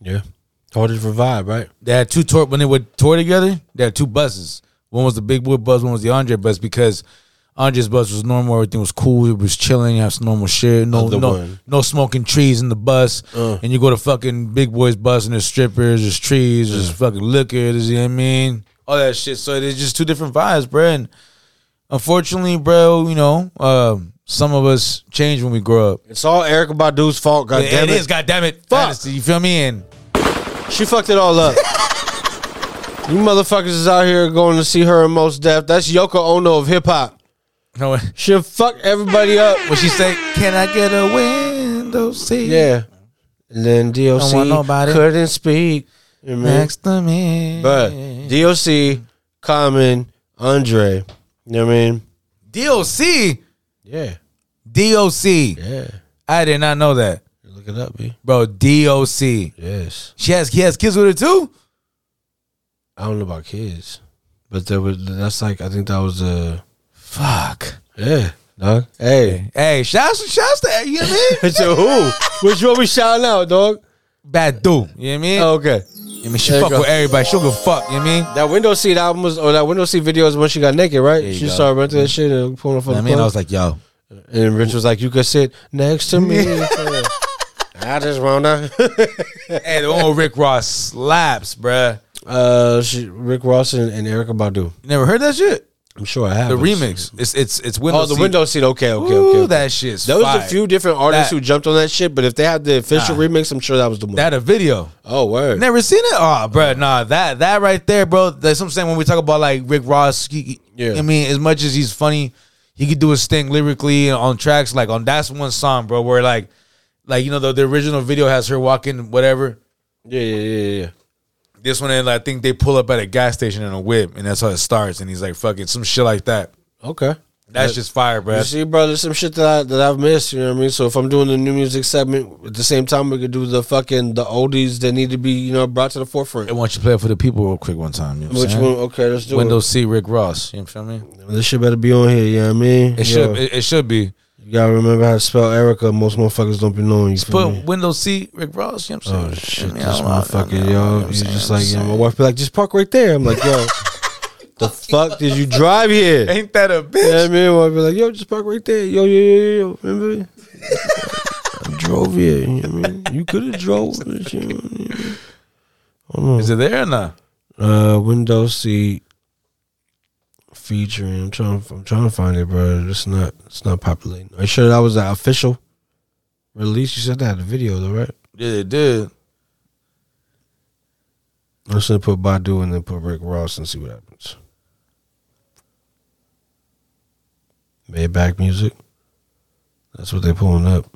Yeah. Hard to provide, right?
They had two tour when they would tour together, they had two buses. One was the big boy bus, one was the Andre bus because Andre's bus was normal, everything was cool, it was chilling, you have some normal shit, no
Other
no
one.
no smoking trees in the bus.
Uh.
And you go to fucking big boy's bus and there's strippers, there's trees, there's fucking liquor, there's you know what I mean? All that shit. So there's just two different vibes, bro. And unfortunately, bro, you know, um, some of us change when we grow up.
It's all Erica Badu's fault,
God
goddammit.
it is, God damn it. Fuck. you feel me? And
she fucked it all up. you motherfuckers is out here going to see her in most death. That's Yoko Ono of hip hop.
No way.
She'll fuck everybody up.
When she say, Can I get a window seat?
Yeah. And then
Don't want
DOC
nobody.
couldn't speak. You know what I mean?
Next to me.
But DOC, Common, Andre. You know what I mean?
DOC.
Yeah.
DOC.
Yeah.
I did not know that.
Look it up, B.
Bro, DOC.
Yes.
She has he has kids with her too?
I don't know about kids, but there was that's like I think that was a
fuck.
Yeah, dog. Hey,
hey, shouts shouts to you know what I mean?
to who? Which one we shouting out, dog? Oh,
Bad dude. You know what I mean?
okay.
I mean, she fuck with everybody. She'll go fuck. You know what I mean?
That window seat album was, or that window seat video is when she got naked, right?
you
She
go.
started renting that shit and pulling off.
I mean, I was like, yo.
and Rich was like, you could sit next to me. I just wanna.
hey, the one with Rick Ross slaps, bruh.
uh, she, Rick Ross and, and Erica Badu.
You never heard that shit?
I'm sure I have
The
it.
remix. It's it's it's window
oh, the
seat.
window seat. Okay, okay,
Ooh,
okay. okay.
that shit's
There was a
fire.
few different artists
That-
who jumped on that shit, but if they had the official
Nah.
remix, I'm sure that was the one.
That a video.
Oh, word.
Never seen it. Oh, bro, nah, that that right there, bro. That's what I'm saying when we talk about like Rick Ross. He, he-
Yeah.
I mean, as much as he's funny, he could do his thing lyrically and on tracks. Like on that's one song, bro, where like, like you know the, the original video has her walking whatever.
Yeah, yeah, yeah, yeah.
This one, and I think they pull up at a gas station in a whip, and that's how it starts. And he's like, "Fucking some shit like that."
Okay.
That's just fire, bro.
You see, bro, there's some shit that I, that I've missed. You know what I mean? So if I'm doing the new music segment at the same time, we could do the fucking the oldies that need to be you know brought to the forefront.
I want you to play it for the people real quick one time. You know what I'm
Which
saying?
one? Okay, let's do it.
Window C, Rick Ross. You know what I'm saying?
This shit better be on here. You know what I mean?
It should. It, it should be.
You gotta remember how to spell Erica. Most motherfuckers don't be knowing. You feel me?
Put window C, Rick Ross. You know what I'm saying?
Oh shit,
I mean,
this
I'm out.
motherfucker, yo. You just like, yo, my wife be like, just park right there. I'm like, yo, the fuck did you drive here?
Ain't that a bitch?
Yeah, I mean, my wife be like, yo, just park right there. Yo, yo, yo, yo, yo. Remember? I drove here. You know what I mean? You could have drove. but you know what I mean? Hold on.
Is it there or not?
Uh, window seat featuring. I'm trying. I'm trying to find it, bro. It's not. It's not populating. Are you sure that was the official release? You said that had a video, though, right?
Yeah, it did.
I'm just gonna put Badu and then put Rick Ross and see what happens. Maybach music. That's what they pulling up.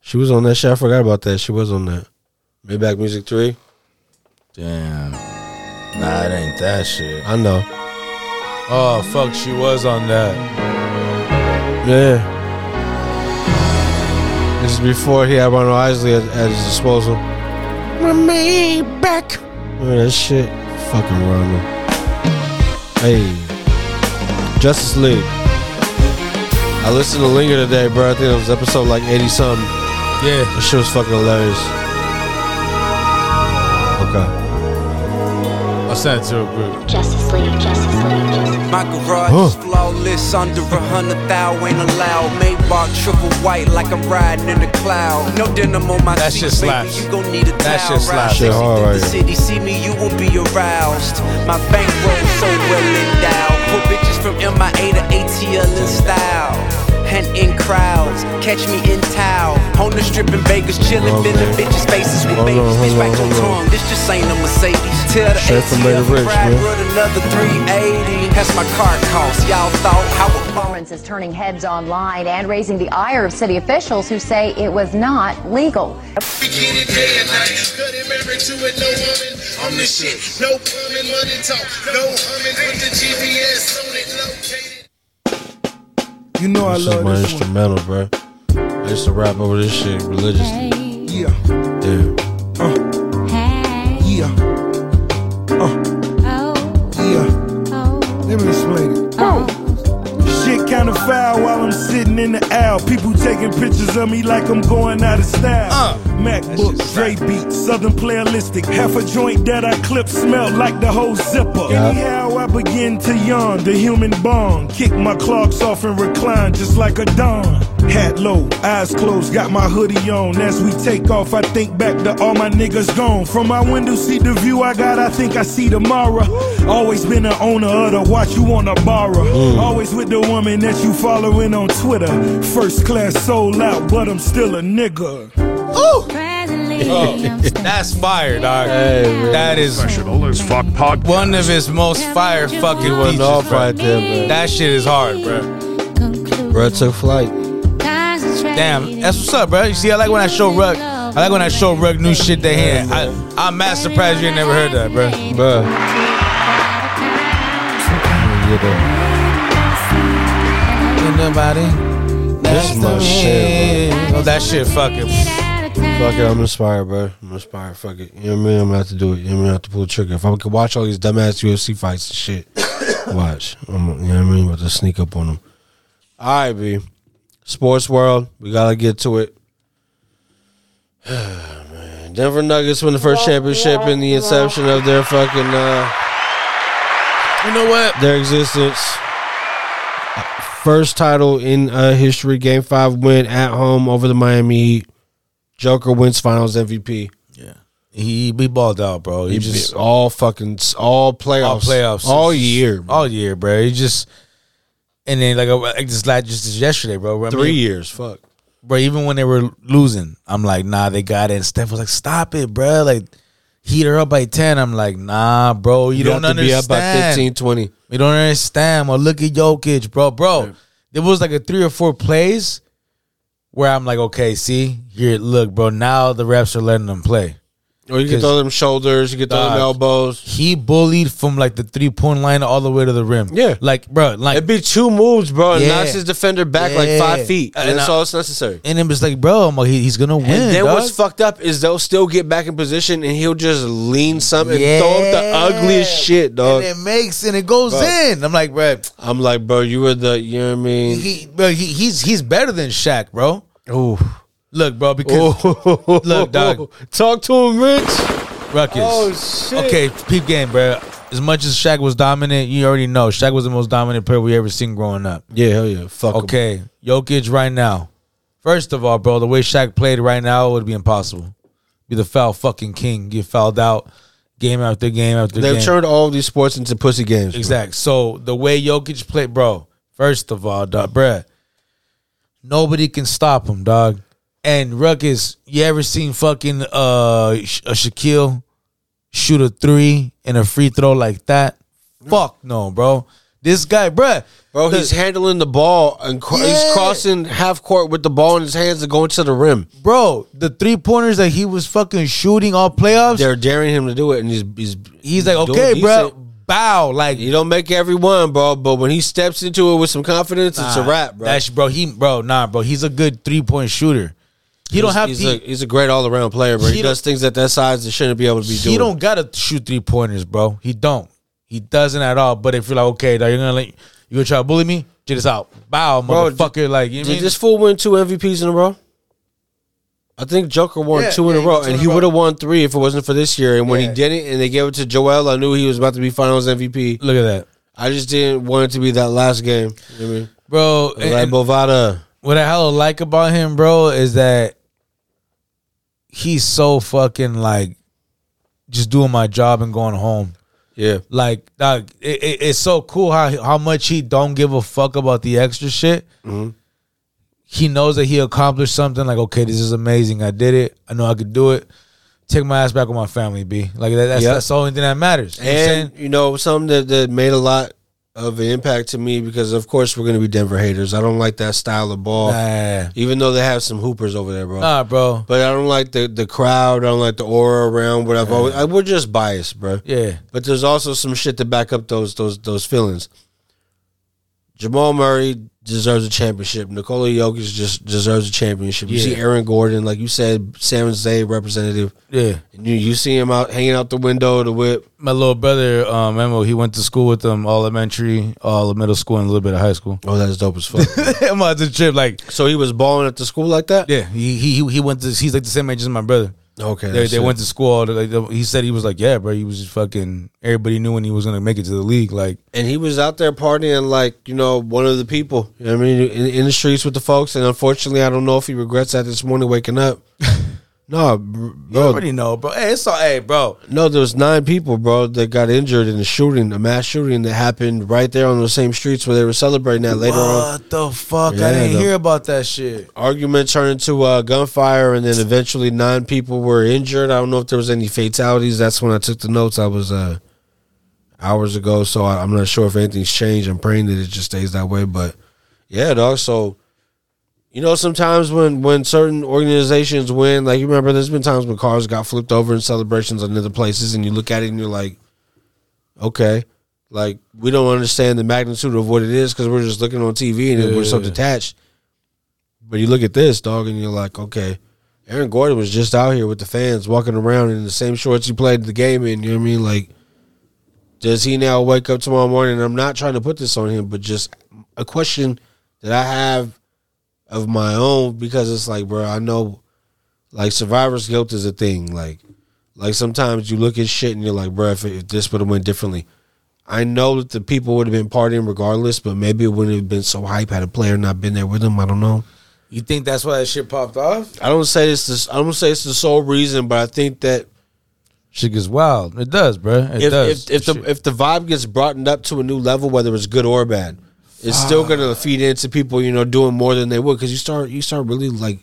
She was on that shit. I forgot about that. She was on that. Maybach Music 3.
Damn. Nah, it ain't that shit.
I know.
Oh fuck, she was on that.
Yeah. This is before he had Ronald Isley at, at his disposal.
me back.
Remember that shit? Fucking Ronald. Hey. Justice League. I listened to Linger today, bro. I think it was episode like 80 something.
Yeah.
That shit was fucking hilarious. Okay.
I sent it to a group.
Justice League, Justice League, Justice My garage is flawless, under a hundred thou ain't allowed. Maybach triple white, like I'm riding in the cloud. No denim on my
That
seat,
shit
baby,
slaps.
you gon' need a
That
towel.
shit slaps.
Ride sexy
Shit hard
through the
right here.
city, see me, you will be aroused. My bankroll so well endowed. Put bitches from MIA to ATL in style. And in crowds, catch me in town. On the strip in Vegas, chillin',
Oh,
filling
man.
bitches' faces with
Hold on,
babies. Bitch,
hold on,
back your
hold on.
tongue. This just ain't a Mercedes. Tell the
Straight from Beta
ATL
Rich,
ride
man.
with another 380. That's my car cost. Y'all thought I would
Performance is turning heads online and raising the ire of city officials who say it was not legal.
Bikini day and night. Couldn't marry to it, no woman. On the shit, no plumbing, money talk, no humming. Put the GPS on it, located.
You know I
this is
love
my
this one.
instrumental, bro. I used to rap over this shit religiously.
Yeah.
Yeah.
Yeah. Yeah. Let me explain it. Shit kinda foul while I'm sitting in the aisle. People taking pictures of me like I'm going out of style. MacBook, Dre beat, Southern playalistic. Half a joint that I clip smelled like the whole zipper.
Yeah.
Anyhow, I begin to yawn, the human bond. Kick my clogs off and recline just like a don. Hat low, eyes closed, got my hoodie on. As we take off, I think back to all my niggas gone. From my window, see the view I got, I think I see tomorrow. Always been the owner of the watch you wanna borrow. Always with the woman that you following on Twitter. First class sold out, but I'm still a nigga.
Oh, that's fire, dog. that is one of his most fire fucking
went
features,
off
bro.
right there, bro.
That shit is hard, bro.
Bro took flight.
Damn, that's what's up, bro. You see, I like when I show Rug. I like when I show Rug new shit they had. I, I'm mad surprised you ain't never heard that, bro.
Bro. This is my shit, bro.
Oh, that shit fucking.
Fuck it, I'm inspired, bro. I'm inspired. Fuck it. You know what I mean? I'm gonna have to do it. You know what I mean? I have to pull the trigger. If I could watch all these dumbass UFC fights and shit, watch. I'm, you know what I mean? About to sneak up on them. All right, B. Sports world. We gotta get to it. Man, Denver Nuggets win the first championship in the inception of their fucking. Uh,
you know what?
Their existence. First title in uh, history. Game five win at home over the Miami Heat. Joker wins Finals MVP.
Yeah, he be balled out, bro. He,
He
just
be- all fucking all playoffs,
all playoffs,
all year,
all year, bro. He just and then like I- I just like just yesterday, bro. I
Three
mean,
years, fuck.
bro. Even when they were losing, I'm like, nah, they got it. And Steph was like, stop it, bro. Like, heat her up by ten. I'm like, nah, bro. You,
You
don't
have to be
understand.
up by 15, 20.
You don't understand. Well, look at Jokic, bro, bro. There was like a three or four plays where I'm like, okay, see here, look, bro. Now the refs are letting them play.
Or you can throw them shoulders, you can throw them
Dog,
elbows.
He bullied from like the three point line all the way to the rim. Yeah, like bro, like it'd
be two moves, bro.
and
and knocks his defender back like five feet, and that's all it's necessary.
And it was like, bro, I'm like, he, he's gonna win.
And then
dog.
what's fucked up is they'll still get back in position, and he'll just lean something, and throw him the
Yeah.
ugliest shit, dog.
And it makes and it goes
Bro.
in. I'm like, bro,
I'm like, bro, you were the, you know what I mean?
he, bro, he, he's he's better than Shaq, bro.
Ooh,
look, bro, because look, dog,
talk to him, Rich.
Ruckus.
Oh, shit.
Okay, peep game, bro. As much as Shaq was dominant, you already know Shaq was the most dominant player we ever seen growing up.
Yeah, hell yeah. Fuck.
Okay, Jokic right now. First of all, bro, the way Shaq played right now would be impossible. Be the foul fucking king. Get fouled out game after game after
They've
game.
turned all these sports into pussy games. bro.
Exact. So the way Jokic played, bro. First of all, dog, bruh, nobody can stop him, dog. And Ruckus, you ever seen fucking uh Sh- uh, Shaquille shoot a three and a free throw like that? Fuck no, bro. This guy, bruh,
Bro, he's handling the ball and cro- he's crossing half court with the ball in his hands and going to the rim.
Bro, the three pointers that he was fucking shooting all playoffs,
They're daring him to do it, and he's he's
he's like,
doing
okay, bro,
decent.
bow, like
you don't make every one, bro. But when he steps into it with some confidence, it's a
Nah,
wrap, bro.
That's bro. He bro, nah, bro. He's a good three point shooter. He don't
He's-
have
He's,
to.
a, he's a great all around player, bro.
He
He, does things at that size that shouldn't be able to be doing.
he don't gotta shoot three pointers, bro. He don't. He doesn't at all. But if you're like, okay, now you're gonna like, you gonna try to bully me, get this out, bow,
Bro,
motherfucker. like, you know
Did
what I mean?
this fool win two MVPs in a row? I think Joker won
Yeah,
two in
yeah,
a
he
row,
won two
and
in
he
a row.
would have won three if it wasn't for this year. And when he didn't, and they gave it to Joel, I knew he was about to be Finals MVP.
Look at that.
I just didn't want it to be that last game. You know what I mean?
Bro,
It was like
and-
Bovada.
What I hella like about him, bro, is that he's so fucking like just doing my job and going home.
Yeah.
Like, dog, it, it- it's so cool how how much he don't give a fuck about the extra shit.
Mm-hmm.
He knows that he accomplished something. Like, okay, this is amazing. I did it. I know I could do it. Take my ass back with my family, b. Like that, that's
Yep.
that's the only thing that matters. You know what I'm saying?
And you know, something that, that made a lot of an impact to me because of course we're gonna be Denver haters. I don't like that style of ball.
Nah.
Even though they have some hoopers over there, bro.
Nah, bro.
But I don't like the, the crowd. I don't like the aura around. What I've always, I, we're just biased, bro.
Yeah.
But there's also some shit to back up those those those feelings. Jamal Murray deserves a championship. Nikola Jokic just deserves a championship. You
Yeah.
see Aaron Gordon, like you said, San Jose representative.
Yeah.
And you you see him out hanging out the window of the whip.
My little brother, um, Emo, he went to school with them all elementary, all of middle school, and a little bit of high school.
Oh, that's dope as fuck.
I'm about to trip like.
So he was balling at the school like that.
Yeah, he he he- he went to. He's like the same age as my brother.
Okay,
they,
that's
they
it.
went to school. all the- Like, the- he said he was like, yeah, bro. He was just fucking. Everybody knew when he was gonna make it to the league. Like,
And he was out there partying like, you know, one of the people. You know what I mean? In, in the streets with the folks. And unfortunately, I don't know if he regrets that this morning waking up. no, br- bro.
you already know, bro. Hey, it's all, hey, bro.
No, there was nine people, bro, that got injured in the shooting, the mass shooting that happened right there on those same streets where they were celebrating that later on.
What the fuck?
Yeah,
I didn't
the-
hear about that shit.
Argument turned into uh, gunfire, and then eventually nine people were injured. I don't know if there was any fatalities. That's when I took the notes. I was uh, hours ago, so I, I'm not sure if anything's changed. I'm praying that it just stays that way, but yeah, dog. So you know, sometimes when when certain organizations win, like you remember, there's been times when cars got flipped over in celebrations in other places, and you look at it and you're like, okay, like we don't understand the magnitude of what it is because we're just looking on TV and we're so
Yeah.
detached. But you look at this dog, and you're like, okay. Aaron Gordon was just out here with the fans, walking around in the same shorts he played the game in. You know what I mean? Like, does he now wake up tomorrow morning? And I'm not trying to put this on him, but just a question that I have of my own because it's like, bro, I know like survivor's guilt is a thing. Like, like sometimes you look at shit and you're like, bro, if, if this would have went differently, I know that the people would have been partying regardless, but maybe it wouldn't have been so hype had a player not been there with him. I don't know.
You think that's why that shit popped off?
I don't say this. this I don't say it's the sole reason, but I think that
Shit gets wild. It does, bro. It
if,
does.
if, if the if the vibe gets brought up to a new level, whether it's good or bad, it's
Ah.
still gonna feed into people, you know, doing more than they would because you start you start really like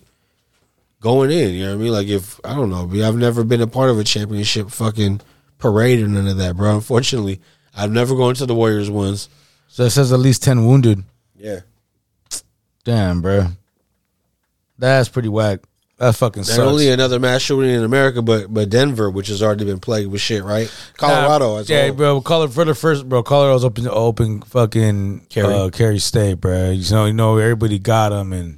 going in. You know what I mean? Like if I don't know, I've never been a part of a championship fucking parade or none of that, bro. Unfortunately, I've never gone to the Warriors ones.
so it says at least ten wounded.
Yeah,
Damn, bro. That's pretty whack. That fucking
not
sucks.
only another mass shooting in America, but but Denver, which has already been plagued with shit, right? Colorado,
Nah,
as
yeah,
well.
bro. Color for the first, bro. Colorado's open, open, fucking
Carry.
carry, uh, carry state, bro. You know, you know, everybody got them, and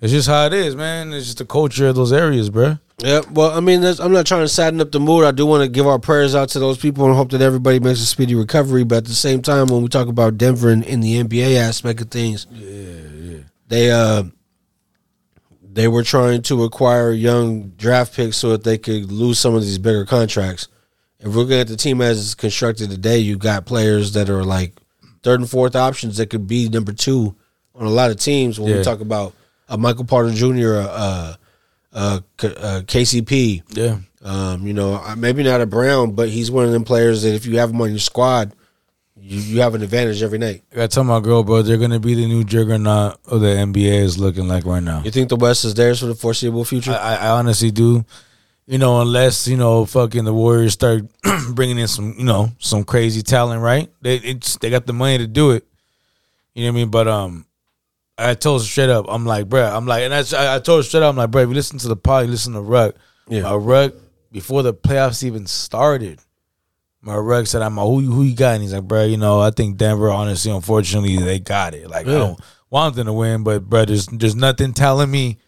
it's just how it is, man. It's just the culture of those areas, bro.
Yeah, well, I mean, that's, I'm not trying to sadden up the mood. I do want to give our prayers out to those people and hope that everybody makes a speedy recovery. But at the same time, when we talk about Denver and in the NBA aspect of things, they uh, they were trying to acquire young draft picks so that they could lose some of these bigger contracts. If we're looking at the team as it's constructed today, you got players that are like third and fourth options that could be number two on a lot of teams. When
Yeah.
we talk about a Michael Porter Jr., uh, uh, K- uh, KCP,
Yeah.
um, you know, I- maybe not a Brown, but he's one of them players that if you have him on your squad, you, you have an advantage every night.
I gotta tell my girl, bro, they're gonna be the new juggernaut of the NBA is looking like right now.
You think the West is theirs for the foreseeable future?
I, I honestly do. You know, unless you know, fucking the Warriors start bringing in some, you know, some crazy talent, right? They it's they got the money to do it. You know what I mean? But um, I told her straight up, I'm like, bruh, I'm like, and that's, I, I told her straight up, I'm like, bruh, if you listen to the pod, you listen to Ruck. Yeah, my Ruck before the playoffs even started. My Ruck said, I'm like, who you- who you got? And he's like, bruh, you know, I think Denver, honestly, unfortunately, they got it. Like, I
Yeah.
don't want them to win, but bruh, there's there's nothing telling me.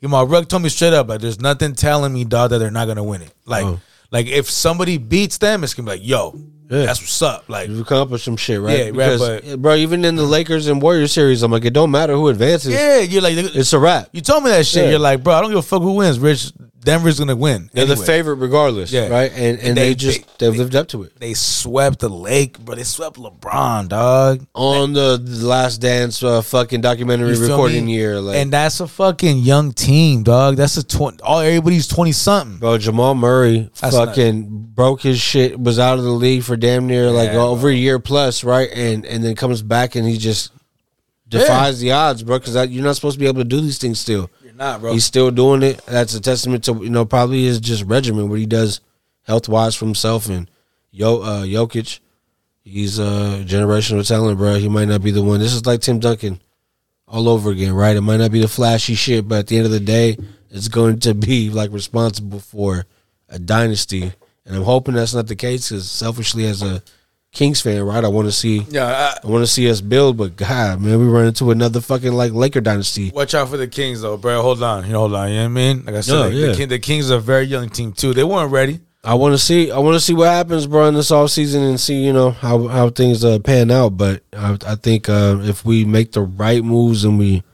You know, my Ruck told me straight up, like, there's nothing telling me, dog, that they're not gonna win it. Like, like if somebody beats them, it's gonna be like, yo, that's what's up. Like,
You've accomplished some shit, right?
Yeah, right,
Because,
but-
yeah, bro, even in the Lakers and Warriors series, I'm like, it don't matter who advances.
yeah, you're like,
It's a wrap.
You told me that shit.
Yeah.
You're like, bro, I don't give a fuck who wins, Rich. Denver's gonna win.
They're the
anyway.
favorite regardless,
Yeah.
right? And and,
And
they,
they-
just they, have lived up to it.
They swept the lake, but they swept LeBron, dog.
On the Last Dance uh, fucking documentary
You feel
recording
me?
year, like
and that's a fucking young team, dog. That's a twenty. All everybody's twenty something.
bro, Jamal Murray
That's
fucking broke his shit, was out of the league for damn near like
Yeah,
over a year plus, right? And and then comes back and he just defies the odds, bro, because you're not supposed to be able to do these things still. You're
not, bro.
He's still doing it. That's a testament to you know probably his just regimen what he does health wise for himself and yo uh, Jokic. He's a generational talent, bro. He might not be the one. This is like Tim Duncan all over again, right? It might not be the flashy shit, but at the end of the day, it's going to be like responsible for a dynasty. And I'm hoping that's not the case because selfishly, as a Kings fan, right, I want to see,
Yeah,
I want to see us build. But God, man, we run into another fucking like Laker dynasty.
Watch out for the Kings, though, bro. Hold on, you know, hold on. You know what I mean? Like I said,
No,
like,
yeah.
the, King, the Kings are a very young team too. They weren't ready.
I want to see, I want to see what happens, bro, in this offseason and see, you know, how how things uh, pan out. But I, I think uh, if we make the right moves and we,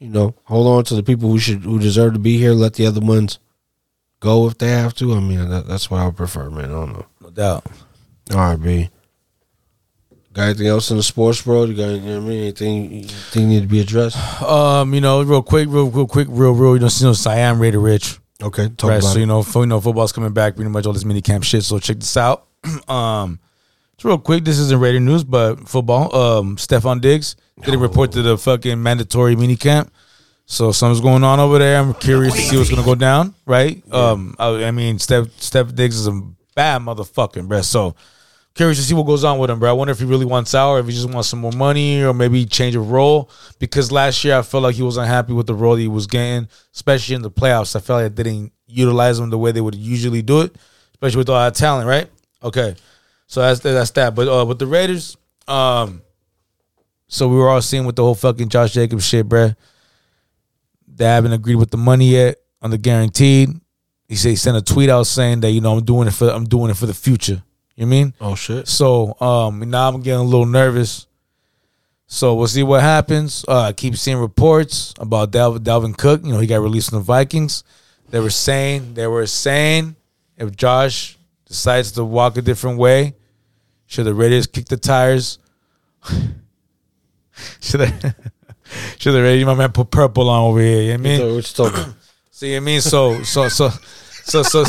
you know, hold on to the people who should who deserve to be here, let the other ones go if they have to. I mean, that, that's what I would prefer, man. I don't know.
No doubt.
All right, B. Got anything else in the sports world? You got you know what I mean? Anything anything need to be addressed?
Um, you know, real quick, real, real quick, real, real. You know, you know Siam Raider Rich.
Okay, talk
right,
about
so
it.
you know, fo- you know, football's coming back. Pretty much all this mini camp shit. So check this out. um, it's real quick. This isn't Raider news, but football. Um, Stephon Diggs did a report to the fucking mandatory mini camp. So something's going on over there. I'm curious to see what's gonna go down. Right. Um, I, I mean, Steph Steph Diggs is a bad motherfucking bro. So curious to see what goes on with him, bro. I wonder if he really wants out, or if he just wants some more money, or maybe change of role. Because last year I felt like he was unhappy with the role he was getting, especially in the playoffs. I felt like they didn't utilize him the way they would usually do it, especially with all that talent, right? Okay, so that's that's that. But uh, with the Raiders, um, so we were all seeing with the whole fucking Josh Jacobs shit, bruh. They haven't agreed with the money yet on the guaranteed. He said he sent a tweet out saying that you know I'm doing it for I'm doing it for the future. You know what I mean?
Oh shit.
So um, now I'm getting a little nervous. So we'll see what happens. Uh, I keep seeing reports about Dal- Dalvin Cook. You know he got released from the Vikings. They were saying they were saying if Josh decides to walk a different way, should the Raiders kick the tires? should the should the Raiders? My man put purple on over here. You know what I mean?
What you talking about?
See what I mean? So so so so so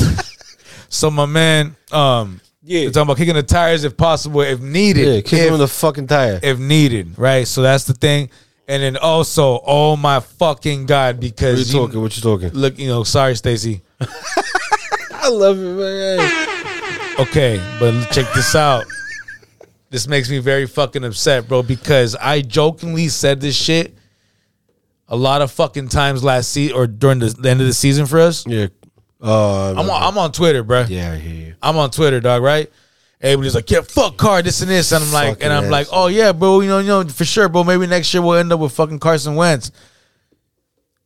so my man um yeah. talking about kicking the tires if possible, if needed.
Yeah, kick him
If-
in the fucking tire.
if needed, right? So that's the thing. And then also, oh my fucking god, because
What you talking? What you talking?
Look, you know, sorry, Stacy.
I love it, man.
Okay, but check this out. This makes me very fucking upset, bro, because I jokingly said this shit a lot of fucking times last season or during the, the end of the season for us.
Yeah. Uh,
I'm on, I'm on Twitter, bro.
Yeah, I hear you.
I'm on Twitter, dog, right? Everybody's like, yeah, fuck Carr, this and this. And I'm like,
Fucking
and I'm
ass.
like, oh yeah, bro, you know, you know, for sure, bro. Maybe next year we'll end up with fucking Carson Wentz.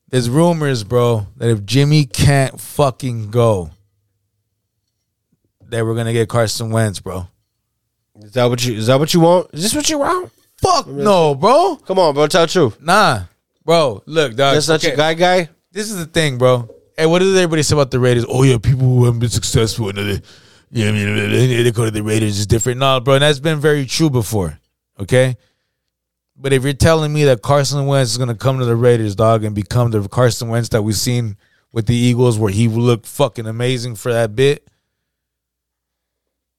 There's rumors, bro, that if Jimmy can't fucking go, that we're gonna get Carson Wentz, bro.
Is that what you is that what you want? Is this what you want?
Fuck no, bro.
Come on, bro. Tell the truth.
Nah. Bro, look, dog.
That's not your guy guy?
This is the thing, bro. Hey, what does everybody say about the Raiders? Oh yeah, people who haven't been successful and they, yeah, I mean, they they go to the Raiders is different. Nah, bro, and that's been very true before. Okay? But if you're telling me that Carson Wentz is gonna come to the Raiders, dog, and become the Carson Wentz that we've seen with the Eagles where he looked fucking amazing for that bit.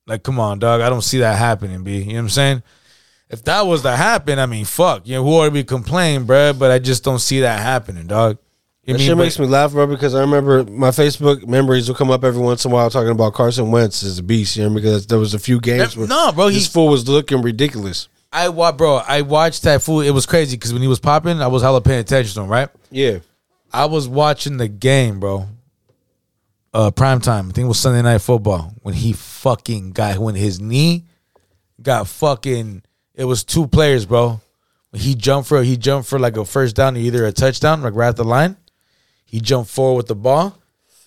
Like, come on, dog. I don't see that happening, B. You know what I'm saying? If that was to happen, I mean, fuck. You know, who ought to be complaining, bruh? But I just don't see that happening, dog. You
That
mean,
shit
but-
makes me laugh, bro, because I remember my Facebook memories will come up every once in a while talking about Carson Wentz is a beast, you know, because there was a few games where
no, bro,
this
he-
fool was looking ridiculous.
I wa- bro, I watched that fool. It was crazy because when he was popping, I was hella paying attention to him, right?
Yeah.
I was watching the game, bro. Uh, prime time. I think it was Sunday Night Football when he fucking got when his knee got fucking. It was two players, bro. When he jumped for he jumped for like a first down, or either a touchdown, like right at the line. He jumped forward with the ball.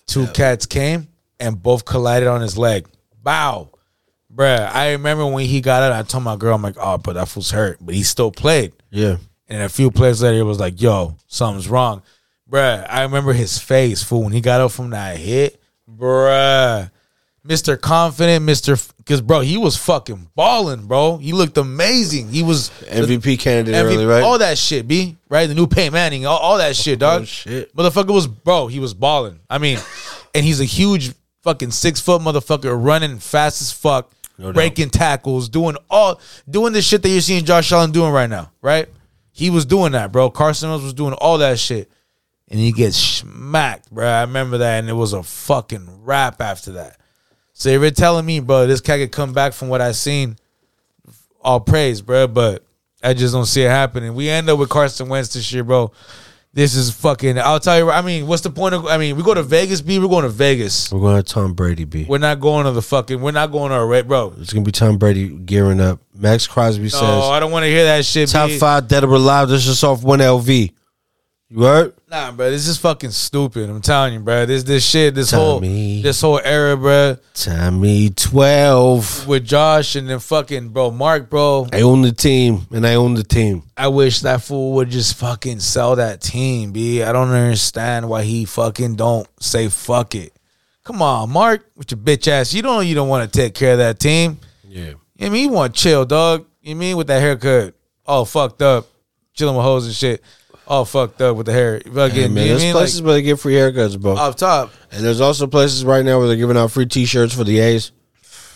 Two cats came and both collided on his leg. Bow. Bruh, I remember when he got out, I told my girl, I'm like, oh, but that fool's hurt. But he still played.
Yeah.
And a few plays later, it was like, yo, something's wrong. Bruh, I remember his face, fool, when he got up from that hit. Bruh. Mr. Confident, Mr. Because, bro, he was fucking balling, bro. He looked amazing. He was
MVP candidate
MVP,
early, right?
All that shit, B. Right? The new Peyton Manning, all, all that shit,
Oh,
dog. shit. Motherfucker was, bro, he was balling. I mean, and he's a huge fucking six foot motherfucker running fast as fuck, breaking tackles, doing all, doing the shit that you're seeing Josh Allen doing right now, right? He was doing that, bro. Carson Wentz was doing all that shit. And he gets smacked, bro. I remember that. And it was a fucking rap after that. So if you're telling me, bro, this cat could come back from what I seen, all praise, bro. But I just don't see it happening. We end up with Carson Wentz this year, bro. This is fucking. I'll tell you. I mean, what's the point of? I mean, we go to Vegas, B. We're going to Vegas.
We're going to Tom Brady B.
We're not going to the fucking. We're not going to a red, bro.
It's gonna be Tom Brady gearing up. Max Crosby
No,
says
I don't want to hear that shit.
top
B.
five dead or alive. This is off one LV. You heard?
Nah, bro, this is fucking stupid. I'm telling you, bro. This this shit, this
Tommy.
whole this whole era, bro.
Tommy twelve.
With Josh and then fucking bro, Mark, bro.
I own the team, and I own the team.
I wish that fool would just fucking sell that team, B. I don't understand why he fucking don't say fuck it. Come on, Mark, with your bitch ass. You don't you don't want to take care of that team.
Yeah.
You know what I mean, you want to chill, dog. You mean with that haircut, all fucked up, chilling with hoes and shit, all fucked up with the hair. Fucking,
Hey, man,
you know what
there's
I mean? Like,
places where they get free haircuts, bro.
off top,
and there's also places right now where they're giving out free T-shirts for the A's.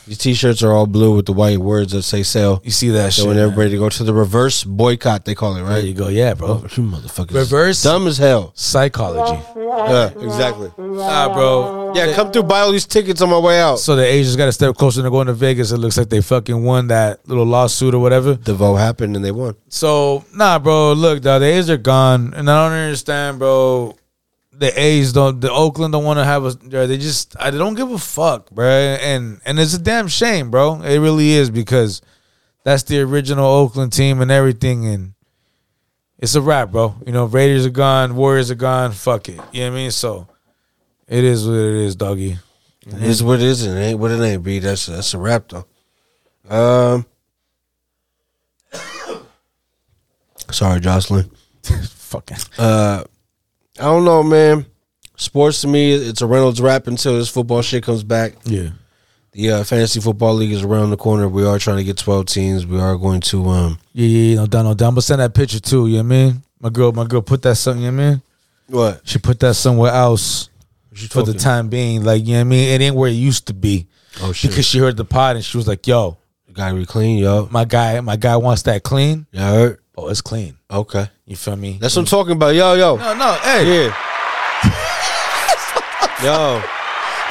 These T-shirts are all blue with the white words that say "sale." You
see that?
So
shit,
want
man.
everybody to go to the reverse boycott, they call it, right? There you
go, yeah, bro.
you motherfuckers,
Reverse
dumb as hell.
Psychology.
Yeah, exactly.
Nah, bro.
Yeah, come through, buy all these tickets on my way out.
So the Asians got a step closer to going to Vegas. It looks like they fucking won that little lawsuit or whatever.
The vote happened and they won.
So nah, bro. Look, dog, the A's are gone, and I don't understand, bro. The A's don't. The Oakland don't want to have us. They just. I they don't give a fuck, bro. And and it's a damn shame, bro. It really is because that's the original Oakland team and everything, and it's a wrap, bro. You know, Raiders are gone, Warriors are gone. Fuck it. You know what I mean? So it is what it is, doggy.
It is what it is, and it ain't what it ain't. Be that's that's a wrap though. Um, sorry, Jocelyn.
Fucking.
Uh, I don't know, man. Sports to me, it's a Reynolds wrap until this football shit comes back.
Yeah.
The uh, fantasy football league is around the corner. We are trying to get twelve teams. We are going to um.
Yeah, yeah, yeah, no doubt, no doubt. I'm gonna send that picture too, you know what I mean? My girl, my girl put that something, you know what I mean?
What?
She put that somewhere else
she
for the
talking?
time being. Like, you know what I mean? It ain't where it used to be.
Oh, shit.
Because she heard the pod and she was like, yo.
Gotta be clean, yo.
My guy, my guy wants that clean.
Yeah, I heard.
Oh, it's clean.
Okay,
you feel me?
that's what I'm talking about, yo, yo,
No, no, hey.
Yeah. yo.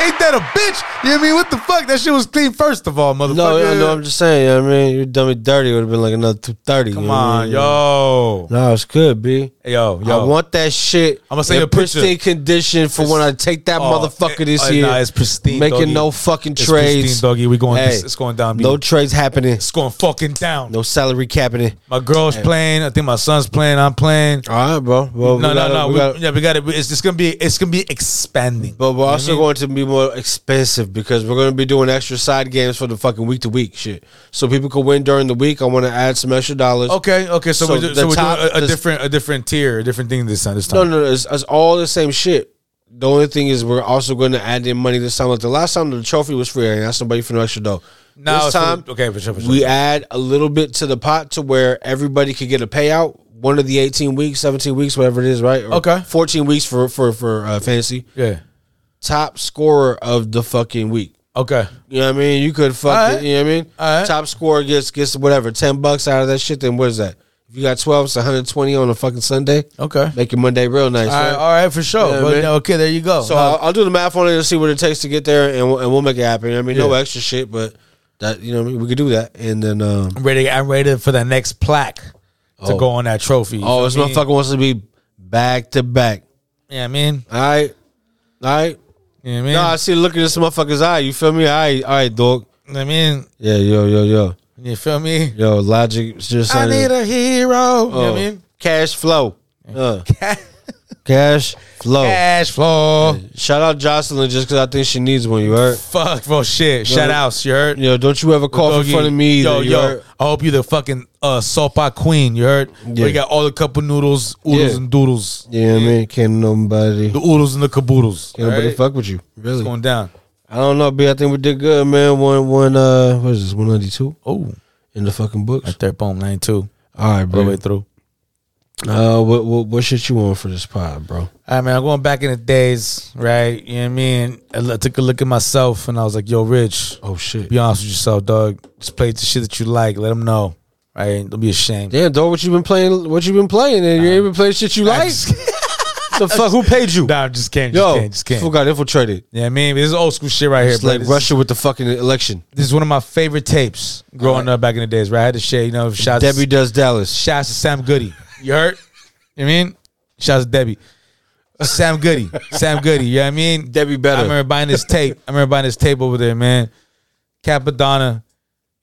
Ain't that a bitch? You know what I mean? What the fuck? That shit was clean first of all, motherfucker.
No, no, no, I'm just saying. You know what I mean, you dummy dirty would have been like another two thirty.
Come on, yo.
No, it's good, b.
Yo, yo.
I want that shit.
I'm gonna Oh. send
in
you a picture.
pristine condition for when I take that
Oh,
motherfucker
eh,
this
eh,
year.
Nah, it's pristine.
Making
doggy.
no fucking
It's
trades.
pristine, doggy. We going.
Hey,
it's, it's going down. B.
No trades happening. It's
going fucking down.
No salary capping.
My girl's playing. I think my son's playing. I'm playing.
All right, bro. Well,
no, no,
we gotta-
no.
we
We-
gotta-
yeah, we got it. It's just gonna be. It's gonna be expanding.
But we're
You know what
also
I mean?
going to be more expensive because we're going to be doing extra side games for the fucking week to week shit. So people can win during the week. I want to add some extra dollars.
Okay, okay. So, we're, do,
the
so we're
top-
doing a, a
the-
different, a different tier, a different thing this time. This time.
No, no, no. It's, it's all the same shit. The only thing is we're also going to add in money this time. Like the last time, the trophy was free. I asked somebody for an extra dough.
Now
this
it's for the-
time,
okay, for sure, for sure.
we add a little bit to the pot to where everybody could get a payout. One of the eighteen weeks, seventeen weeks, whatever it is, right? Or
Okay.
fourteen weeks for for for uh, fantasy.
Yeah.
Top scorer of the fucking week.
Okay.
You know what I mean? You could fuck
All right.
it. You know what I mean? Top scorer gets gets whatever ten bucks out of that shit. Then what is that? If you got twelve, it's one hundred twenty on a fucking Sunday.
Okay,
make your Monday real nice.
All right,
right?
all right, for sure.
Yeah,
but
man.
okay, there you go.
So
No,
I'll, I'll do the math on it and see what it takes to get there, and we'll, and we'll make it happen. I mean, no
Yeah.
extra shit, but that you know what I mean? we could do that. And then um,
I'm ready. I'm ready for the next plaque to
Oh.
go on that trophy. You
oh,
feel
this
me?
motherfucker wants to be back to back.
Yeah, I mean,
All right, all right.
Yeah, man.
No, I see the look in this motherfucker's eye. You feel me? All right, all right, dog.
I mean,
Yeah, yo, yo, yo,
you feel me?
yo. Logic just.
I
saying-
need a hero. You know what I
Oh.
mean?
Cash flow. Uh. Cash flow.
Cash flow.
Shout out Jocelyn just because I think she needs one. You heard?
Fuck, bro, shit. Shout outs, you heard?
Yo, don't you ever cough in
Doggy.
front of me. Either,
Yo,
you
yo.
heard?
I hope you the fucking uh, salt pot queen, you heard?
Yeah.
We got all the cup of noodles, oodles,
Yeah.
and doodles.
Yeah, man. Can't nobody.
The oodles and the caboodles.
Can't nobody
alright?
fuck with you. Really?
It's going down.
I don't know, B. I think we did good, man. One, one. Uh, what is this? One ninety two.
Oh,
in the fucking books.
Right there, boom, nine two.
All right,
All
bro.
the way through.
Uh, what, what what shit you want for this pod, bro?
All right, man. I'm going back in the days, right? You know what I mean? I lo- took a look at myself and I was like, yo, Rich.
Oh, shit.
Be honest with yourself, dog. Just play the shit that you like. Let them know, right? Don't be ashamed.
Damn, dog. What you been playing? What you been playing? And you ain't been playing shit you like. the fuck? Who paid you?
Nah, I'm just can't. Just
Yo,
can't. Just can't.
fool got infiltrated.
Yeah, I mean, this is old school shit right here,
It's
bro.
like
This-
Russia with the fucking election.
This is one of my favorite tapes growing up back in the days, right? I had to share, you know, shouts
Debbie does Dallas.
Shouts to Sam Goody. You heard? You know what I mean? Shouts to Debbie. Sam Goody. Sam Goody. You know what I mean?
Debbie better.
I remember buying this tape. I remember buying this tape over there, man. Capadonna.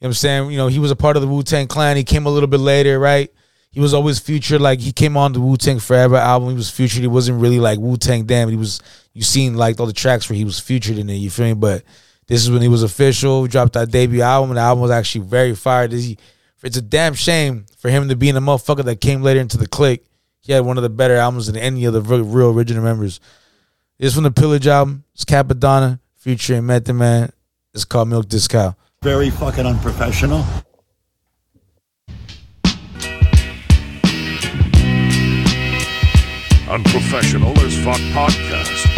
You know what I'm saying? You know, he was a part of the Wu Tang clan. He came a little bit later, right? He was always future. Like he came on the Wu Tang Forever album. He was featured. He wasn't really like Wu Tang damn. He was you seen like all the tracks where he was featured in it, you feel me? But this is when he was official, dropped that debut album. The album was actually very fired. He- It's a damn shame for him to be in a motherfucker that came later into the click. He had one of the better albums than any of the real, real original members. This from the Pillage album. It's Capadonna, Future and Method Man. It's called Milk This Cow.
Very fucking unprofessional.
Unprofessional as Fuck Podcast.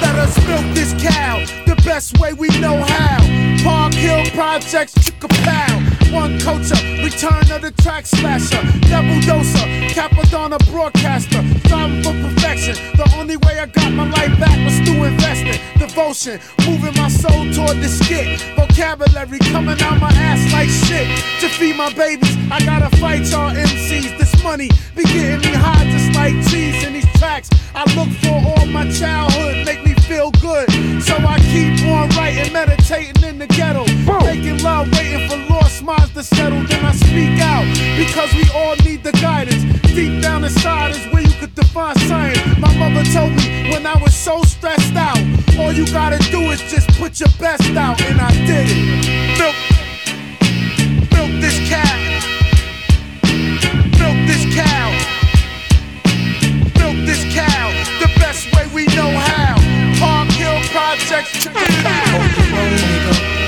Let us milk this cow the best way we know how. Park Hill Projects, Chickapow. One culture, return of the track slasher. Double doser, Capadonna broadcaster. Striving for perfection. The only way I got my life back was through investing. Devotion, moving my soul toward the skit. Vocabulary coming out my ass like shit. To feed my babies, I gotta fight y'all MCs. This money be getting me high just like cheese in these tracks. I look for all my childhood, make me feel good. So I keep on writing, meditating in the ghetto. Making love, waiting for lost minds to settle. Then I speak out because we all need the guidance. Deep down inside is where you could define science. My mother told me when I was so stressed out, all you gotta do is just put your best out, and I did it. Milk, milk this cow. Milk this cow. Milk this cow the best way we know how. Palm Hill Projects, check it out.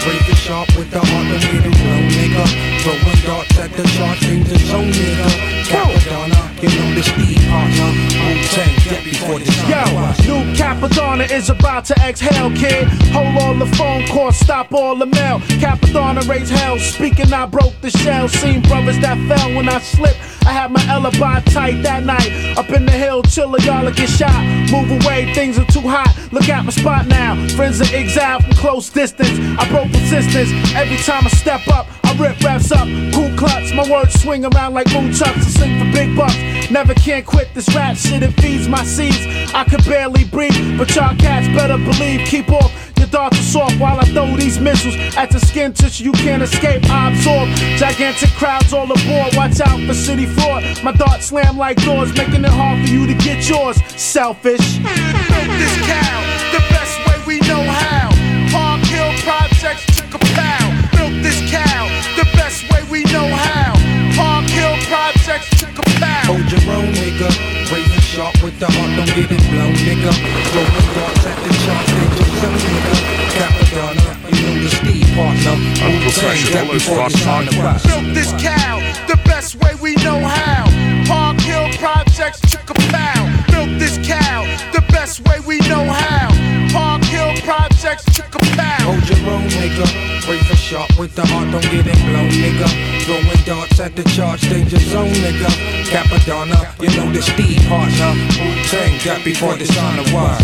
Break the sharp with the art of me to grow, nigga. Throwing darts at the charts, aim to zone, nigga. Capadonna, you know this the partner. Wu-Tang, get before this
Yo, new Capadonna is about to exhale, kid. Hold all the phone calls, stop all the mail. Capadonna raised hell, speaking, I broke the shell. Seen brothers that fell when I slipped. I had my alibi tight that night. Up in the hill, chiller, y'all get shot. Move away, things are too hot. Look at my spot now. Friends are exiled from close distance. I broke resistance every time I step up. I rip raps up, cool clutch. My words swing around like moonchucks. I sing for big bucks. Never can quit this rap shit, it feeds my seeds. I could barely breathe, but y'all cats better believe. Keep off your darts are soft while I throw these missiles at the skin tissue. You can't escape, I absorb gigantic crowds all aboard. Watch out for city fraud. My darts slam like doors, making it hard for you to get yours. Selfish. Milk this cow the best way we know how. Palm Hill Projects took a pow. Milk this cow the best way we know how. Palm Hill Projects took a pow.
Hold your own, nigga. Raise it sharp with the heart, don't get it blown, nigga. Throwing darts at the charts, aim to zone, nigga. Capadonna, you know this the partner. Wu-Tang, get
Unprofessional as
before
Fuck
this
Podcast.
Milk this cow the best way we know how. Park Hill Projects, check a pow. Milk this cow the best way we know how. Park Hill Projects, check a pow.
Hold your own, nigga. Raise a sharp with the heart, don't get it blown, nigga. Throwing darts at the charge, danger zone, nigga. Capadonna, you know this the partner. Wu-Tang, get before dishonor was.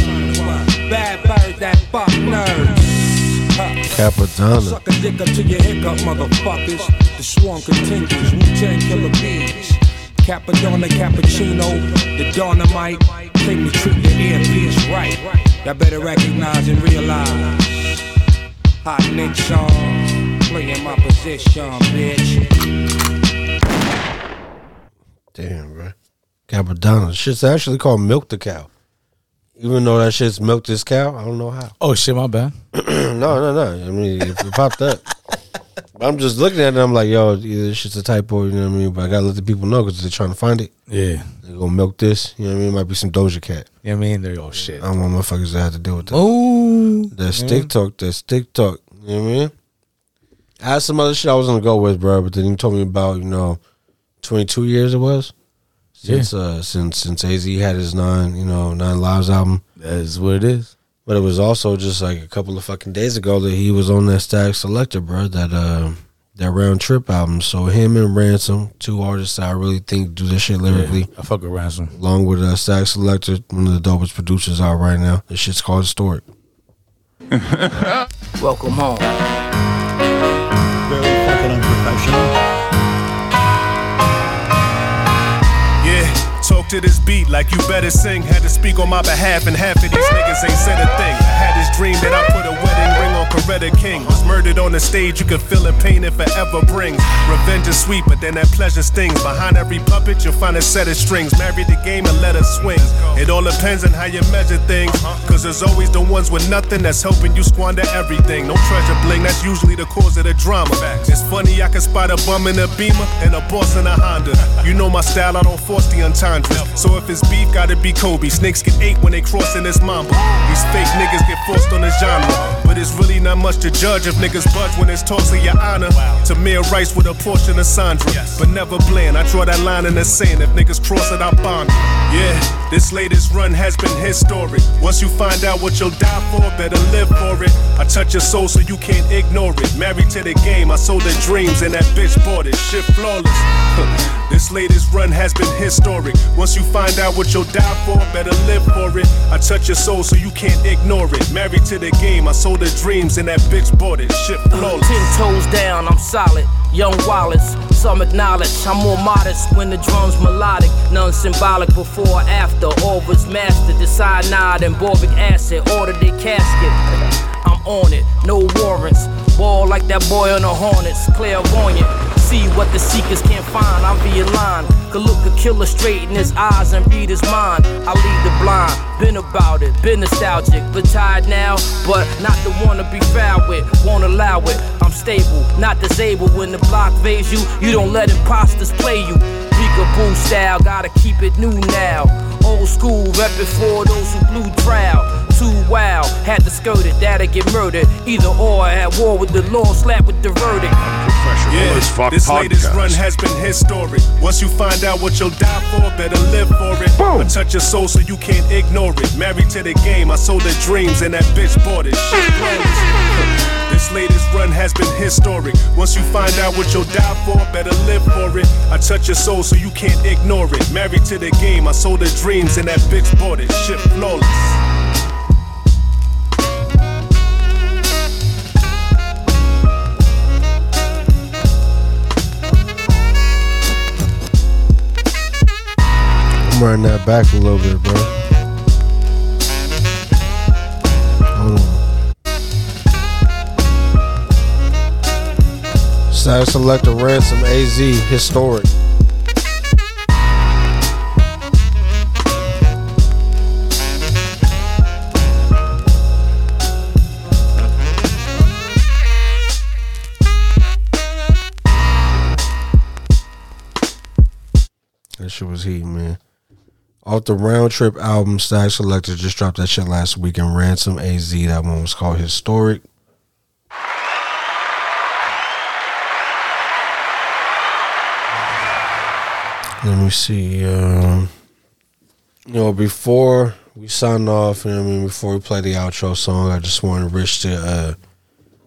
Bad bird that fuck nerves. Huh.
Capadonna.
Suck a dick up to your hiccup, motherfuckers. The swarm continues. Wu Tang killer bees. Capadonna cappuccino, the dynamite. Think we treat the earpiece right. Y'all better recognize and realize. Hot Nick Sean, playing my position, bitch.
Damn, bro. Capadonna. Shit's actually called Milk the Cow. Even though that shit's Milk This Cow, I don't know how.
Oh shit, my bad.
no, no, no. I mean, if it popped up. I'm just looking at it. I'm like, yo, yeah, this shit's a typo. You know what I mean? But I gotta let the people know because they're trying to find it.
Yeah.
They're gonna milk this. You know what I mean? It might be some Doja Cat.
You know what I mean? There you go. Shit.
I don't want motherfuckers to have to deal with that.
Oh.
That's TikTok. That's TikTok. You know what I mean? I had some other shit I was gonna go with, bro, but then you told me about, you know, 22 years it was since uh since since AZ had his nine you know nine lives album.
That is what it is.
But it was also just like a couple of fucking days ago that he was on that Stack Selector, bro. That uh that round trip album. So him and Ransom, two artists that I really think do this shit lyrically.
I fuck with Ransom.
Along with uh, Stack Selector, one of the dopest producers out right now. This shit's called Historic.
Welcome home.
Very fucking unprofessional.
Yeah, talk to this beat like you better sing. Had to speak on my behalf, and half of these niggas ain't said a thing. I had this dream that I put a wedding ring on Coretta King. Was murdered on the stage, you could feel the pain it forever brings. Revenge is sweet, but then that pleasure stings. Behind every puppet, you'll find a set of strings. Marry the game and let it swing. It all depends on how you measure things. Cause there's always the ones with nothing that's helping you squander everything. No treasure bling, that's usually the cause of the drama. It's funny, I can spot a bum in a beamer and a boss in a Honda. You know my style, I don't force the entendres. So if it's beef, gotta be Kobe. Snakes get eight when they cross in this mamba. These fake niggas get forced on the genre. But it's really not much to judge if niggas budge when it's tossed to your honor. Tamir Rice with a portion of Sandra. But never bland, I draw that line in the sand. If niggas cross it, I bond. it. Yeah, this latest run has been historic. Once you find out what you'll die for, better live for it. I touch your soul so you can't ignore it. Married to the game, I sold the dreams and that bitch bought it. Shit flawless. This latest run has been historic. Once you find out what you'll die for, better live for it. I touch your soul so you can't ignore it. Married to the game, I sold the dreams and that bitch bought it. Shit flawless.
Ten toes down, I'm solid. Young Wallace, some acknowledge I'm more modest when the drum's melodic. None symbolic before or after. All was mastered. The cyanide and borbic acid ordered the casket. I'm on it, no warrants. Ball like that boy on the Hornets, clairvoyant see what the seekers can't find. I'm being line. Could look a killer straight in his eyes and read his mind. I lead the blind. Been about it, been nostalgic. Retired now, but not the one to be found with. Won't allow it. I'm stable, not disabled. When the block vades you, you don't let imposters play you. Peekaboo style, gotta keep it new now. Old school, reppin' for those who blew trial. Too wild, had to skirt it, that'll get murdered. Either or, at war with the law, slap with the verdict.
Yeah, as fuck this latest podcast. run has been historic. Once you find out what you'll die for, better live for it. I touch your soul so you can't ignore it. Married to the game, I sold the dreams and that bitch bought it. Shit flawless. This latest run has been historic. Once you find out what you'll die for, better live for it. I touch your soul so you can't ignore it. Married to the game, I sold the dreams and that bitch bought it. Shit flawless.
I'm running that back a little bit, bro. Hold on. Sire Selector Ransom AZ Historic. That shit was heat, man. Off the round trip album, Stack Selector just dropped that shit last week in Ransom AZ. That one was called Historic. Let me see. Um, you know, before we sign off, you know what I mean, before we play the outro song, I just wanted Rich to uh,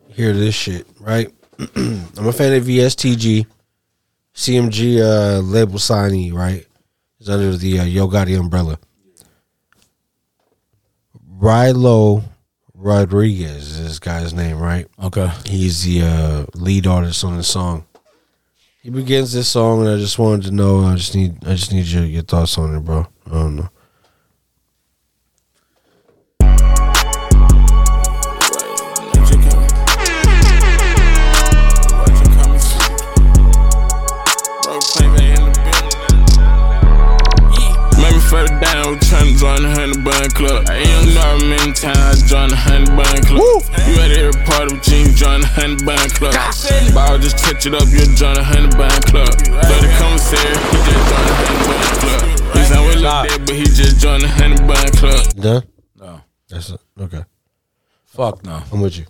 hear this shit, right? I'm a fan of VSTG. CMG uh, label signee, right? It's under the uh, Yo Gotti umbrella. Rilo Rodriguez is this guy's name, right?
Okay.
He's the uh, lead artist on the song. He begins this song, and I just wanted to know. I just need, I just need your, your thoughts on it, bro. I don't know.
John Handband Club. You at every part of Gene John Handband Club. Bow just touch it up, you're John Handband Club. Dirty commissary, he just John Handband Club. He's not with look there, but he just John Handband Club.
Done?
No.
That's it. Okay.
Fuck no.
I'm with you.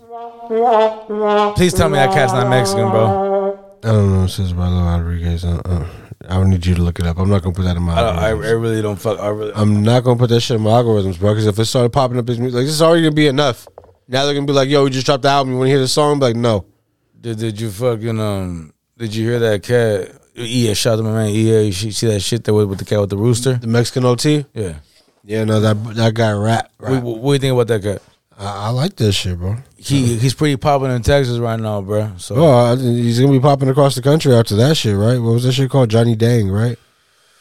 Please tell me that cat's not Mexican, bro.
I don't know. It says Rilo Rodriguez. Uh, uh, I would need you to look it up. I'm not gonna put that in my.
I, don't, I, I really don't fuck. I really.
I'm not gonna put that shit in my algorithms, bro. Because if it started popping up, his music, like this is already gonna be enough. Now they're gonna be like, "Yo, we just dropped the album. You want to hear the song?" I'm like, no.
Did did you fucking um? Did you hear that cat? Yeah, shout out to my man. Yeah, you see see that shit that was with the cat with the rooster, the
Mexican OT.
Yeah,
Yeah, no, that that guy rap.
We-
rap.
What, do you think about that cat?
I, I like this shit, bro.
He he's pretty popular in Texas right now, bro. So
Bro, I, he's gonna be popping across the country after that shit, right? What was that shit called? Johnny Dang, right?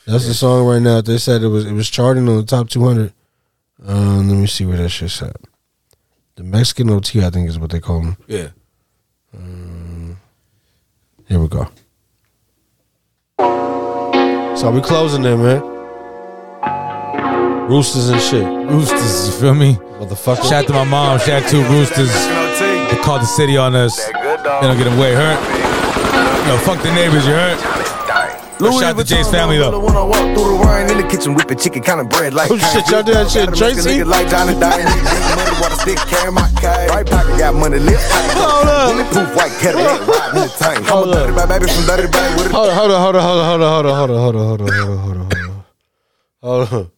That's the song right now. They said it was it was charting on the top 200. Um, let me see where that shit's at. The Mexican OT, I think, is what they call him.
yeah.
Here we go. So we closing there, man. Roosters and shit.
Roosters, you feel me?
Motherfucker.
Shout out to my mom. Shout out to Roosters. They called the city on us. They don't get away, hurt. Yo, fuck the neighbors, you hurt. Shout out to Jay's family though.
When I walk through the rain in the kitchen, whipping chicken, kind of bread like.
Oh, shit, y'all did that shit,
Gotta make a
Tracy?
nigga Like Johnny Dine, money water stick, carry my cash. Right pocket got money left. Hold up. Bulletproof white kettle, riding in the tank. I'm a dirty bag, baby from dirty bag with a
Hold on, hold on, hold on, hold on, hold on, hold on, hold on, hold on, hold on, hold on, hold on.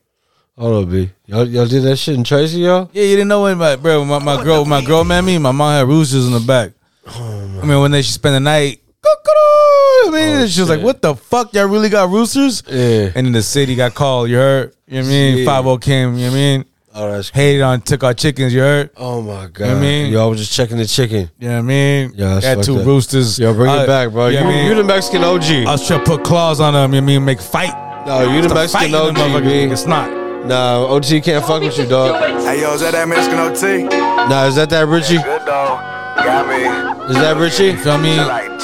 Hold on, B. Y'all, y'all did that shit in Tracy, y'all?
Yeah, you didn't know when my bro, my, my girl, my girl met me. My mom had roosters in the back. I mean, when they she spent the night. "Cuckoo," I mean, she was like, "What the fuck? Y'all really got roosters?"
Yeah.
And then the city got called. You heard? You know what I
Shit.
mean? Five O came. You know what I mean?
Oh, that's
hated on. Took our chickens. You heard?
Oh my god.
You know what I mean?
Y'all was just checking the chicken.
You know what I mean?
Yeah, that's
got
fucked
two
up.
roosters. Uh,
Yo, bring it back, bro.
you know what
You-
I mean?
you the Mexican OG.
I was trying to put claws on them. You know what I mean? Make a fight.
No, you the
It's a
Mexican
fight in
OG.
the motherfucker.
B.
It's not.
Nah, OG can't fuck with you, dog.
Hey yo, is that that Mexican OT?
Nah, is that that Richie?
Good dog, got me.
Is that Richie? You feel me?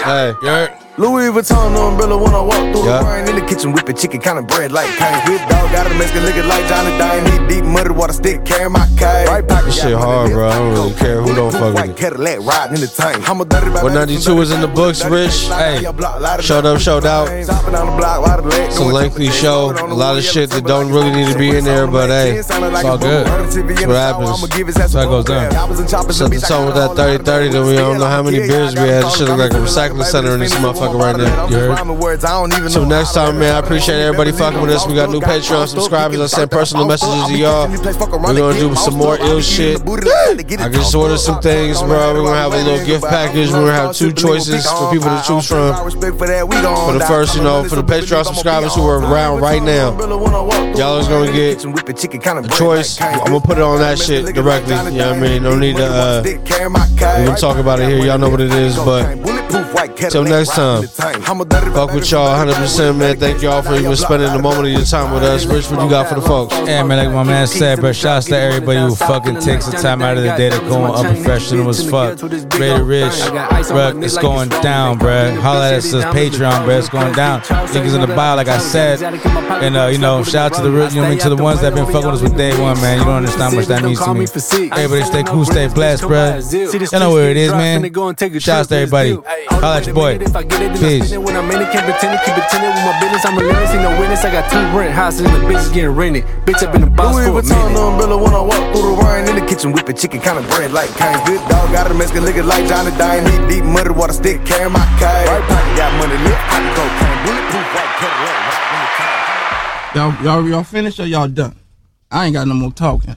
Hey.
Louis Vuitton umbrella when I walk through the rain in the kitchen whipping chicken kind of bread like pain. Whip dog out of Mexican liquor like Johnny Dine. He deep muddy water stick carry my cage. Right pocket
This shit hard, bro. I don't really care who don't fuck with it.
Cadillac riding in the tank. I'm a dirty bag.
192 is in the books, Rich. Hey, showed up, showed out. It's a lengthy show. A lot of shit that don't really need to be in there, but hey, it's all good. That's what happens. That's how it goes down. Set the tone with that 30 30, then we don't know how many beers we had. This shit look like a recycling center in this motherfucker right now. You heard? So next time, man, I appreciate everybody fucking with us. We got new Patreon subscribers. I sent personal messages to y'all. We're gonna do some more ill shit. I just ordered some things, bro. We're gonna have a little gift package. We're gonna have two choices for people to choose from. For the first, you know, for the Patreon subscribers who are around right now, y'all is gonna get a choice. I'm gonna put it on that shit directly. You know what I mean? No need to. Uh, we gonna talk about it here. Y'all know what it is, but till next time, fuck with y'all 100, percent man. Thank y'all for even spending a moment of your time with us. Rich, what you got for the folks?
Yeah, man, like my man said, bro, shouts to everybody who fucking takes the time out of the day to go on unprofessional as fuck. Greater Rich, bro, it's going down, bro. Holla at us, it's Patreon, bro, it's going down. Niggas in the bio, like I said. And, uh, you know, shout out to the, real- you know, what I mean, to the ones that been fucking with us with day one, man. You don't understand how much that means to me. Everybody stay cool, stay blessed, bro. You know where it is, man. Shouts to everybody. Holla at your boy. Peace.
When I'm in it, can't pretend it, keep pretending with my business. I'm a lyric, ain't no witness. I got two rent houses and the bitch is getting rented. Bitch up in the box
Louis
for a
Vuitton
minute.
umbrella when I walk through the rain in the kitchen whipping chicken kind of bread like cane. Good dog out of Mexican liquor like Johnny Dine. He deep muddy water stick carry my cage. Right pocket got money lip pocket cocaine. Bulletproof white Cadillac.
Y'all, y'all, y'all finished or y'all done? I ain't got no more talking.